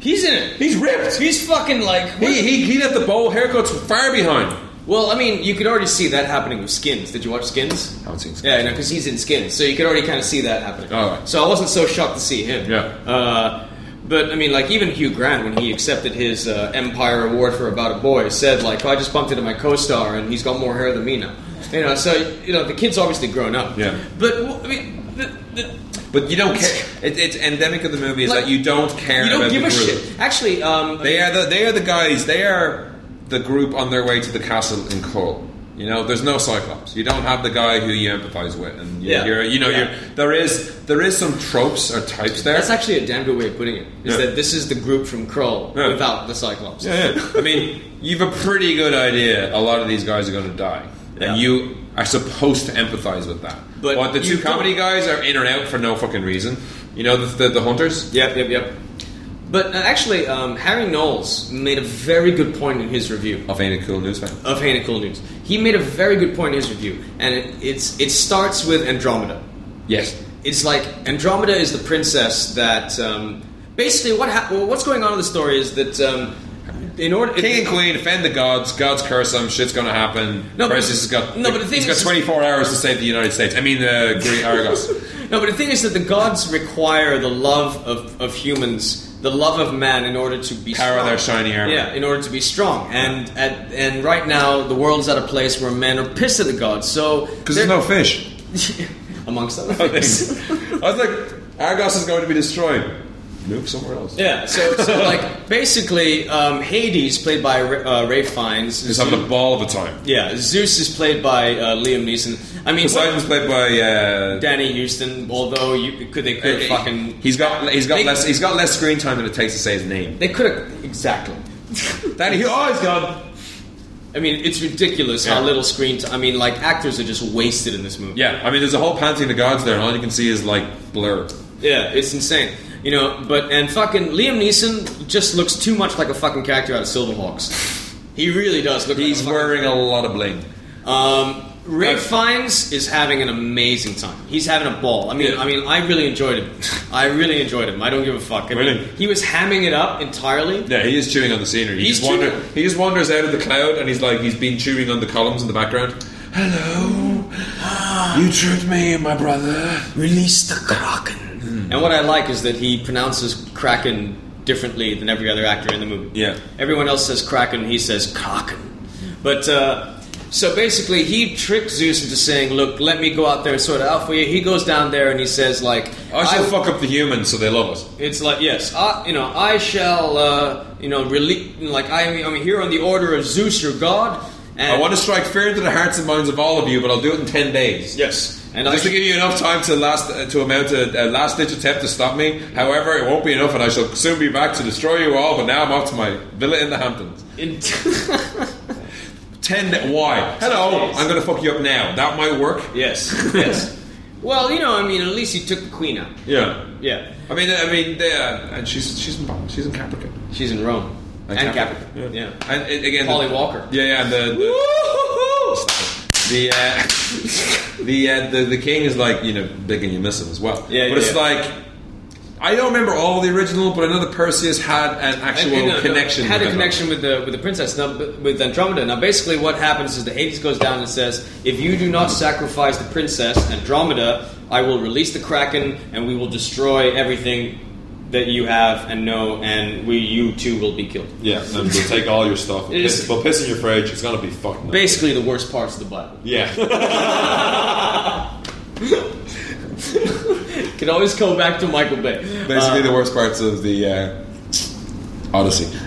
[SPEAKER 1] he's in it.
[SPEAKER 2] He's ripped.
[SPEAKER 1] He's fucking like what-
[SPEAKER 2] He, he, he left the bowl haircuts far behind.
[SPEAKER 1] well, I mean, you could already see that happening with Skins. Did you watch Skins?
[SPEAKER 2] haven't seen.
[SPEAKER 1] Yeah, no, because he's in Skins, so you could already kind of see that happening.
[SPEAKER 2] Oh. All right.
[SPEAKER 1] So I wasn't so shocked to see him.
[SPEAKER 2] Yeah.
[SPEAKER 1] Uh, but I mean, like even Hugh Grant, when he accepted his uh, Empire Award for About a Boy, said like, "Oh, "I just bumped into my co-star, and he's got more hair than me now." You know, so you know the kid's obviously grown up.
[SPEAKER 2] Yeah.
[SPEAKER 1] But w- I mean, the, the,
[SPEAKER 2] But you don't care. It, it's endemic of the movie is
[SPEAKER 1] Like,
[SPEAKER 2] that you don't care.
[SPEAKER 1] you don't
[SPEAKER 2] about
[SPEAKER 1] give a
[SPEAKER 2] the group.
[SPEAKER 1] shit. Actually, um,
[SPEAKER 2] They are the they are the guys. They are the group on their way to the castle in Cull. You know, there's no Cyclops. You don't have the guy who you empathize with, and you're,
[SPEAKER 1] Yeah.
[SPEAKER 2] you're you know
[SPEAKER 1] Yeah.
[SPEAKER 2] you're there is there is some tropes or types there.
[SPEAKER 1] that's actually a damn good way of putting it. Is
[SPEAKER 2] Yeah.
[SPEAKER 1] that this is the group from Krull
[SPEAKER 2] Yeah.
[SPEAKER 1] without the Cyclops?
[SPEAKER 2] yeah, yeah. I mean, you've a pretty good idea. A lot of these guys are going to die,
[SPEAKER 1] Yeah.
[SPEAKER 2] and you are supposed to empathize with that.
[SPEAKER 1] But
[SPEAKER 2] But, the
[SPEAKER 1] you
[SPEAKER 2] two comedy
[SPEAKER 1] don't.
[SPEAKER 2] guys are in and out for no fucking reason. You know, the the, the hunters.
[SPEAKER 1] Yep, yep, yep. But uh, actually, um, Harry Knowles made a very good point in his review
[SPEAKER 2] Of ain't a cool news fan.
[SPEAKER 1] of Hannah Cool News. He made a very good point in his review, and it, it's it starts with Andromeda.
[SPEAKER 2] Yes.
[SPEAKER 1] It's like Andromeda is the princess that um, basically what hap- well, what's going on in the story is that um, in order
[SPEAKER 2] King and Queen offend the gods. Gods curse them. Shit's going to happen.
[SPEAKER 1] No, but-
[SPEAKER 2] Perseus has got
[SPEAKER 1] no, but the thing
[SPEAKER 2] he's got
[SPEAKER 1] is-
[SPEAKER 2] 24 hours to save the United States. I mean, uh, Greek Argos.
[SPEAKER 1] No, but the thing is that the gods require the love of, of humans, the love of man, in order to be
[SPEAKER 2] Power
[SPEAKER 1] strong.
[SPEAKER 2] their shiny armor.
[SPEAKER 1] Yeah, in order to be strong. And at, and right now, the world's at a place where men are pissed at the gods. So
[SPEAKER 2] Because there's no fish.
[SPEAKER 1] amongst other
[SPEAKER 2] I
[SPEAKER 1] things.
[SPEAKER 2] was like, Argos is going to be destroyed. Move somewhere else.
[SPEAKER 1] Yeah, so, so like basically, um, Hades, played by Ra- uh, Ray Fiennes,
[SPEAKER 2] He's having a ball of a time.
[SPEAKER 1] yeah, Zeus is played by uh, Liam Neeson. I mean,
[SPEAKER 2] Poseidon's played by. Uh,
[SPEAKER 1] Danny Houston. Although you could, they could have fucking,
[SPEAKER 2] He's got he's got
[SPEAKER 1] They-
[SPEAKER 2] less he's got less screen time than it takes to say his name.
[SPEAKER 1] they could have exactly.
[SPEAKER 2] Danny, oh, he's gone.
[SPEAKER 1] I mean, it's ridiculous how
[SPEAKER 2] Yeah.
[SPEAKER 1] little screen. T- I mean, like actors are just wasted in this movie.
[SPEAKER 2] Yeah, I mean, there's a whole pantheon of gods there, and all you can see is like blur.
[SPEAKER 1] Yeah, it's insane. You know, but and fucking Liam Neeson just looks too much like a fucking character out of Silverhawks. He really does look.
[SPEAKER 2] He's
[SPEAKER 1] like a fucking-
[SPEAKER 2] wearing a lot of bling.
[SPEAKER 1] Um, Ray
[SPEAKER 2] Uh,
[SPEAKER 1] Fiennes is having an amazing time. He's having a ball. I mean,
[SPEAKER 2] Yeah.
[SPEAKER 1] I mean, I really enjoyed him. I really enjoyed him. I don't give a fuck. I mean,
[SPEAKER 2] Really?
[SPEAKER 1] he was hamming it up entirely.
[SPEAKER 2] Yeah, he is chewing on the scenery. He
[SPEAKER 1] He's
[SPEAKER 2] just, wander,
[SPEAKER 1] chewing-
[SPEAKER 2] he just wanders out of the cloud, and he's like he's been chewing on the columns in the background.
[SPEAKER 3] You tricked me, my brother.
[SPEAKER 1] Release the kraken.
[SPEAKER 2] Mm.
[SPEAKER 1] And what I like is that he pronounces kraken differently than every other actor in the movie.
[SPEAKER 2] Yeah.
[SPEAKER 1] Everyone else says kraken. He says kraken. But uh, so basically, he tricked Zeus into saying, "Look, let me go out there and sort it out for you." He goes down there and he says, "Like
[SPEAKER 2] I shall
[SPEAKER 1] I-
[SPEAKER 2] fuck up the humans so they love us.
[SPEAKER 1] It's like yes, I, you know, I shall, uh, you know, release. Like I am, I'm here on the order of Zeus, your god. And
[SPEAKER 2] I want to strike fear into the hearts and minds of all of you, but I'll do it in ten days.
[SPEAKER 1] yes, and I
[SPEAKER 2] Just to
[SPEAKER 1] shall,
[SPEAKER 2] give you enough time to last uh, to amount to a last ditch attempt to stop me. However, it won't be enough, and I shall soon be back to destroy you all. But now I'm off to my villa in the Hamptons.
[SPEAKER 1] in-
[SPEAKER 2] Ten. da- Why? Hello, I'm going to fuck you up now. That might work.
[SPEAKER 1] yes, yes. Well, you know, I mean, at least he took the queen out.
[SPEAKER 2] Yeah.
[SPEAKER 1] Yeah,
[SPEAKER 2] I mean, I mean, they, uh, and she's she's in, she's in Capricorn.
[SPEAKER 1] she's in Rome and, Caprica. Yeah.
[SPEAKER 2] And uh, again,
[SPEAKER 1] Polly
[SPEAKER 2] the,
[SPEAKER 1] Walker.
[SPEAKER 2] Yeah, yeah. And the the the, uh, the, uh, the the king is like you know big and you miss him as well.
[SPEAKER 1] Yeah,
[SPEAKER 2] but
[SPEAKER 1] yeah,
[SPEAKER 2] it's
[SPEAKER 1] yeah.
[SPEAKER 2] like. I don't remember all the original, but I know that Perseus had an
[SPEAKER 1] And,
[SPEAKER 2] actual
[SPEAKER 1] you know, no,
[SPEAKER 2] connection.
[SPEAKER 1] had
[SPEAKER 2] with
[SPEAKER 1] a
[SPEAKER 2] them.
[SPEAKER 1] connection with the with the princess now, but- with Andromeda. Now, basically, what happens is the Hades goes down and says, "If you do not sacrifice the princess Andromeda, I will release the kraken, and we will destroy everything that you have and know, and we you too will be killed."
[SPEAKER 2] Yeah, and we'll take all your stuff. We'll
[SPEAKER 1] It is-
[SPEAKER 2] piss, we'll piss in your fridge. It's gonna be fucking. Nice.
[SPEAKER 1] Basically, the worst parts of the Bible.
[SPEAKER 2] Yeah,
[SPEAKER 1] Can always go back to Michael Bay.
[SPEAKER 2] basically
[SPEAKER 1] Uh,
[SPEAKER 2] the worst parts of the uh, Odyssey.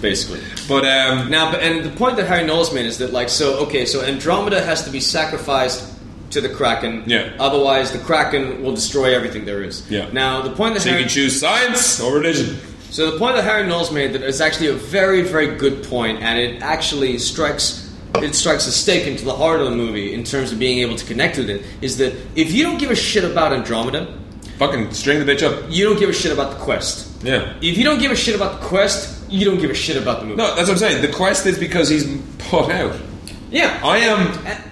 [SPEAKER 1] basically.
[SPEAKER 2] But um,
[SPEAKER 1] Now, but- and the point that Harry Knowles made is that, like, so okay, so Andromeda has to be sacrificed to the Kraken.
[SPEAKER 2] Yeah.
[SPEAKER 1] Otherwise, the Kraken will destroy everything there is.
[SPEAKER 2] Yeah.
[SPEAKER 1] Now, the point that
[SPEAKER 2] so you
[SPEAKER 1] Harry,
[SPEAKER 2] can choose science or religion.
[SPEAKER 1] so the point that Harry Knowles made that is actually a very, very good point, and it actually strikes it strikes a stake into the heart of the movie in terms of being able to connect with it. Is that if you don't give a shit about Andromeda,
[SPEAKER 2] Fucking string the bitch up.
[SPEAKER 1] you don't give a shit about the quest.
[SPEAKER 2] Yeah.
[SPEAKER 1] If you don't give a shit about the quest, you don't give a shit about the movie.
[SPEAKER 2] No, that's what I'm saying. The quest is because he's put out.
[SPEAKER 1] Yeah.
[SPEAKER 2] I am.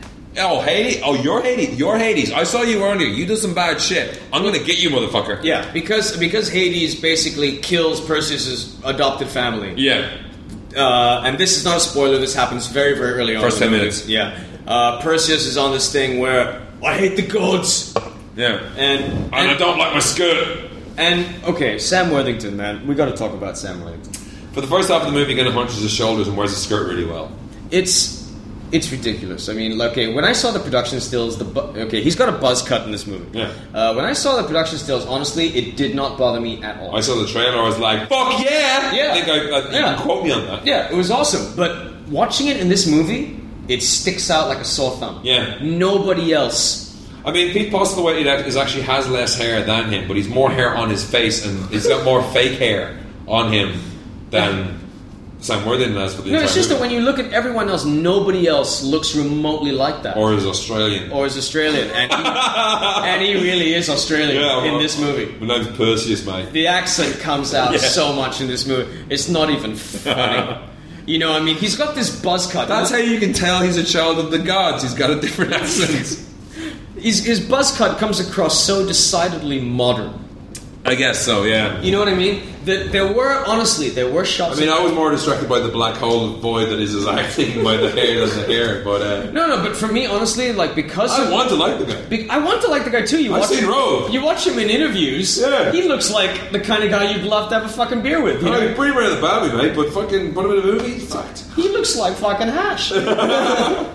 [SPEAKER 2] Oh, Hades. Oh, you're Hades. You're Hades. I saw you earlier. You did some bad shit. I'm gonna get you, motherfucker.
[SPEAKER 1] Yeah, because because Hades basically kills Perseus's adopted family.
[SPEAKER 2] Yeah.
[SPEAKER 1] Uh, and this is not a spoiler. This happens very very early on.
[SPEAKER 2] First
[SPEAKER 1] in the movie.
[SPEAKER 2] 10 minutes.
[SPEAKER 1] Yeah, uh, Perseus is on this thing where I hate the gods,
[SPEAKER 2] Yeah.
[SPEAKER 1] and
[SPEAKER 2] and I
[SPEAKER 1] and,
[SPEAKER 2] don't like my skirt.
[SPEAKER 1] and- okay, Sam Worthington, man, we got to talk about Sam Worthington.
[SPEAKER 2] For the first half of the movie, he kind of hunches his shoulders and wears his skirt really well.
[SPEAKER 1] It's it's ridiculous. I mean, okay, when I saw the production stills, the bu- okay, he's got a buzz cut in this movie.
[SPEAKER 2] Yeah.
[SPEAKER 1] Uh, when I saw the production stills, honestly, it did not bother me at all.
[SPEAKER 2] I saw the trailer. I was like, "Fuck yeah!"
[SPEAKER 1] Yeah.
[SPEAKER 2] I think I, I, you
[SPEAKER 1] Yeah.
[SPEAKER 2] can quote me on that.
[SPEAKER 1] Yeah, it was awesome. But watching it in this movie, it sticks out like a sore thumb.
[SPEAKER 2] Yeah.
[SPEAKER 1] Nobody else.
[SPEAKER 2] I mean, Pete Postlewaite is actually has less hair than him, but he's more hair on his face, and he's got more fake hair on him than Sam Worthington has for the
[SPEAKER 1] No,
[SPEAKER 2] entire
[SPEAKER 1] it's just that when
[SPEAKER 2] movie.
[SPEAKER 1] you look at everyone else, nobody else looks remotely like that.
[SPEAKER 2] or is Australian.
[SPEAKER 1] Or is Australian, and he, and he really is Australian
[SPEAKER 2] Yeah,
[SPEAKER 1] in
[SPEAKER 2] well,
[SPEAKER 1] this movie.
[SPEAKER 2] My name's Perseus, mate.
[SPEAKER 1] The accent comes out
[SPEAKER 2] Yeah.
[SPEAKER 1] so much in this movie. It's not even funny. you know, I mean, he's got this buzz cut.
[SPEAKER 2] That's how you can tell he's a child of the gods. He's got a different accent.
[SPEAKER 1] his, his buzz cut comes across so decidedly modern.
[SPEAKER 2] I guess so. Yeah.
[SPEAKER 1] You know what I mean? Th there were honestly there were shots.
[SPEAKER 4] I mean, I was more distracted by the black hole void that is his acting by the hair than the hair. But uh,
[SPEAKER 1] no, no, but for me, honestly, like because
[SPEAKER 4] I
[SPEAKER 1] of-
[SPEAKER 4] want to like the guy.
[SPEAKER 1] Be- I want to like the guy too. You
[SPEAKER 4] I've
[SPEAKER 1] watch
[SPEAKER 4] seen
[SPEAKER 1] him,
[SPEAKER 4] Rogue.
[SPEAKER 1] You watch him in interviews.
[SPEAKER 4] Yeah.
[SPEAKER 1] He looks like the kind of guy you'd love to have a fucking beer with. You
[SPEAKER 4] I mean,
[SPEAKER 1] know?
[SPEAKER 4] pretty rare the Bobby, mate, but fucking put him in a movie. Fucked.
[SPEAKER 1] He looks like fucking hash.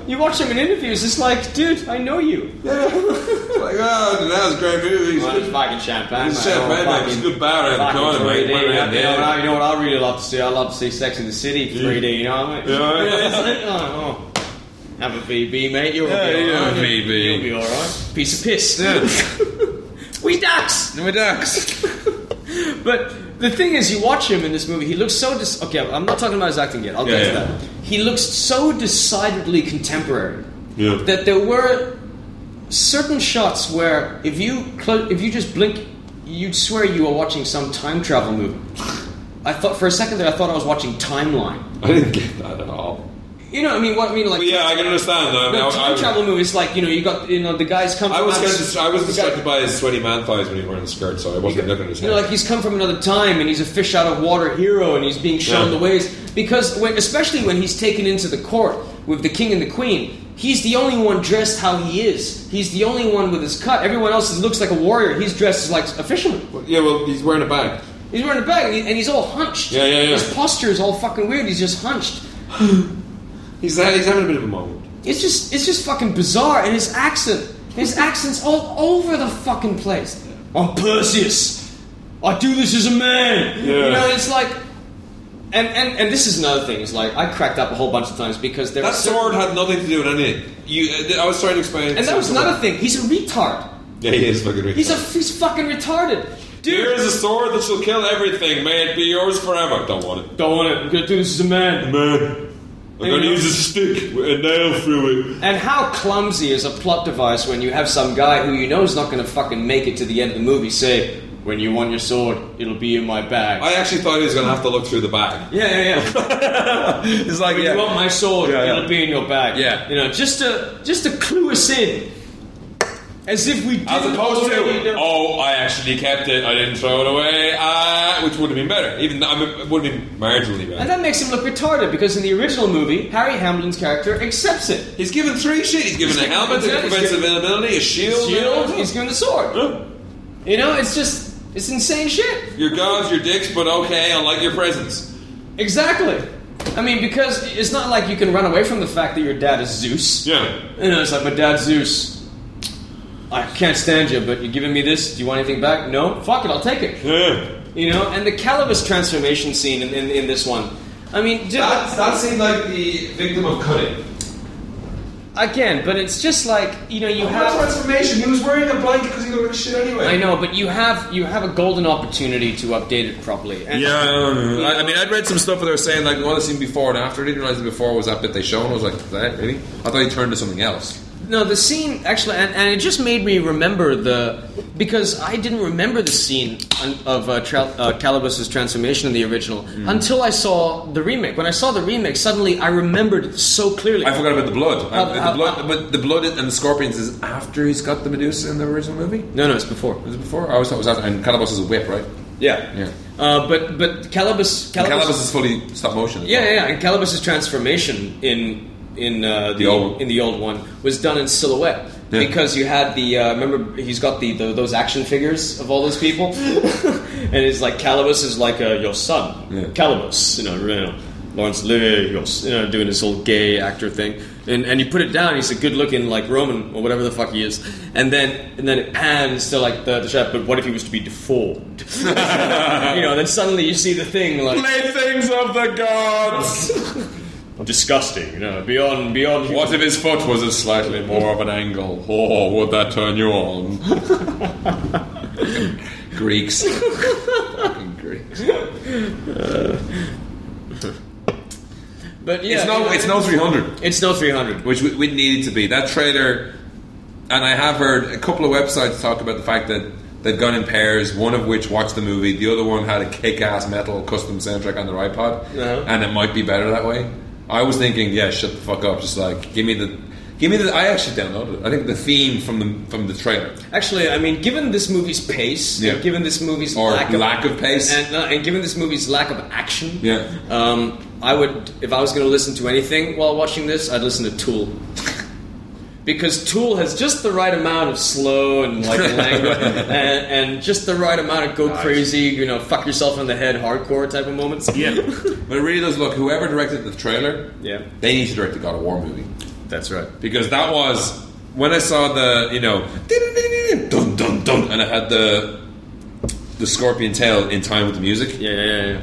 [SPEAKER 1] you watch him in interviews. It's like, dude, I know you.
[SPEAKER 4] Yeah. It's like, oh, that was a great movie. It's good.
[SPEAKER 1] fucking champagne. Oh,
[SPEAKER 4] It's champagne, mate. It's a good bar around the corner, mate. Put it in there.
[SPEAKER 1] you know what I really love to see? I love to see Sex in the City 3D. You know what I mean?
[SPEAKER 4] Yeah, right.
[SPEAKER 1] it's like, oh, oh. Have a VB, mate. You'll
[SPEAKER 2] Yeah,
[SPEAKER 1] be
[SPEAKER 2] yeah,
[SPEAKER 1] alright.
[SPEAKER 2] VB.
[SPEAKER 1] You'll be alright. Piece of piss. we ducks.
[SPEAKER 2] No, my ducks.
[SPEAKER 1] But the thing is, you watch him in this movie. He looks so dis- okay. I'm not talking about his acting yet. I'll
[SPEAKER 4] Yeah,
[SPEAKER 1] get to
[SPEAKER 4] yeah.
[SPEAKER 1] that. He looks so decidedly contemporary
[SPEAKER 4] Yeah.
[SPEAKER 1] that there were certain shots where, if you clo- if you just blink, you'd swear you were watching some time travel movie. I thought for a second there, I thought I was watching Timeline.
[SPEAKER 4] I didn't get that at all.
[SPEAKER 1] You know, what I mean, what I mean, like
[SPEAKER 4] But yeah, I can understand. though. I, mean,
[SPEAKER 1] no,
[SPEAKER 4] I-
[SPEAKER 1] time
[SPEAKER 4] I-
[SPEAKER 1] travel movies, like you know, you got you know the guys come.
[SPEAKER 4] I was
[SPEAKER 1] from-
[SPEAKER 4] kind of dist- I was
[SPEAKER 1] the guy-
[SPEAKER 4] distracted by his sweaty man thighs when he was wearing the skirt, so I wasn't looking at his
[SPEAKER 1] You know,
[SPEAKER 4] hair.
[SPEAKER 1] like he's come from another time, and he's a fish out of water hero, and he's being shown
[SPEAKER 4] Yeah.
[SPEAKER 1] the ways. Because when, especially when he's taken into the court with the king and the queen, he's the only one dressed how he is. He's the only one with his cut. Everyone else is- looks like a warrior. He's dressed as like a fisherman.
[SPEAKER 4] yeah, well, he's wearing a bag.
[SPEAKER 1] He's wearing a bag, and, he, and he's all hunched.
[SPEAKER 4] Yeah, yeah, yeah.
[SPEAKER 1] His posture is all fucking weird. He's just hunched.
[SPEAKER 4] He's, uh, he's having a bit of a moment.
[SPEAKER 1] It's just it's just fucking bizarre, and his accent, his accent's all over the fucking place. I'm Perseus. I do this as a man.
[SPEAKER 4] Yeah.
[SPEAKER 1] You know, it's like, and and and this is another thing. It's like I cracked up a whole bunch of times because there
[SPEAKER 4] That
[SPEAKER 1] was certain-
[SPEAKER 4] sword had nothing to do with anything. You, uh, I was trying to explain.
[SPEAKER 1] and that was another thing. He's a retard.
[SPEAKER 4] Yeah, he is fucking retarded.
[SPEAKER 1] He's a he's fucking retarded, dude.
[SPEAKER 4] Here is a sword that shall kill everything. May it be yours forever. Don't want it.
[SPEAKER 1] Don't want it. I'm gonna do this as a man.
[SPEAKER 4] Man, I'm
[SPEAKER 1] gonna use a
[SPEAKER 4] stick with a nail through
[SPEAKER 1] And how clumsy is a plot device when you have some guy who you know is not going to fucking make it to the end of the movie say, "When you want your sword, it'll be in my bag."
[SPEAKER 4] I actually thought he was gonna have to look through the bag.
[SPEAKER 1] Yeah, yeah, yeah.
[SPEAKER 2] It's like,
[SPEAKER 1] If you want
[SPEAKER 2] yeah.
[SPEAKER 1] my sword,
[SPEAKER 2] Yeah, yeah.
[SPEAKER 1] it'll be in your bag.
[SPEAKER 2] Yeah.
[SPEAKER 1] You know, just to just to clue us in. As if we didn't
[SPEAKER 4] As opposed
[SPEAKER 1] already
[SPEAKER 4] to,
[SPEAKER 1] know-
[SPEAKER 4] oh, I actually kept it. I didn't throw it away. Uh, which would have been better. Even though, I mean, it would have been marginally
[SPEAKER 1] And
[SPEAKER 4] better.
[SPEAKER 1] that makes him look retarded because in the original movie, Harry Hamlin's character accepts it.
[SPEAKER 4] He's given three shit. He's given a helmet that
[SPEAKER 1] given-
[SPEAKER 4] prevents availability, a shield.
[SPEAKER 1] Shield, he's given the sword.
[SPEAKER 4] Yeah.
[SPEAKER 1] You know, it's just it's insane shit.
[SPEAKER 4] Your gods, your dicks, but okay, I like your presents.
[SPEAKER 1] Exactly. I mean, because it's not like you can run away from the fact that your dad is Zeus.
[SPEAKER 4] Yeah.
[SPEAKER 1] You know, it's like my dad's Zeus. I can't stand you, but you're giving me this. Do you want anything back? No. Fuck it, I'll take it.
[SPEAKER 4] Yeah.
[SPEAKER 1] You know, and the Calibus transformation scene in, in, in this one. I mean, ju-
[SPEAKER 4] That, that seemed like the victim of cutting.
[SPEAKER 1] again, but it's just like you know, you have.
[SPEAKER 4] transformation. He was wearing a blanket because he looked like shit anyway.
[SPEAKER 1] I know, but you have you have a golden opportunity to update it properly. And
[SPEAKER 2] Yeah, I don't know.
[SPEAKER 4] I, I mean, I'd read some stuff where they were saying like, "Well, I seen before and after." I didn't realize the before was that bit they shown. I was like, "That really?" I thought he turned to something else.
[SPEAKER 1] No, the scene actually, and, and it just made me remember the because I didn't remember the scene un- of uh, tra- uh, Calibus's transformation in the original
[SPEAKER 2] Mm.
[SPEAKER 1] until I saw the remake. When I saw the remake, suddenly I remembered it so clearly.
[SPEAKER 2] I forgot about the blood. I-
[SPEAKER 1] Uh,
[SPEAKER 2] the
[SPEAKER 1] uh,
[SPEAKER 2] blood
[SPEAKER 1] uh.
[SPEAKER 2] but the blood and the scorpions is after he's got the Medusa in the original movie.
[SPEAKER 1] No, no, it's before.
[SPEAKER 2] Was it before? I always thought it was after. And Calabos is a whip, right?
[SPEAKER 1] Yeah,
[SPEAKER 2] Yeah.
[SPEAKER 1] Uh, but but Calibus, Calibus,
[SPEAKER 2] And Calabos is fully stop motion. as
[SPEAKER 1] yeah,
[SPEAKER 2] well.
[SPEAKER 1] yeah, yeah, and Calibus's transformation in in uh, the,
[SPEAKER 2] The old one.
[SPEAKER 1] in the old one was done in silhouette.
[SPEAKER 2] Yeah.
[SPEAKER 1] Because you had the uh, remember he's got the, the those action figures of all those people, and it's like Calibus is like uh, your son,
[SPEAKER 2] Yeah.
[SPEAKER 1] Calibus, you know, you know, Lawrence Olivier, your, s- you know, doing this whole gay actor thing, and and you put it down, he's a good looking like Roman or whatever the fuck he is, and then and then it pans to like the, the chef. But what if he was to be deformed? you know, then suddenly you see the thing like
[SPEAKER 2] Playthings of the gods.
[SPEAKER 1] disgusting. You know, beyond beyond.
[SPEAKER 4] What if his foot was a slightly more of an angle? Oh, would that turn you on?
[SPEAKER 2] Greeks. Fucking Greeks.
[SPEAKER 1] But yeah,
[SPEAKER 2] It's no. It's no three hundred.
[SPEAKER 1] It's no 300.
[SPEAKER 2] which we, we needed to be. That trailer, and I have heard a couple of websites talk about the fact that they've gone in pairs. One of which watched the movie, the other one had a kick-ass metal custom soundtrack on their iPod,
[SPEAKER 1] Uh-huh.
[SPEAKER 2] and it might be better that way. I was thinking, yeah, shut the fuck up, just like give me the Give me the. I actually downloaded it. I think the theme from the from the trailer.
[SPEAKER 1] Actually, I mean, given this movie's pace,
[SPEAKER 2] Yeah.
[SPEAKER 1] and given this movie's
[SPEAKER 2] Or
[SPEAKER 1] lack,
[SPEAKER 2] lack of pace.
[SPEAKER 1] and, uh, and given this movie's lack of action,
[SPEAKER 2] Yeah.
[SPEAKER 1] um, I would, if I was going to listen to anything while watching this, I'd listen to Tool. Because Tool has just the right amount of slow and like languid, and, and just the right amount of go crazy, you know, fuck yourself in the head, hardcore type of moments.
[SPEAKER 5] Yeah,
[SPEAKER 2] But it really does look. Whoever directed the trailer,
[SPEAKER 1] yeah,
[SPEAKER 2] they need to direct the God of War movie
[SPEAKER 1] that's right.
[SPEAKER 2] because that was when I saw the you know dun dun dun, and I had the the scorpion tail in time with the music.
[SPEAKER 1] Yeah, yeah, yeah. yeah.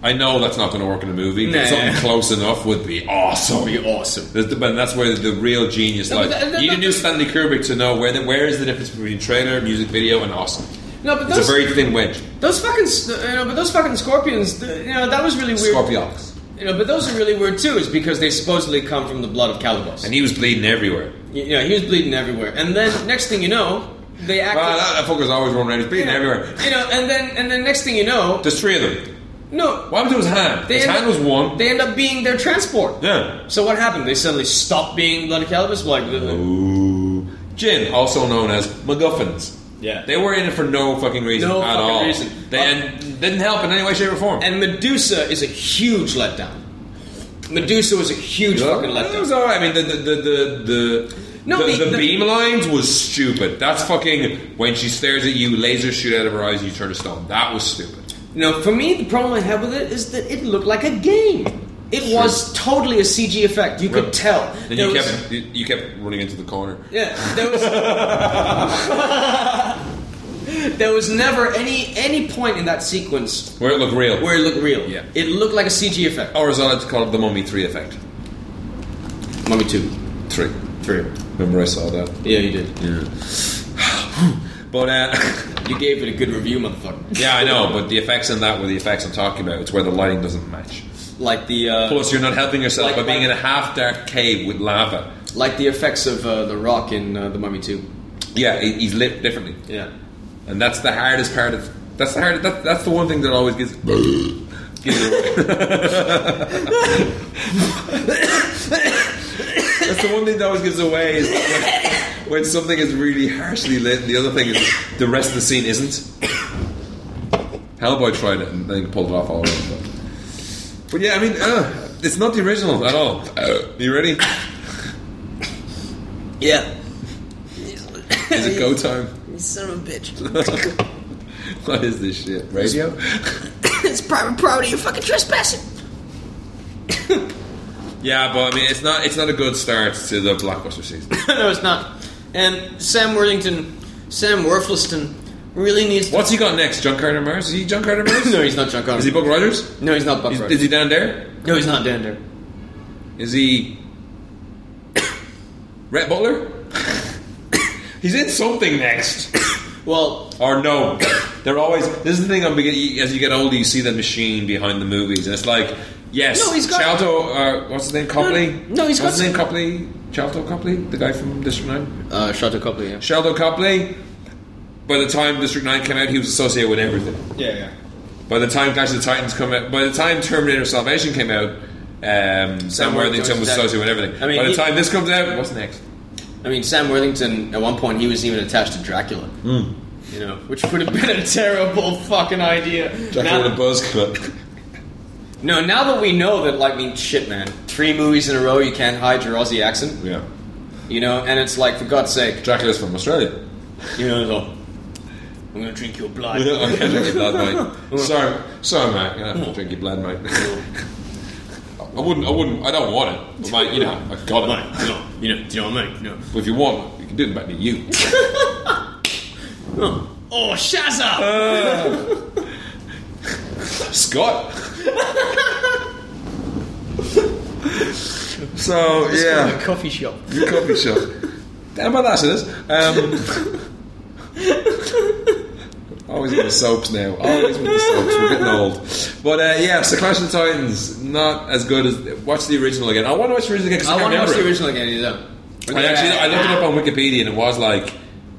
[SPEAKER 2] I know that's not going to work in a movie, but
[SPEAKER 1] Nah.
[SPEAKER 2] something close enough would be awesome.
[SPEAKER 1] Be awesome.
[SPEAKER 2] That's the- But that's where the real genius
[SPEAKER 1] No, but
[SPEAKER 2] lies.
[SPEAKER 1] that- that-
[SPEAKER 2] you need to
[SPEAKER 1] that-
[SPEAKER 2] do Stanley Kubrick to know where the, where is the difference between trailer, music video, and awesome.
[SPEAKER 1] No, but
[SPEAKER 2] It's a
[SPEAKER 1] those,
[SPEAKER 2] very thin wedge.
[SPEAKER 1] those fucking, s- you know, but those fucking scorpions, th- you know, that was really weird.
[SPEAKER 2] Scorpiox,
[SPEAKER 1] You know, but those are really weird too, is because they supposedly come from the blood of Calibos.
[SPEAKER 2] and he was bleeding everywhere.
[SPEAKER 1] you you know, he was bleeding everywhere. And then next thing you know, they acted.
[SPEAKER 2] Wow, that, that fucker's always running around. He's bleeding everywhere.
[SPEAKER 1] You know, and then and then next thing you know,
[SPEAKER 2] There's three of them.
[SPEAKER 1] no,
[SPEAKER 2] What happened to his hand?
[SPEAKER 1] They
[SPEAKER 2] his
[SPEAKER 1] end
[SPEAKER 2] hand
[SPEAKER 1] up-
[SPEAKER 2] was one.
[SPEAKER 1] they end up being their transport.
[SPEAKER 2] yeah.
[SPEAKER 1] So what happened? They suddenly stopped being blood of Calibus. Like,
[SPEAKER 2] Oh. Ooh. Jin, also known as MacGuffins.
[SPEAKER 1] yeah.
[SPEAKER 2] They were in it for no fucking reason
[SPEAKER 1] No
[SPEAKER 2] at
[SPEAKER 1] fucking
[SPEAKER 2] all.
[SPEAKER 1] reason.
[SPEAKER 2] They
[SPEAKER 1] Uh,
[SPEAKER 2] and didn't help in any way, shape, or form.
[SPEAKER 1] and Medusa is a huge letdown. Medusa was a huge fucking
[SPEAKER 2] It was
[SPEAKER 1] letdown.
[SPEAKER 2] alright. I mean, the the the the, the
[SPEAKER 1] No,
[SPEAKER 2] the,
[SPEAKER 1] the-
[SPEAKER 2] the
[SPEAKER 1] the-
[SPEAKER 2] beam lines was stupid. That's fucking when she stares at you, lasers shoot out of her eyes, you turn to stone. That was stupid.
[SPEAKER 1] No, for me, the problem I have with it is that it looked like a game. It was totally a CG effect. You
[SPEAKER 2] Right.
[SPEAKER 1] could tell.
[SPEAKER 2] Then
[SPEAKER 1] There
[SPEAKER 2] you
[SPEAKER 1] was-
[SPEAKER 2] kept you, you kept running into the corner.
[SPEAKER 1] Yeah, there was there was never any any point in that sequence
[SPEAKER 2] Where it looked real.
[SPEAKER 1] where it looked real.
[SPEAKER 2] Yeah.
[SPEAKER 1] it looked like a CG effect.
[SPEAKER 2] or as I like to call it, the Mummy Three effect.
[SPEAKER 1] Mummy two,
[SPEAKER 2] Three.
[SPEAKER 1] three.
[SPEAKER 2] Remember I saw that.
[SPEAKER 1] Yeah, you did.
[SPEAKER 2] But uh,
[SPEAKER 1] You gave it a good review, motherfucker.
[SPEAKER 2] yeah, I know. But the effects in that were the effects I'm talking about. It's where the lighting doesn't match.
[SPEAKER 1] Like the uh,
[SPEAKER 2] Plus, you're not helping yourself
[SPEAKER 1] Like-
[SPEAKER 2] by being
[SPEAKER 1] like-
[SPEAKER 2] in a half dark cave with lava.
[SPEAKER 1] like the effects of uh, the Rock in uh, the Mummy two.
[SPEAKER 2] Yeah, he- he's lit differently.
[SPEAKER 1] Yeah.
[SPEAKER 2] And that's the hardest part of. That's the hard. That, that's the one thing that always gives. gives it away. that's the one thing that always gives away is when, when something is really harshly lit. and The other thing is the rest of the scene isn't. Hellboy tried it and then pulled it off all right. But, but yeah, I mean, uh, it's not the original at all. Uh, you ready?
[SPEAKER 1] Yeah.
[SPEAKER 2] Is it go time?
[SPEAKER 6] You son of a bitch.
[SPEAKER 2] What is this shit? Radio?
[SPEAKER 6] it's private property, you're fucking trespassing.
[SPEAKER 2] Yeah, but I mean, it's not. It's not a good start to the blockbuster season.
[SPEAKER 1] no, it's not. And Sam Worthington, Sam Worthleston, really needs. To-
[SPEAKER 2] What's he got next? John Carter Mars? Is he John Carter Mars?
[SPEAKER 1] No, he's not John Carter.
[SPEAKER 2] Is he Buck Rogers?
[SPEAKER 1] no, he's not Buck.
[SPEAKER 2] Is,
[SPEAKER 1] Rogers.
[SPEAKER 2] is he down there?
[SPEAKER 1] no, he's not Dander.
[SPEAKER 2] Is he Rhett Butler? He's in something next.
[SPEAKER 1] Well,
[SPEAKER 2] Or no, they're always. This is the thing. I'm beginning as you get older, you see the machine behind the movies, and it's like, yes,
[SPEAKER 1] No, he's got-
[SPEAKER 2] Chalto. Uh, what's his name? Copley.
[SPEAKER 1] no, he's
[SPEAKER 2] what's
[SPEAKER 1] got-
[SPEAKER 2] his name? Copley. Chalto Copley, the guy from District Nine.
[SPEAKER 1] uh, Chateau Copley. Yeah.
[SPEAKER 2] Sheldon Copley, by the time District 9 came out, he was associated with everything.
[SPEAKER 1] Yeah, yeah.
[SPEAKER 2] By the time Clash of the Titans come out, by the time Terminator Salvation came out, um, Sam
[SPEAKER 1] Sam
[SPEAKER 2] Worthington
[SPEAKER 1] Worthington
[SPEAKER 2] was associated with everything.
[SPEAKER 1] I mean,
[SPEAKER 2] by the
[SPEAKER 1] he-
[SPEAKER 2] time this comes out, what's next?
[SPEAKER 1] I mean, Sam Worthington, at one point, he was even attached to Dracula.
[SPEAKER 2] Hmm.
[SPEAKER 1] You know, which would have been a terrible fucking idea.
[SPEAKER 2] Dracula
[SPEAKER 1] Now-
[SPEAKER 2] Buzz Cut.
[SPEAKER 1] no, now that we know that, like, I mean, shit, man. Three movies in a row, you can't hide your Aussie accent.
[SPEAKER 2] yeah.
[SPEAKER 1] You know, and it's like, for God's sake,
[SPEAKER 2] Dracula's from Australia.
[SPEAKER 1] you know, it's all, I'm gonna drink your blood.
[SPEAKER 2] Okay, drink your Oh, blood, mate. Sorry, sorry, mate. I have to drink your blood, mate. I wouldn't. I wouldn't. I don't want it, but mate, you know, I got it.
[SPEAKER 1] Mate, no, you know, do you know what I mean? No.
[SPEAKER 2] But if you want, it, you can do it back to you.
[SPEAKER 1] Oh, Shazza!
[SPEAKER 2] Scott. so yeah,
[SPEAKER 1] coffee shop.
[SPEAKER 2] coffee shop. Damn about that, sis. Um, always with the soaps now. Always with the soaps. We're getting old. But uh, yeah, so Clash of the Titans not as good as watch the original again. I want to watch the original again. 'cause
[SPEAKER 1] I
[SPEAKER 2] can't
[SPEAKER 1] want to watch the
[SPEAKER 2] remember
[SPEAKER 1] original again, you know.
[SPEAKER 2] it. I actually I looked it up on Wikipedia and it was like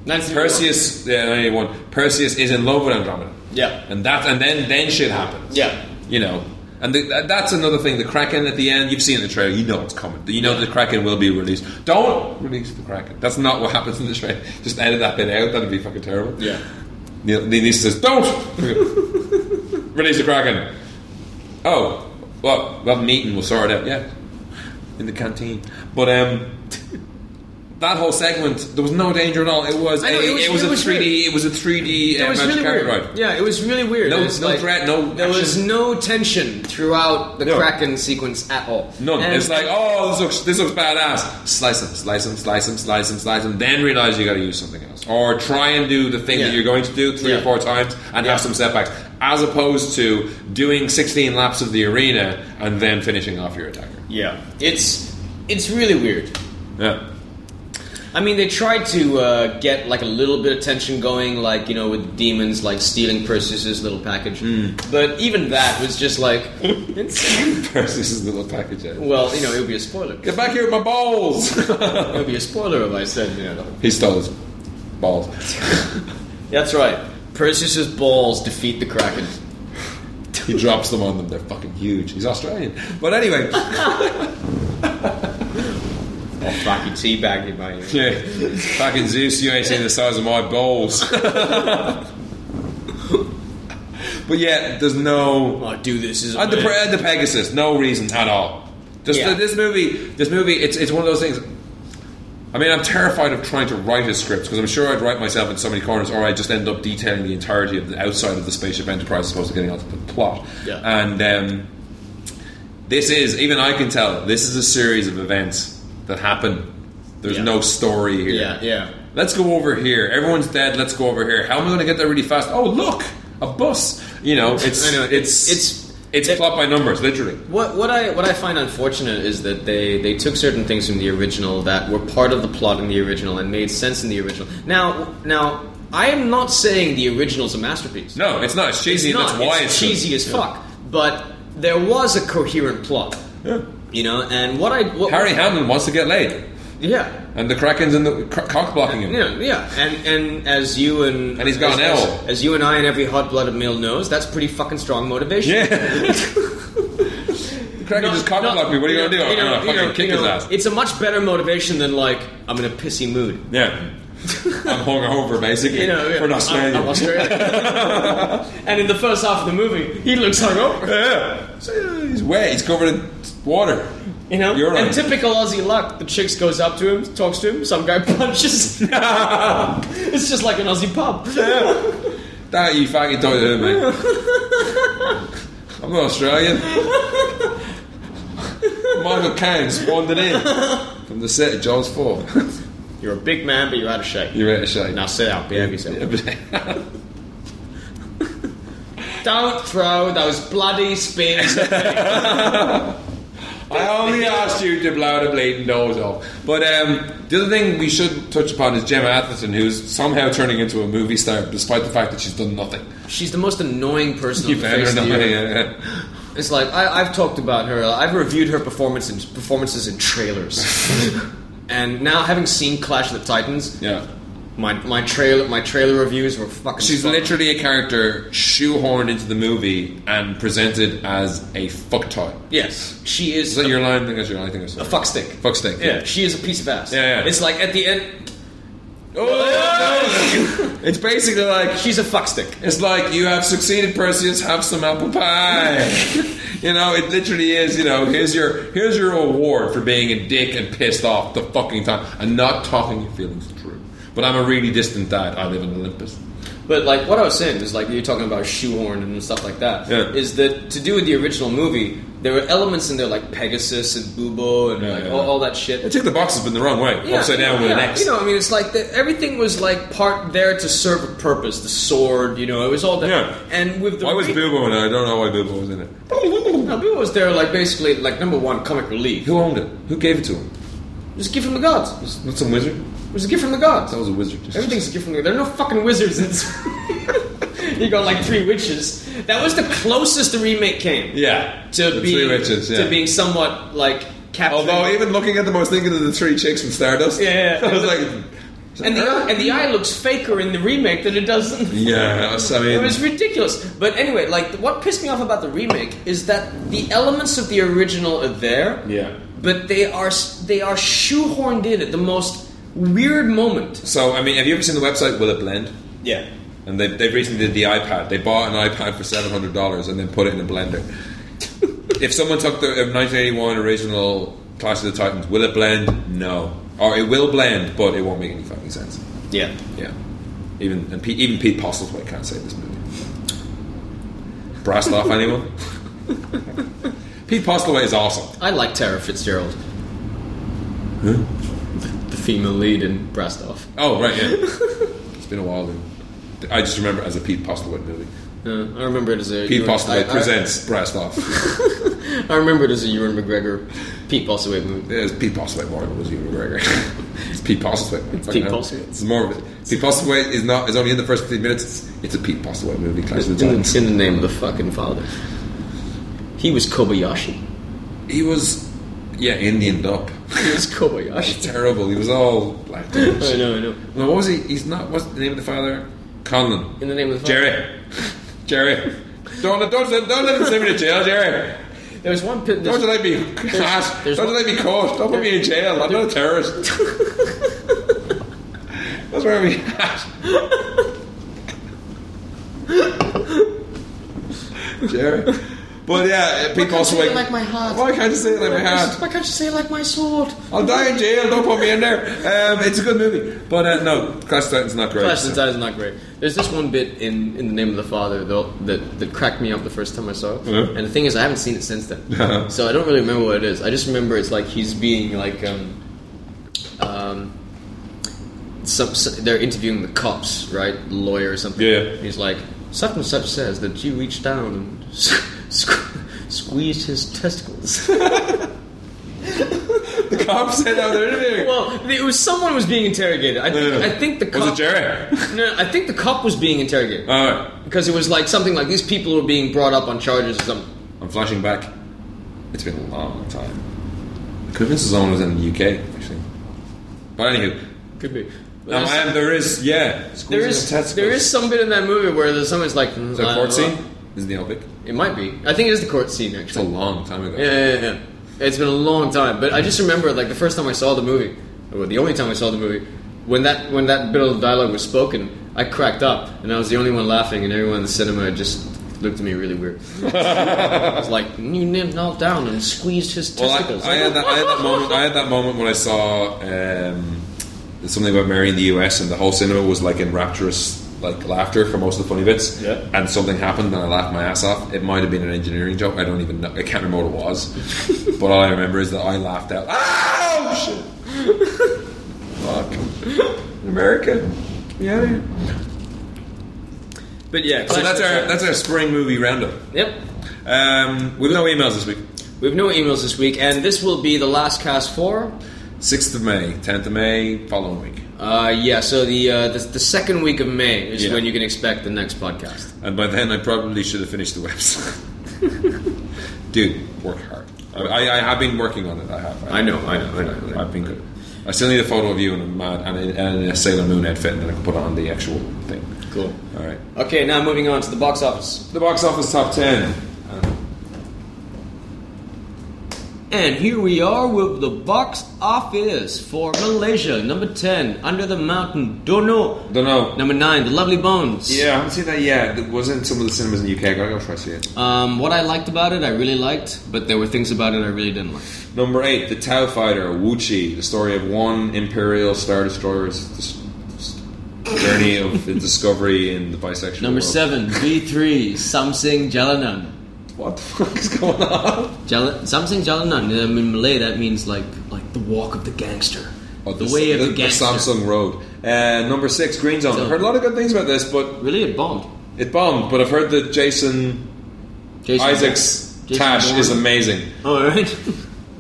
[SPEAKER 1] 1991.
[SPEAKER 2] Perseus. Yeah, ninety one. Perseus is in love with Andromeda,
[SPEAKER 1] Yeah.
[SPEAKER 2] and that and then then shit happens.
[SPEAKER 1] Yeah.
[SPEAKER 2] you know. And the, that- that's another thing. The Kraken at the end, you've seen it in the trailer. You know it's coming. You know the Kraken will be released. Don't release the Kraken. That's not what happens in the trailer. Just edit that bit out. That'd be fucking terrible.
[SPEAKER 4] Yeah.
[SPEAKER 2] Neil, Neil Neeson says, "Don't release the Kraken." Oh, well, we'll have a meeting. We'll sort it out. Yeah, in the canteen. But um, that whole segment, there was no danger at all. It was
[SPEAKER 1] I know,
[SPEAKER 2] a,
[SPEAKER 1] it
[SPEAKER 2] it
[SPEAKER 1] was-
[SPEAKER 2] was,
[SPEAKER 1] it
[SPEAKER 2] a
[SPEAKER 1] was
[SPEAKER 2] three D. It was a three D uh,
[SPEAKER 1] It was
[SPEAKER 2] magic
[SPEAKER 1] really
[SPEAKER 2] carpet
[SPEAKER 1] weird.
[SPEAKER 2] ride.
[SPEAKER 1] Yeah, it was really weird.
[SPEAKER 2] No-
[SPEAKER 1] It's
[SPEAKER 2] no threat, no
[SPEAKER 1] There was
[SPEAKER 2] action.
[SPEAKER 1] no tension throughout the
[SPEAKER 2] No.
[SPEAKER 1] Kraken sequence at all.
[SPEAKER 2] None.
[SPEAKER 1] And-
[SPEAKER 2] it's like, oh, this looks this looks badass. Slice them, slice them, slice them, slice them, slice them. Then realize you got to use something else, or try and do the thing
[SPEAKER 1] Yeah.
[SPEAKER 2] that you're going to do three
[SPEAKER 1] Yeah.
[SPEAKER 2] or four times and have some setbacks, as opposed to doing 16 laps of the arena and then finishing off your attacker.
[SPEAKER 1] yeah, it's it's really weird.
[SPEAKER 2] Yeah.
[SPEAKER 1] I mean, they tried to uh, get like a little bit of tension going, like you know, with demons like stealing Perseus's little package.
[SPEAKER 2] Hmm.
[SPEAKER 1] But even that was just like, it's,
[SPEAKER 2] Versus his little package. eh?
[SPEAKER 1] well, you know, it would be a spoiler. It
[SPEAKER 2] Get back here with my balls.
[SPEAKER 1] would be a spoiler if I said, you know,
[SPEAKER 2] he stole his balls.
[SPEAKER 1] that's right. Perseus's balls defeat the Kraken.
[SPEAKER 2] He drops them on them. They're fucking huge. He's Australian. But anyway,
[SPEAKER 1] Oh, fuck, you teabagged me by you.
[SPEAKER 2] yeah, fucking Zeus, you ain't seen the size of my balls. but yeah, there's no.
[SPEAKER 1] Oh, do this is. a
[SPEAKER 2] And Uh, the,
[SPEAKER 1] man.
[SPEAKER 2] Pe- and the Pegasus, no reason at all. This,
[SPEAKER 1] Yeah.
[SPEAKER 2] this movie, this movie, it's it's one of those things. I mean, I'm terrified of trying to write a script because I'm sure I'd write myself in so many corners, or I just end up detailing the entirety of the outside of the spaceship Enterprise, as opposed to getting onto the plot.
[SPEAKER 1] Yeah.
[SPEAKER 2] And um, this is even I can tell this is a series of events that happen. There's
[SPEAKER 1] Yeah.
[SPEAKER 2] no story here.
[SPEAKER 1] Yeah, yeah.
[SPEAKER 2] Let's go over here. Everyone's dead. Let's go over here. How am I going to get there really fast? Oh, look, a bus. You know, it's
[SPEAKER 1] I know,
[SPEAKER 2] it's
[SPEAKER 1] it's-
[SPEAKER 2] it's
[SPEAKER 1] it-
[SPEAKER 2] plot by numbers, literally.
[SPEAKER 1] What, what I what I find unfortunate is that they, they took certain things from the original that were part of the plot in the original and made sense in the original. Now now I am not saying the original's a masterpiece.
[SPEAKER 2] No, it's not. It's cheesy.
[SPEAKER 1] it's not.
[SPEAKER 2] That's why
[SPEAKER 1] it's,
[SPEAKER 2] it's, good.
[SPEAKER 1] cheesy as fuck. But there was a coherent plot.
[SPEAKER 2] Yeah.
[SPEAKER 1] You know, and what I what,
[SPEAKER 2] Harry Hamlin wants to get laid,
[SPEAKER 1] yeah.
[SPEAKER 2] and the Kraken's in the co- cock blocking him.
[SPEAKER 1] Yeah, yeah, and and as you and
[SPEAKER 2] And he's got an
[SPEAKER 1] as,
[SPEAKER 2] L.
[SPEAKER 1] As, as you and I and every hot-blooded male knows, that's pretty fucking strong motivation.
[SPEAKER 2] Yeah. the Kraken
[SPEAKER 1] No,
[SPEAKER 2] just cock
[SPEAKER 1] no,
[SPEAKER 2] blocked me. What are you
[SPEAKER 1] know,
[SPEAKER 2] going to do?
[SPEAKER 1] you know,
[SPEAKER 2] I'm going to
[SPEAKER 1] you know,
[SPEAKER 2] fucking kick
[SPEAKER 1] you
[SPEAKER 2] his
[SPEAKER 1] know,
[SPEAKER 2] ass.
[SPEAKER 1] It's a much better motivation than like I'm in a pissy mood.
[SPEAKER 2] Yeah. I'm hungover, basically.
[SPEAKER 1] You know, yeah,
[SPEAKER 2] We're not Australian.
[SPEAKER 1] I'm, I'm Australian. and in the first half of the movie, he looks hungover.
[SPEAKER 2] yeah. So, yeah, he's wet. He's covered in water.
[SPEAKER 1] You know,
[SPEAKER 2] You're
[SPEAKER 1] and
[SPEAKER 2] right.
[SPEAKER 1] typical Aussie luck, the chicks goes up to him, talks to him, some guy punches. it's just like an Aussie pub.
[SPEAKER 2] That you fucking don't do, mate. I'm not Australian. Michael Caine spawned it in from the set of Jaws 4.
[SPEAKER 1] You're a big man, but you're out of shape.
[SPEAKER 2] You're out of shape.
[SPEAKER 1] Now sit down, behave yourself. Don't throw those bloody spears.
[SPEAKER 2] I only asked you to blow the bleeding doors off. But um, the other thing we should touch upon is Gemma Atherton, who's somehow turning into a movie star despite the fact that she's done nothing.
[SPEAKER 1] She's the most annoying person on
[SPEAKER 2] You've
[SPEAKER 1] the
[SPEAKER 2] had
[SPEAKER 1] face
[SPEAKER 2] her
[SPEAKER 1] of the
[SPEAKER 2] now,
[SPEAKER 1] earth.
[SPEAKER 2] yeah, yeah.
[SPEAKER 1] It's like I, I've talked about her. I've reviewed her performance in, performances in trailers, and now having seen Clash of the Titans,
[SPEAKER 2] yeah.
[SPEAKER 1] my my trailer my trailer reviews were fucking.
[SPEAKER 2] She's
[SPEAKER 1] spot on.
[SPEAKER 2] literally a character shoehorned into the movie and presented as a fuck toy.
[SPEAKER 1] yes, she is
[SPEAKER 2] Is that
[SPEAKER 1] a,
[SPEAKER 2] your line? I think that's your line. I think that's
[SPEAKER 1] a fuck stick.
[SPEAKER 2] Fuck stick.
[SPEAKER 1] Yeah, she is a piece of ass.
[SPEAKER 2] Yeah, yeah.
[SPEAKER 1] It's like at the end,
[SPEAKER 2] Oh! it's basically like
[SPEAKER 1] she's a fuck stick.
[SPEAKER 2] it's like you have succeeded, Perseus. Have some apple pie. you know, it literally is. You know, here's your here's your award for being a dick and pissed off the fucking time and not talking your feelings through. But I'm a really distant dad. I live in Olympus.
[SPEAKER 1] But like what I was saying is like you're talking about shoehorn and stuff like that.
[SPEAKER 2] Yeah.
[SPEAKER 1] Is that to do with the original movie? There were elements in there like Pegasus and Bubo and
[SPEAKER 2] Yeah,
[SPEAKER 1] like
[SPEAKER 2] yeah,
[SPEAKER 1] all,
[SPEAKER 2] yeah.
[SPEAKER 1] all that shit.
[SPEAKER 2] They took the boxes, but in the wrong way. Upside down with
[SPEAKER 1] yeah,
[SPEAKER 2] an X.
[SPEAKER 1] You know, I mean, it's like the, everything was like part there to serve a purpose. The sword, you know, it was all there.
[SPEAKER 2] Yeah.
[SPEAKER 1] And with the
[SPEAKER 2] why was
[SPEAKER 1] re-
[SPEAKER 2] Bilbo in it? I don't know why Bilbo was in it.
[SPEAKER 1] No, Bilbo was there like basically like number one comic relief.
[SPEAKER 2] Who owned it? Who gave it to him?
[SPEAKER 1] It was a gift from the gods.
[SPEAKER 2] Not some wizard.
[SPEAKER 1] It was a gift from the gods.
[SPEAKER 2] That was a wizard.
[SPEAKER 1] Everything's a gift from the. There are no fucking wizards in this. you got like three witches. That was the closest the remake came.
[SPEAKER 2] Yeah.
[SPEAKER 1] To
[SPEAKER 2] The
[SPEAKER 1] being
[SPEAKER 2] Three Witches, yeah.
[SPEAKER 1] to being somewhat like captured.
[SPEAKER 2] Although even looking at them, I was thinking of the three chicks from Stardust.
[SPEAKER 1] Yeah, yeah.
[SPEAKER 2] I was like,
[SPEAKER 1] And the, and the eye looks faker in the remake than it does in the
[SPEAKER 2] Yeah, I
[SPEAKER 1] It
[SPEAKER 2] mean,
[SPEAKER 1] was ridiculous. But anyway, like what pissed me off about the remake is that the elements of the original are there.
[SPEAKER 7] Yeah.
[SPEAKER 1] But they are s- they are shoehorned in at the most weird moment.
[SPEAKER 2] so I mean, have you ever seen the website Will It Blend?
[SPEAKER 1] Yeah.
[SPEAKER 2] And they they recently did the iPad. They bought an iPad for seven hundred dollars and then put it in a blender. if someone took the nineteen eighty one original Clash of the Titans, will it blend? No, or it will blend, but it won't make any fucking sense.
[SPEAKER 1] Yeah.
[SPEAKER 2] Yeah, even and Pete, even Pete Postlethwaite can't save this movie. Brassed off anyone? Pete Postlethwaite is awesome.
[SPEAKER 1] I like Tara Fitzgerald. The female lead in Brastoff.
[SPEAKER 2] Oh right, yeah. it's been a while. Dude. I just remember it as a Pete Postlethwaite movie.
[SPEAKER 1] Uh, I remember it as a
[SPEAKER 2] Pete
[SPEAKER 1] I,
[SPEAKER 2] Postlethwaite
[SPEAKER 1] I-
[SPEAKER 2] presents Brassed Off.
[SPEAKER 1] I remember it as a Ewan McGregor Pete Postlewaite movie.
[SPEAKER 2] It was Pete Postlewaite more than it was Ewan McGregor. it's Pete Postlewaite. It's
[SPEAKER 1] Pete Postlewaite.
[SPEAKER 2] It's more of it. Pete Postlewaite is not is only in the first fifteen minutes. It's, it's a Pete Postlewaite movie. Clash of the
[SPEAKER 1] It's
[SPEAKER 2] Titans.
[SPEAKER 1] in the name of the fucking father. He was Kobayashi.
[SPEAKER 2] He was yeah Indianed up.
[SPEAKER 1] He was Kobayashi.
[SPEAKER 2] Terrible. He was all black. and
[SPEAKER 1] I
[SPEAKER 2] shit.
[SPEAKER 1] know, I know.
[SPEAKER 2] No, what was he? He's not. What's the name of the father? Conlon.
[SPEAKER 1] In the name of the father.
[SPEAKER 2] Jerry. Jerry. Don't let- don't let- don't let him send me to jail, Jerry.
[SPEAKER 1] There's one pit. There's,
[SPEAKER 2] Don't you let me caught.
[SPEAKER 1] there's
[SPEAKER 2] Don't you
[SPEAKER 1] one-
[SPEAKER 2] let me caught. Don't put me in jail. I'm not a terrorist. That's where we at. Jerry. But yeah, people also
[SPEAKER 1] say it
[SPEAKER 2] like,
[SPEAKER 1] like my heart?
[SPEAKER 2] Why can't you say it like my heart?
[SPEAKER 1] why can't you say like my sword?
[SPEAKER 2] I'll die in jail. Don't put me in there. Um, it's a good movie, but uh, no, Crash of the Titan's not great.
[SPEAKER 1] Flash Inside is not great. There's this one bit in in the name of the Father though that that cracked me up the first time I saw it.
[SPEAKER 2] Yeah. Uh-huh.
[SPEAKER 1] And the thing is, I haven't seen it since then, so I don't really remember what it is. I just remember it's like he's being like um um. Some, some, they're interviewing the cops, right? Lawyer or something.
[SPEAKER 2] Yeah.
[SPEAKER 1] He's like, such and such says that you reached down and s- sque- squeezed his testicles.
[SPEAKER 2] The cops said out there. didn't
[SPEAKER 1] Well, it was someone was being interrogated. I think,
[SPEAKER 2] Yeah.
[SPEAKER 1] I think the
[SPEAKER 2] they?
[SPEAKER 1] cop.
[SPEAKER 2] Was it Jerry?
[SPEAKER 1] No, I think the cop was being interrogated
[SPEAKER 2] All right.
[SPEAKER 1] because it was like something like these people were being brought up on charges or something.
[SPEAKER 2] I'm flashing back. It's been a long time. Convinced Zone was in the UK, actually. But anywho,
[SPEAKER 1] Could be. But
[SPEAKER 2] um, I
[SPEAKER 1] there's-
[SPEAKER 2] am, there is yeah,
[SPEAKER 1] there is there is some bit in that movie where there's someone's like mm,
[SPEAKER 2] the
[SPEAKER 1] I
[SPEAKER 2] court
[SPEAKER 1] don't know.
[SPEAKER 2] scene. Is in the Olympic?
[SPEAKER 1] It might be. I think it is the court scene
[SPEAKER 2] It's a
[SPEAKER 1] actually.
[SPEAKER 2] long time ago.
[SPEAKER 1] Yeah, yeah, yeah, yeah. It's been a long time, but I just remember like the first time I saw the movie, or the only time I saw the movie, when that when that bit of dialogue was spoken, I cracked up, and I was the only one laughing, and everyone in the cinema just looked at me really weird. I was like, "You knelt down and squeezed his
[SPEAKER 2] Well,
[SPEAKER 1] testicles."
[SPEAKER 2] I, I had that. I had that moment. I had that moment when I saw um, there's something about Mary in the US, and the whole cinema was like in rapturous like laughter for most of the funny bits.
[SPEAKER 1] Yeah.
[SPEAKER 2] And something happened, and I laughed my ass off. It might have been an engineering joke. I don't even. know. I can't remember what it was. but all I remember is that I laughed out. Oh shit! Fuck. America. Yeah.
[SPEAKER 1] but yeah,
[SPEAKER 2] So
[SPEAKER 1] Clash
[SPEAKER 2] that's
[SPEAKER 1] of the
[SPEAKER 2] our that's our spring movie roundup.
[SPEAKER 1] Yep.
[SPEAKER 2] Um, we've no emails this week.
[SPEAKER 1] We have no emails this week, and this will be the last cast for.
[SPEAKER 2] Sixth of May, tenth of May, following week.
[SPEAKER 1] Uh, yeah, so the, uh, the the second week of May is
[SPEAKER 2] Yeah.
[SPEAKER 1] when you can expect the next podcast.
[SPEAKER 2] And by then, I probably should have finished the website. Dude, work hard. I, I, I have been working on it. I have.
[SPEAKER 1] I know, I know, I know.
[SPEAKER 2] I've been good. I still need a photo of you and a mad and a, and a Sailor Moon outfit, and then I can put on the actual thing.
[SPEAKER 1] Cool.
[SPEAKER 2] All right.
[SPEAKER 1] Okay, now moving on to the box office,
[SPEAKER 2] The box office top ten.
[SPEAKER 1] and here we are with the box office for Malaysia. Number ten, Under the Mountain, Dono.
[SPEAKER 2] Don't know.
[SPEAKER 1] Number nine, The Lovely Bones.
[SPEAKER 2] Yeah, I haven't seen that yet. It was in some of the cinemas in the UK. I gotta go try to see it.
[SPEAKER 1] Um, what I liked about it, I really liked, but there were things about it I really didn't like.
[SPEAKER 2] Number eight, The Tau Fighter, Wuchi, the story of one Imperial Star Destroyer's dis- dis- journey of the discovery in the bisexual
[SPEAKER 1] Number
[SPEAKER 2] world.
[SPEAKER 1] seven, V three, Samsung Jalanan.
[SPEAKER 2] What the fuck is going on?
[SPEAKER 1] Jal- something Jalanan. uh, In Malay, that means like like the walk of the gangster, the,
[SPEAKER 2] this-
[SPEAKER 1] way of the,
[SPEAKER 2] the
[SPEAKER 1] gangster.
[SPEAKER 2] Samsung Road. Uh, number six, Green Zone.
[SPEAKER 1] So-
[SPEAKER 2] I've heard a lot of good things about this, but
[SPEAKER 1] Really, it bombed.
[SPEAKER 2] it bombed. But I've heard that Jason
[SPEAKER 1] Jason
[SPEAKER 2] Isaacs
[SPEAKER 1] Jason
[SPEAKER 2] Tash
[SPEAKER 1] Bourne.
[SPEAKER 2] is amazing.
[SPEAKER 1] All right.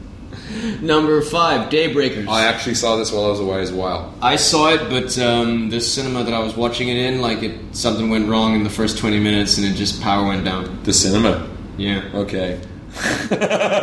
[SPEAKER 1] Number five, Daybreakers.
[SPEAKER 2] I actually saw this while I was away as well.
[SPEAKER 1] Oh, I saw it, but um, the cinema that I was watching it in, like it something went wrong in the first twenty minutes, and it just power went down.
[SPEAKER 2] The cinema.
[SPEAKER 1] Yeah.
[SPEAKER 2] Okay.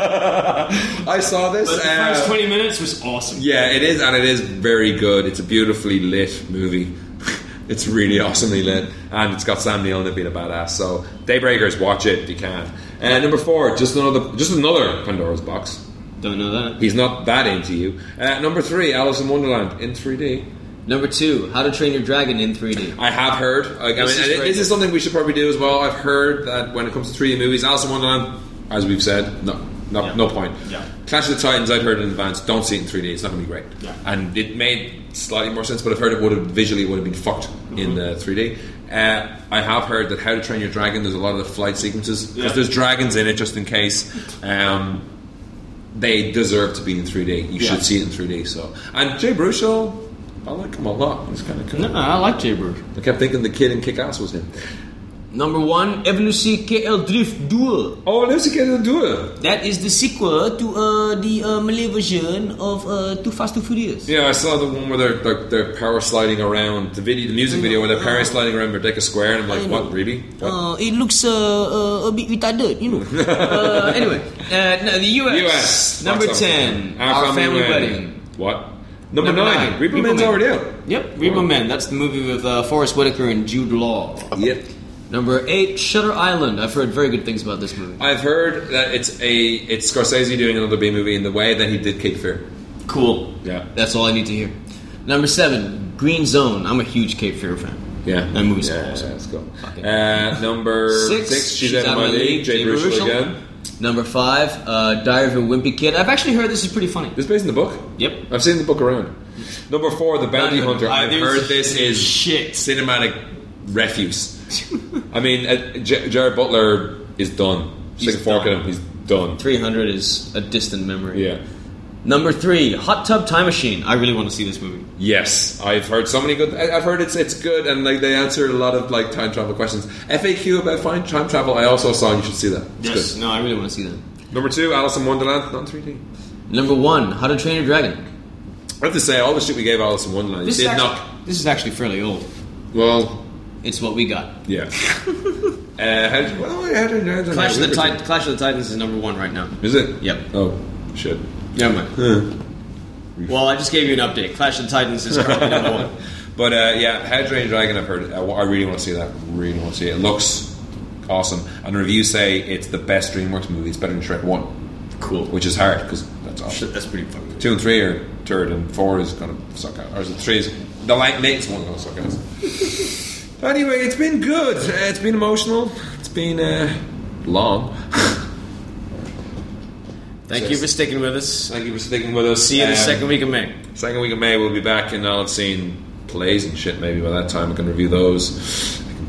[SPEAKER 2] I saw this.
[SPEAKER 1] But the
[SPEAKER 2] uh,
[SPEAKER 1] first 20 minutes was awesome.
[SPEAKER 2] Yeah, it is, and it is very good. It's a beautifully lit movie. it's really awesomely lit, and it's got Sam Neill in it being a badass. So, Daybreakers, watch it if you can. And number four, just another, just another Pandora's box.
[SPEAKER 1] Don't know that.
[SPEAKER 2] He's not that into you. Uh, number three, Alice in Wonderland in 3D.
[SPEAKER 1] Number two, How to Train Your Dragon in 3D.
[SPEAKER 2] I have heard. I, I mean,
[SPEAKER 1] This is
[SPEAKER 2] and it-
[SPEAKER 1] very
[SPEAKER 2] this
[SPEAKER 1] good.
[SPEAKER 2] is something we should probably do as well. I've heard that when it comes to 3D movies, Alice in Wonderland, as we've said, no, no,
[SPEAKER 1] Yeah.
[SPEAKER 2] no point.
[SPEAKER 1] Yeah.
[SPEAKER 2] Clash of the Titans, I'd heard in advance. Don't see it in 3D. It's not going to be great.
[SPEAKER 1] Yeah.
[SPEAKER 2] And it made slightly more sense, but I've heard it would have visually would have been fucked in
[SPEAKER 1] Mm-hmm.
[SPEAKER 2] uh, 3D. Uh, I have heard that How to Train Your Dragon. There's a lot of the flight sequences because
[SPEAKER 1] Yeah.
[SPEAKER 2] there's dragons in it, just in case. Um, they deserve to be in 3D. You
[SPEAKER 1] Yeah.
[SPEAKER 2] should see it in 3D. So, and Jay Baruchel, I like him a lot. He's kind of cool.
[SPEAKER 1] No, I like Jaybird.
[SPEAKER 2] I kept thinking the kid in Kick Ass was him.
[SPEAKER 1] Number one, Evolution KL Drift Duel.
[SPEAKER 2] Oh, Lucy Kid in Duel.
[SPEAKER 1] That is the sequel to uh, the uh, Malay version of uh, Too Fast Too Furious.
[SPEAKER 2] Yeah, I saw the one where they're, they're, they're power sliding around the video, the music video where they're power sliding around Verdeca Square, and I'm like, what, really? What?
[SPEAKER 1] Uh, it looks uh, uh, a bit retarded, you know. uh, anyway, uh, no, the US,
[SPEAKER 2] US
[SPEAKER 1] number
[SPEAKER 2] box office.
[SPEAKER 1] ten, our, family, wedding.
[SPEAKER 2] What? Number, nine, nine. Reaper
[SPEAKER 1] Repo
[SPEAKER 2] Man's
[SPEAKER 1] Man.
[SPEAKER 2] already out.
[SPEAKER 1] Yep, Reaper Man. That's the movie with uh, Forrest Whitaker and Jude Law.
[SPEAKER 2] Yep.
[SPEAKER 1] Number eight, Shutter Island. I've heard very good things about this movie.
[SPEAKER 2] I've heard that it's a it's Scorsese doing another B movie in the way that he did Cape Fear.
[SPEAKER 1] Cool.
[SPEAKER 2] Yeah.
[SPEAKER 1] That's all I need to hear. Number seven, Green Zone. I'm a huge Cape Fear fan.
[SPEAKER 2] Yeah,
[SPEAKER 1] That movie's
[SPEAKER 2] yeah,
[SPEAKER 1] awesome.
[SPEAKER 2] yeah, Let's go.
[SPEAKER 1] Fucking-
[SPEAKER 2] Uh, number six, she's, out of my league. Jay Bruchel again.
[SPEAKER 1] Number five, uh, Diary of a Wimpy Kid. I've actually heard this is pretty funny.
[SPEAKER 2] This is based on the book.
[SPEAKER 1] Yep.
[SPEAKER 2] I've seen the book around. Number four, The Bounty
[SPEAKER 1] Not-
[SPEAKER 2] Hunter.
[SPEAKER 1] uh,
[SPEAKER 2] I've
[SPEAKER 1] there's
[SPEAKER 2] heard this is
[SPEAKER 1] shit.
[SPEAKER 2] cinematic refuse. I mean, uh, J- Jared Butler is done. Stick
[SPEAKER 1] He's
[SPEAKER 2] a fork in
[SPEAKER 1] done.
[SPEAKER 2] him. He's done.
[SPEAKER 1] 300 is a distant memory.
[SPEAKER 2] Yeah.
[SPEAKER 1] Number three, Hot Tub Time Machine. I really want to see this movie.
[SPEAKER 2] Yes, I've heard so many good. I- I've heard it's it's good, and like they answer a lot of like time travel questions. FAQ about fine time travel. I also saw. You should see that. It's
[SPEAKER 1] yes. No, I really want to see that.
[SPEAKER 2] good. Number two, Alice in Wonderland, not three D.
[SPEAKER 1] Number one, How to Train Your Dragon.
[SPEAKER 2] I have to say, all the shit we gave Alice in Wonderland
[SPEAKER 1] This
[SPEAKER 2] did
[SPEAKER 1] is actually,
[SPEAKER 2] not.
[SPEAKER 1] This is actually fairly old.
[SPEAKER 2] Well,
[SPEAKER 1] It's what we got.
[SPEAKER 2] yeah. uh, how did, well, how did, how did
[SPEAKER 1] Clash of the
[SPEAKER 2] Titans.
[SPEAKER 1] Titan, Clash of the Titans is number one right now.
[SPEAKER 2] Is it?
[SPEAKER 1] Yep.
[SPEAKER 2] Oh shit.
[SPEAKER 1] Never mind. Well, I just gave you an update. Clash of the Titans is currently number one.
[SPEAKER 2] But uh, yeah, How to Train Your Dragon. I've heard. It. I, wa- I really want to see that. Really want to see it. It looks awesome. And the reviews say it's the best DreamWorks movie. It's better than Shrek One,
[SPEAKER 1] Cool.
[SPEAKER 2] which is hard because that's awesome.
[SPEAKER 1] That's pretty fucking good.
[SPEAKER 2] Two and three are third, and four is gonna suck out. Or is it three is the light latest one gonna suck out. anyway, it's been good. Uh, it's been emotional. It's been uh, long.
[SPEAKER 1] Thank you for sticking with us.
[SPEAKER 2] Thank you for sticking with us.
[SPEAKER 1] See you the
[SPEAKER 2] Um,
[SPEAKER 1] second week of May.
[SPEAKER 2] Second week of May, we'll be back, and I'll have seen plays and shit. Maybe by that time, I can review those. I can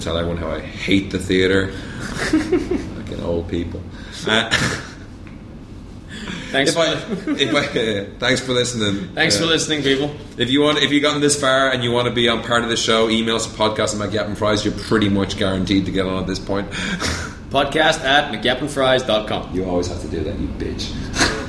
[SPEAKER 2] tell everyone how I hate the theater. Fucking old people. Uh,
[SPEAKER 1] Thanks
[SPEAKER 2] if
[SPEAKER 1] for,
[SPEAKER 2] I, if I, thanks for listening.
[SPEAKER 1] thanks for
[SPEAKER 2] Uh,
[SPEAKER 1] listening, people.
[SPEAKER 2] If you want, if you've gotten this far and you want to be on part of the show, email us at podcast at McGappenFries. You're pretty much guaranteed to get on at this point.
[SPEAKER 1] Podcast at McGappenFries.com.
[SPEAKER 2] you always have to do that, you bitch.